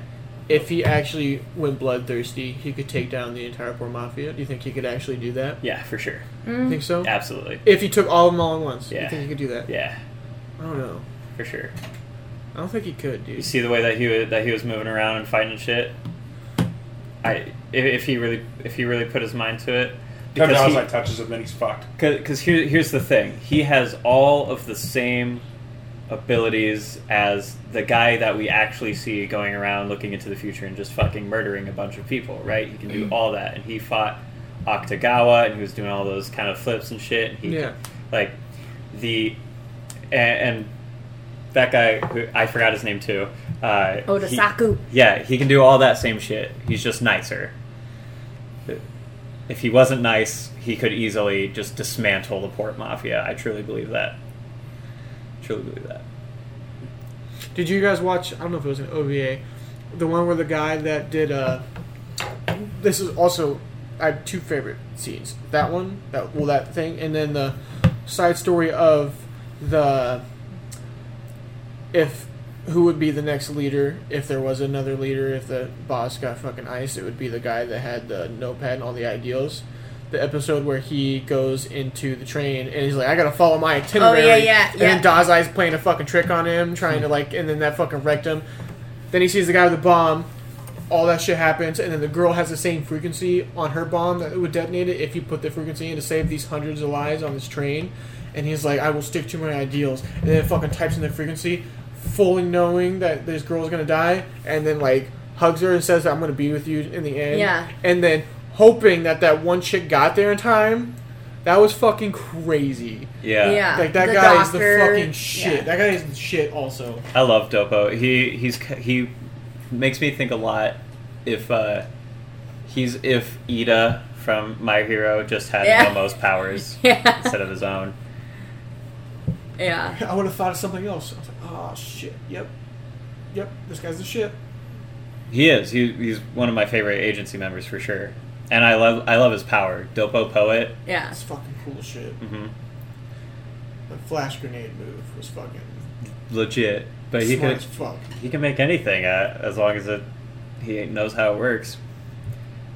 S3: if he actually went bloodthirsty, he could take down the entire Port Mafia, do you think he could actually do that?
S1: Yeah, for sure.
S3: You think so?
S1: Absolutely.
S3: If he took all of them all at once, do you
S1: Yeah.
S3: think he could do that?
S1: Yeah.
S3: I don't know.
S1: for sure.
S3: I don't think he could,
S1: You
S3: dude.
S1: see the way that he was, that he was moving around and fighting and shit. I if, if he really if he really put his mind to it,
S2: Touch
S1: he-
S2: outside touches him, then he's fucked.
S1: Because here, here's the thing. He has all of the same abilities as the guy that we actually see going around looking into the future and just fucking murdering a bunch of people, right? He can do all that. And he fought Octagawa and he was doing all those kind of flips and shit. And he,
S3: Yeah.
S1: Like, the. And, and that guy, who, I forgot his name too. Uh, he-
S4: Odasaku.
S1: yeah, he can do all that same shit. He's just nicer. If he wasn't nice, he could easily just dismantle the port mafia. I truly believe that. Truly believe that.
S3: Did you guys watch? I don't know if it was an OVA, the one where the guy that did. Uh, this is also I have two favorite scenes. That one, that well, that thing, and then the side story of the if who would be the next leader if there was another leader if the boss got fucking iced it would be the guy that had the notepad and all the ideals the episode where he goes into the train and he's like i gotta follow my itinerary
S4: Oh, yeah,
S3: and
S4: yeah.
S3: then dazai's playing a fucking trick on him trying to like and then that fucking wrecked him then he sees the guy with the bomb all that shit happens, and then the girl has the same frequency on her bomb that would detonate it if you put the frequency in to save these hundreds of lives on this train. And he's like, I will stick to my ideals. And then it fucking types in the frequency, fully knowing that this girl's gonna die, and then like hugs her and says, I'm gonna be with you in the end.
S4: Yeah.
S3: And then hoping that that one chick got there in time. That was fucking crazy.
S1: Yeah.
S4: Yeah.
S3: Like that
S4: The
S3: guy
S4: doctor,
S3: is the fucking
S4: yeah.
S3: shit. That guy is the shit also.
S1: I love Dopo. He he's he makes me think a lot if uh he's if Ida from My Hero just had
S4: Yeah.
S1: Momo's powers
S4: Yeah.
S1: instead of his own.
S4: Yeah.
S3: I would have thought of something else. I was like, oh shit. Yep. Yep. This guy's the shit.
S1: He is. He, he's one of my favorite agency members for sure. And I love I love his power. Dopo poet.
S4: Yeah.
S3: It's fucking cool as shit.
S4: Mm-hmm.
S1: hmm
S3: The flash grenade move was fucking
S1: legit. But he
S3: smart
S1: can
S3: as fuck.
S1: he can make anything uh, as long as it he knows how it works.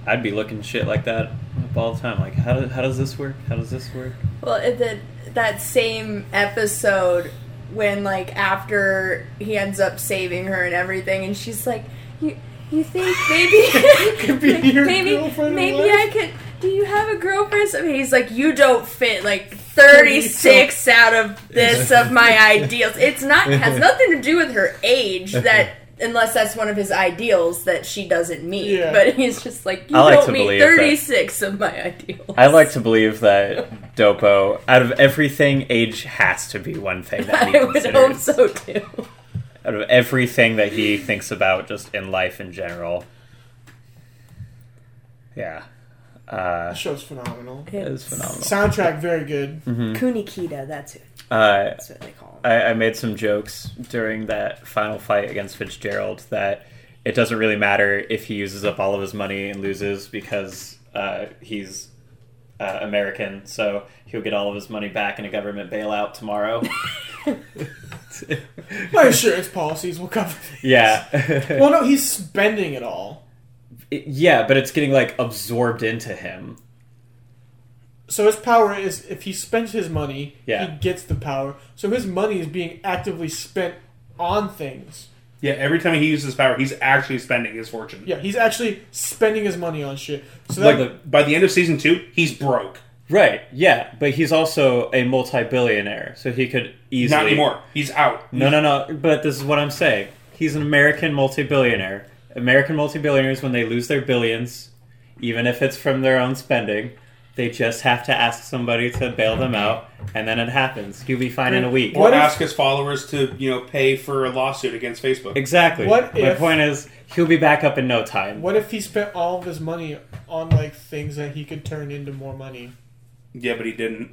S1: I'd be looking shit like that up all the time. Like how do, how does this work? How does this work?
S4: Well, it, the, that same episode when, like, after he ends up saving her and everything, and she's like, "You, you think maybe,
S3: Could be your
S4: maybe,
S3: girlfriend
S4: maybe
S3: in
S4: I could? Do you have a girlfriend?" And he's like, "You don't fit like thirty six out of this of my ideals. It's not has nothing to do with her age that." Unless that's one of his ideals that she doesn't meet,
S3: Yeah.
S4: but he's just like you
S1: I like
S4: don't
S1: to
S4: meet
S1: believe that.
S4: thirty six of my ideals.
S1: I like to believe that Dopo, out of everything, age has to be one thing that he
S4: I would
S1: considers.
S4: hope so too.
S1: Out of everything that he thinks about, just in life in general. Yeah, Uh,
S3: That show's phenomenal.
S1: it is phenomenal.
S3: Soundtrack very good.
S1: Mm.
S4: Kunikida, that's who
S1: Uh,
S4: that's what they call him.
S1: I, I made some jokes during that final fight against Fitzgerald that it doesn't really matter if he uses up all of his money and loses because uh, he's uh, American, so he'll get all of his money back in a government bailout tomorrow.
S3: My insurance policies will cover.
S1: yeah,
S3: Well, no, he's spending it all.
S1: It- yeah, but it's getting like absorbed into him.
S3: So his power is if he spends his money,
S1: Yeah.
S3: he gets the power. So his money is being actively spent on things.
S2: Yeah, every time he uses his power, he's actually spending his fortune.
S3: Yeah, he's actually spending his money on shit. So that,
S2: Like by the end of season two, he's broke.
S1: Right? Yeah, but he's also a multi-billionaire, so he could easily
S2: Not anymore. He's out.
S1: No, no, no. But this is what I'm saying. He's an American multi-billionaire. American multi-billionaires, when they lose their billions, even if it's from their own spending, they just have to ask somebody to bail them out, and then it happens. You'll be fine in a week.
S2: Or
S3: What if-
S2: ask his followers to you know pay for a lawsuit against Facebook.
S1: Exactly.
S3: What
S1: My
S3: if-
S1: point is, he'll be back up in no time.
S3: what if he spent all of his money on like things that he could turn into more money?
S2: Yeah, but he didn't.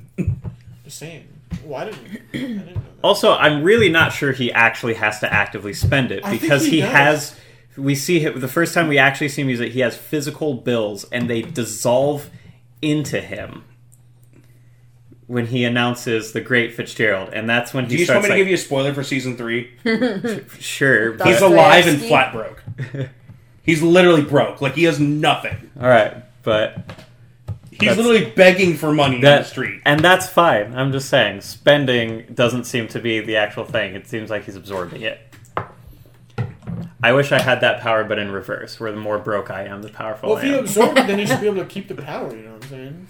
S3: Just saying. Why didn't I didn't know that.
S1: Also, I'm really not sure he actually has to actively spend it
S3: I think
S1: because
S3: he
S1: he,
S3: does.
S1: has. We see him the first time we actually see him use it. He has physical bills, and they dissolve into him when he announces the great Fitzgerald, and that's when he
S2: Do you just
S1: starts
S2: want me
S1: like,
S2: to give you a spoiler for season three?
S1: sure.
S4: He's
S2: He's
S1: but-
S4: Dostoevsky.
S2: alive and flat broke. He's literally broke. Like he has nothing.
S1: all right, but
S2: He's
S1: That's-
S2: literally begging for money on the street.
S1: And that's fine. I'm just saying, spending doesn't seem to be the actual thing. It seems like he's absorbing it. I wish I had that power, but in reverse, where the more broke I am, the powerful
S3: Well,
S1: I
S3: if he
S1: am.
S3: absorbed it, then he should be able to keep the power. You know what I'm saying?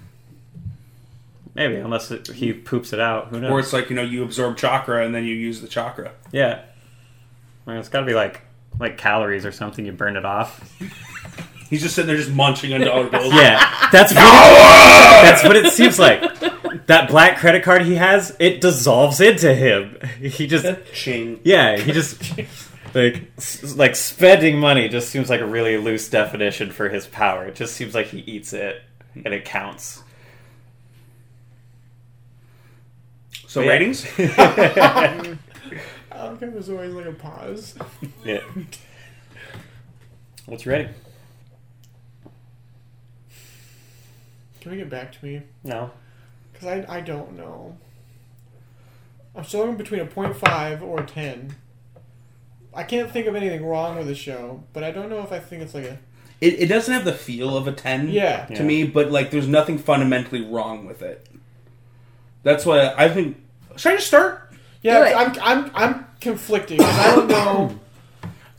S1: Maybe, unless it, he poops it out. Who knows?
S2: Or it's like, you know, you absorb chakra and then you use the chakra.
S1: yeah. I mean, it's got to be like like calories or something. You burn it off.
S2: He's just sitting there just munching on dollar bills.
S1: Yeah, that's what it, that's what it seems like. That black credit card he has, it dissolves into him. He just
S2: Ching.
S1: Yeah, he just like s- like spending money just seems like a really loose definition for his power. It just seems like he eats it and it counts.
S2: So
S1: Yeah.
S2: ratings?
S3: I don't think there's always like a pause.
S1: Yeah. What's your rating?
S3: Can we get back to me?
S1: No.
S3: Because I, I don't know. I'm still in between a 0.5 or a 10. I can't think of anything wrong with the show, but I don't know if I think it's like a.
S2: It, it doesn't have the feel of a 10
S3: Yeah.
S2: to
S1: Yeah.
S2: me, but like there's nothing fundamentally wrong with it. That's why I think. Should I just start?
S3: Yeah,
S4: Do it.
S3: I'm, I'm, I'm conflicting. 'cause I don't know.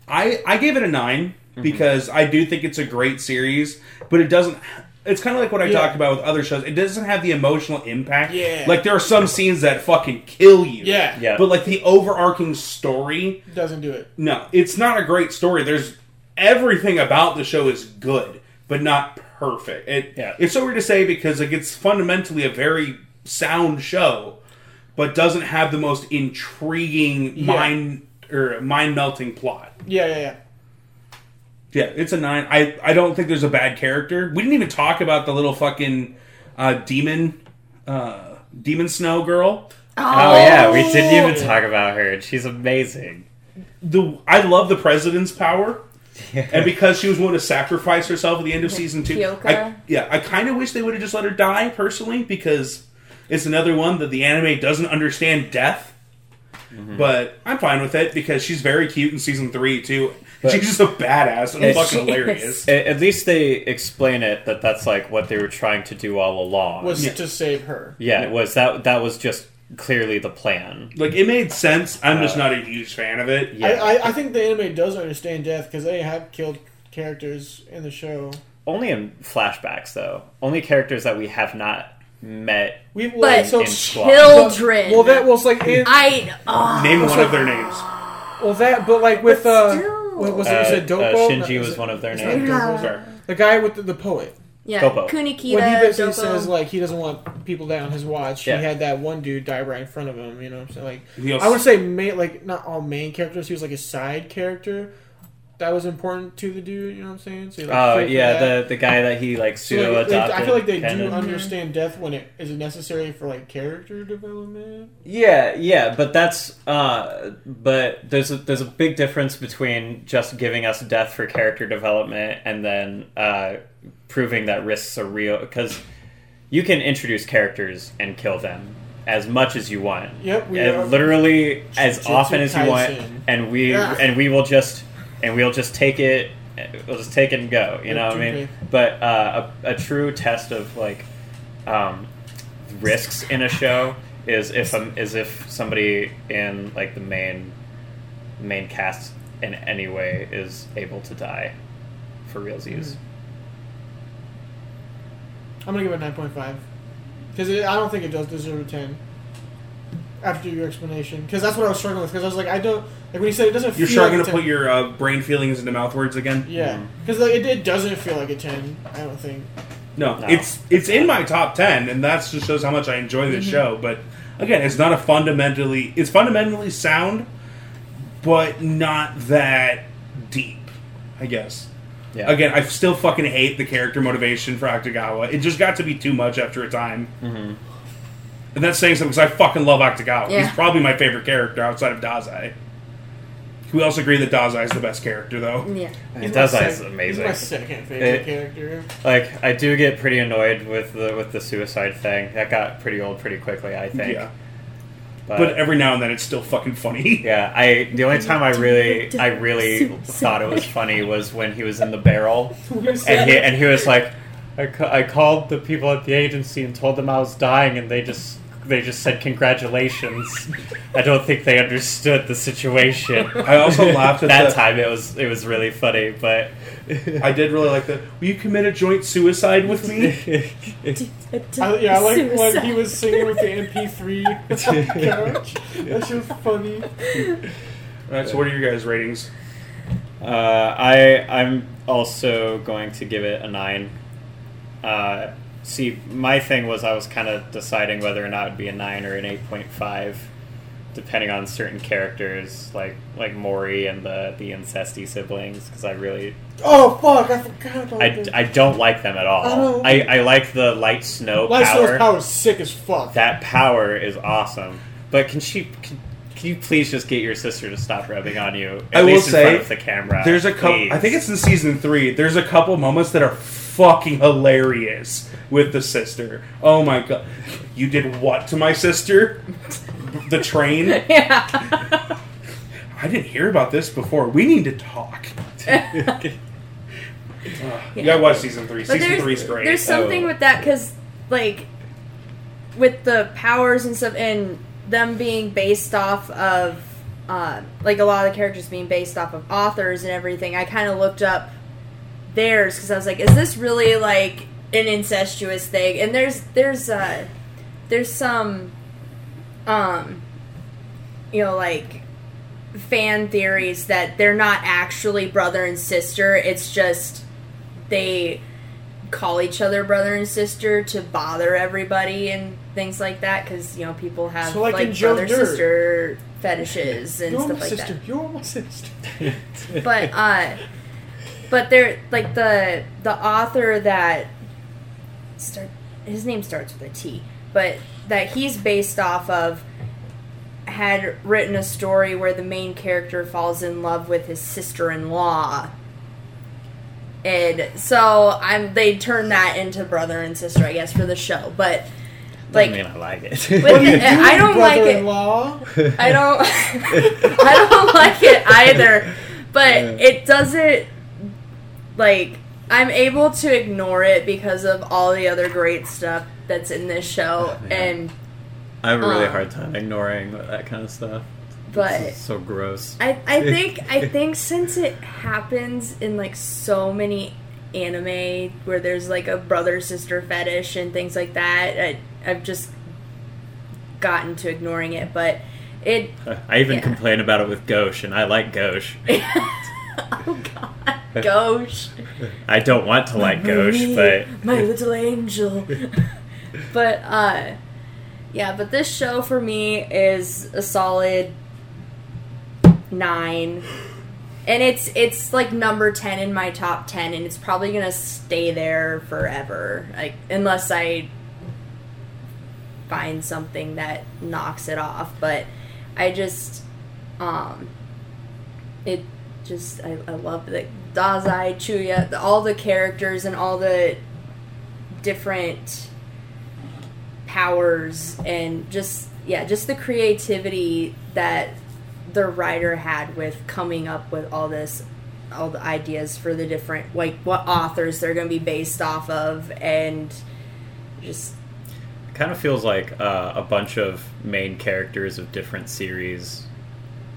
S2: I, I gave it a 9 because I do think it's a great series, but it doesn't. It's kind of like what I
S3: Yeah.
S2: talked about with other shows. It doesn't have the emotional impact.
S3: Yeah.
S2: Like there are some scenes that fucking kill you.
S3: Yeah.
S1: Yeah.
S2: But like the overarching story
S3: It doesn't do it.
S2: No, it's not a great story. There's everything about the show is good, but not perfect. It,
S1: Yeah.
S2: It's so weird to say because like it's fundamentally a very sound show, but doesn't have the most intriguing mind or mind melting plot.
S3: Yeah, yeah, yeah.
S2: Yeah, it's a nine. I I don't think there's a bad character. We didn't even talk about the little fucking uh, demon, uh, demon snow girl.
S1: Oh yeah, we didn't even
S3: Oh.
S1: talk about her. She's amazing.
S2: the I love the president's power. And because she was willing to sacrifice herself at the end of season two,
S4: Kyoka.
S2: I, yeah, I kind of wish they would have just let her die personally because it's another one that the anime doesn't understand death.
S1: Mm-hmm.
S2: But I'm fine with it because she's very cute in season three too. she's just a badass and
S1: Yes,
S2: fucking
S4: she is.
S2: hilarious.
S1: A- At least they explain it that that's like what they were trying to do all along.
S3: Was
S2: Yeah.
S3: to save her.
S1: yeah, it was that that was just clearly the plan.
S2: Like it made sense. I'm just not a huge fan of it.
S1: Uh, Yeah.
S3: I, I, I think the anime does understand death because they have killed characters in the show.
S1: Only in flashbacks though. Only characters that we have not met.
S3: We've
S4: But
S3: so
S1: in squad.
S4: children.
S3: well that was like in,
S4: I oh,
S2: Name one of their names.
S3: well that but like with
S4: But
S3: uh
S4: still.
S3: what was
S1: Uh,
S3: it was
S1: uh,
S3: it Dopo?
S1: Shinji
S3: No,
S1: was
S3: it-
S1: one of their
S3: it's not
S1: names.
S3: Dopo,
S2: Sorry.
S3: The guy with the, the poet.
S4: yeah,
S1: Dopo.
S4: Kunikita.
S3: when he basically
S4: Dopo.
S3: says like he doesn't want people down his watch,
S1: Yeah.
S3: he had that one dude die right in front of him. You know, what I'm saying like
S2: Yes.
S3: I would say main, like not all main characters. He was like a side character that was important to the dude. You know what I'm saying? So you, like,
S1: Oh
S3: feel for
S1: yeah,
S3: that.
S1: the the guy that he like
S3: So, like,
S1: pseudo
S3: they-
S1: adopted.
S3: I feel like they
S1: kinda.
S3: do understand death when it is it necessary for like character development.
S1: Yeah, yeah, but that's uh, but there's a, there's a big difference between just giving us death for character development and then uh, proving that risks are real because you can introduce characters and kill them as much as you want.
S3: Yep, we
S1: And
S3: are-
S1: literally as
S3: Jujutsu
S1: often as you want,
S3: Kaisen.
S1: and we
S3: Yeah.
S1: and we will just and we'll just take it. We'll just take it and go. You know what I mean?
S3: Okay.
S1: But uh, a, a true test of like um, risks in a show is if um, is if somebody in like the main main cast in any way is able to die for
S2: Mm.
S1: realsies.
S3: I'm gonna give it nine point five because I don't think it does deserve a ten. After your explanation, because that's what I was struggling with. Because I was like, I don't like when you said it doesn't.
S2: You're
S3: feel like
S2: struggling
S3: a
S2: to
S3: 10.
S2: put your uh, brain feelings into mouth words again.
S3: Yeah,
S1: Mm-hmm.
S3: because like, it, it doesn't feel like a ten. I don't think.
S2: No,
S1: No.
S2: it's it's in my top ten, and that just shows how much I enjoy this show. But again, it's not a fundamentally it's fundamentally sound, but not that deep. I guess.
S1: Yeah.
S2: Again, I still fucking hate the character motivation for Akagawa. It just got to be too much after a time. Mm-hmm. And that's saying something because I fucking love Akagawa.
S4: Yeah.
S2: He's probably my favorite character outside of Dazai. We also agree that Dazai is the best character, though.
S4: yeah.
S1: It does.
S3: my
S1: It's
S3: sec-
S1: amazing.
S3: He's my second favorite
S1: It-
S3: character.
S1: Like I do get pretty annoyed with the with the suicide thing. That got pretty old pretty quickly. I think.
S2: Yeah.
S1: But,
S2: But every now and then, it's still fucking funny.
S1: yeah, I the only time I really I really
S4: Suicide.
S1: thought it was funny was when he was in the barrel and he and he was like, I, ca- I called the people at the agency and told them I was dying, and they just they just said congratulations. I don't think they understood the situation.
S2: I also laughed at
S1: that
S2: the-
S1: time. It was it was really funny, but
S2: I did really like that. Will you commit a joint suicide with me?
S3: I, yeah, I like
S4: Suicide.
S3: when he was singing with the MP3 couch. That shit was funny.
S2: All right, so what are your guys' ratings?
S1: uh, I I'm also going to give it a nine. Uh, see, my thing was I was kind of deciding whether or not it'd be a nine or an eight point five, depending on certain characters like like Maury and the the incesty siblings, because I really
S3: Oh fuck! I forgot about
S1: I,
S3: that.
S1: I don't like them at
S3: Mm-hmm. I
S1: all.
S3: don't-
S1: I, I, like the light snow
S3: Lysol's
S1: power.
S3: power is sick as fuck.
S1: That power is awesome. But can she? Can, can you please just get your sister to stop rubbing on you? At
S2: I will
S1: least in
S2: say,
S1: front of the camera.
S2: There's a couple. I
S1: please.
S2: think it's in season three. There's a couple moments that are fucking hilarious with the sister. Oh my god, you did what to my sister? The train.
S4: Yeah.
S2: I didn't hear about this before. We need to talk. Ugh, You gotta watch season three.
S4: But
S2: season
S4: there's-
S2: three's great.
S4: There's something
S1: Oh.
S4: with that because, like, with the powers and stuff, and them being based off of, uh, like, a lot of the characters being based off of authors and everything. I kind of looked up theirs because I was like, is this really like an incestuous thing? And there's there's uh, there's some, um, you know, like fan theories that they're not actually brother and sister. It's just they call each other brother and sister to bother everybody and things like that because you know people have
S3: So,
S4: like,
S3: like in Joe
S4: brother
S3: Dirt.
S4: sister fetishes and
S3: You're
S4: stuff
S3: my
S4: like
S3: sister.
S4: that
S3: You're my sister.
S4: but uh but they're like the the author that start his name starts with a T, but that he's based off of had written a story where the main character falls in love with his sister-in-law. And so I'm they turn that into brother and sister, I guess, for the show. But like
S1: Doesn't mean I like
S4: with
S1: it.
S4: the, I don't like it.
S3: Brother-in-law.
S4: I don't I don't like it either. But it doesn't like I'm able to ignore it because of all the other great stuff that's in this show
S1: Yeah.
S4: and
S1: I have a really
S4: Um,
S1: hard time ignoring that kind of stuff.
S4: but
S1: It's so gross.
S4: I, I think I think since it happens in like so many anime where there's like a brother sister fetish and things like that, I, I've just gotten to ignoring it. But it
S1: I even
S4: yeah.
S1: complain about it with Gauche, and I like Gauche.
S4: oh god, gosh.
S1: I don't want to like Gauche, but
S4: my little angel. but uh, yeah, but this show for me is a solid nine, and it's it's like number ten in my top ten, and it's probably gonna stay there forever, like unless I find something that knocks it off. But I just um, it just I, I love the Dazai, Chuya, the, all the characters and all the different powers and just yeah, just the creativity that the writer had with coming up with all this all the ideas for the different like what authors they're going to be based off of and just
S1: it kind of feels like uh, a bunch of main characters of different series,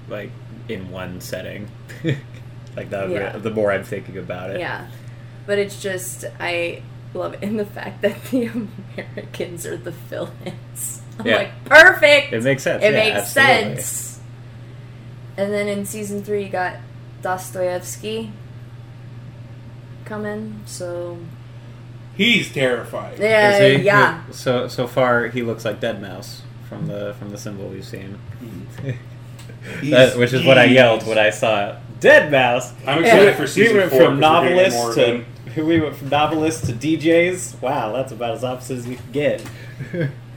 S1: like in one setting. like that.
S4: Yeah.
S1: The more I'm thinking about it,
S4: Yeah. But it's just I love it. And the fact that the Americans are the villains. I'm
S1: Yeah.
S4: like, perfect.
S1: it makes sense.
S4: It
S1: Yeah,
S4: makes
S1: absolutely.
S4: sense. And then in season three you got Dostoevsky coming, so
S2: He's terrified.
S4: Yeah,
S1: Is he?
S4: Uh, yeah.
S1: So so far, he looks like Dead Mouse from the from the symbol we've seen, That- which is what I yelled when I saw it. Dead Mouse.
S2: I'm excited for season
S1: we went
S2: four
S1: from
S2: because we're getting
S1: novelists
S2: more
S1: to we went from novelists to DJs. Wow, that's about as opposite as you can get.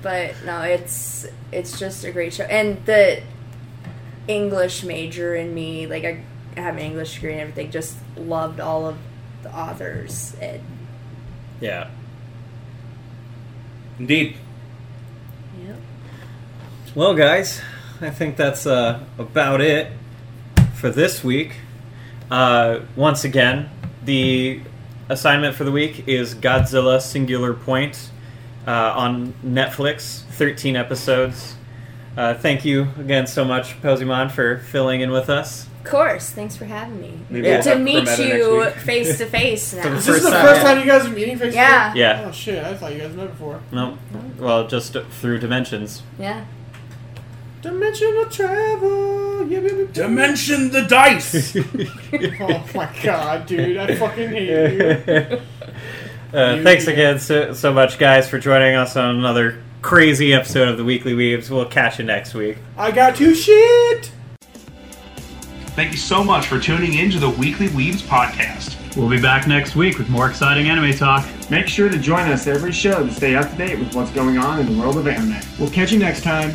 S4: But no, it's it's just a great show. And the English major in me, like I have an English degree and everything, just loved all of the authors and
S1: Yeah.
S2: Indeed.
S4: Yep.
S1: Well, guys, I think that's uh, about it for this week. Uh, once again, the assignment for the week is Godzilla Singular Point uh, on Netflix, 13 episodes. Uh, thank you again so much, Posimon, for filling in with us.
S4: Of course. Thanks for having me.
S1: Maybe
S2: Yeah.
S1: we'll
S4: To
S1: have
S4: meet
S1: Prometta next
S4: you
S1: week.
S4: face to face
S1: For
S4: now.
S1: the
S3: Is this the
S1: time.
S3: first time you guys are meeting face to face?
S4: Yeah.
S1: Yeah.
S3: Oh shit! I thought you guys met before.
S1: No. Well, just through dimensions.
S4: Yeah.
S3: Dimensional travel. Yeah, yeah, yeah.
S2: Dimension the dice.
S3: Oh my god, dude! I fucking hate you.
S1: uh, thanks again so, so much, guys, for joining us on another crazy episode of the Weekly Weaves. We'll catch you next week.
S3: I got you shit.
S2: Thank you so much for tuning in to the Weekly Weaves podcast.
S6: We'll be back next week with more exciting anime talk.
S7: Make sure to join us every show to stay up to date with what's going on in the world of anime. We'll catch you next time.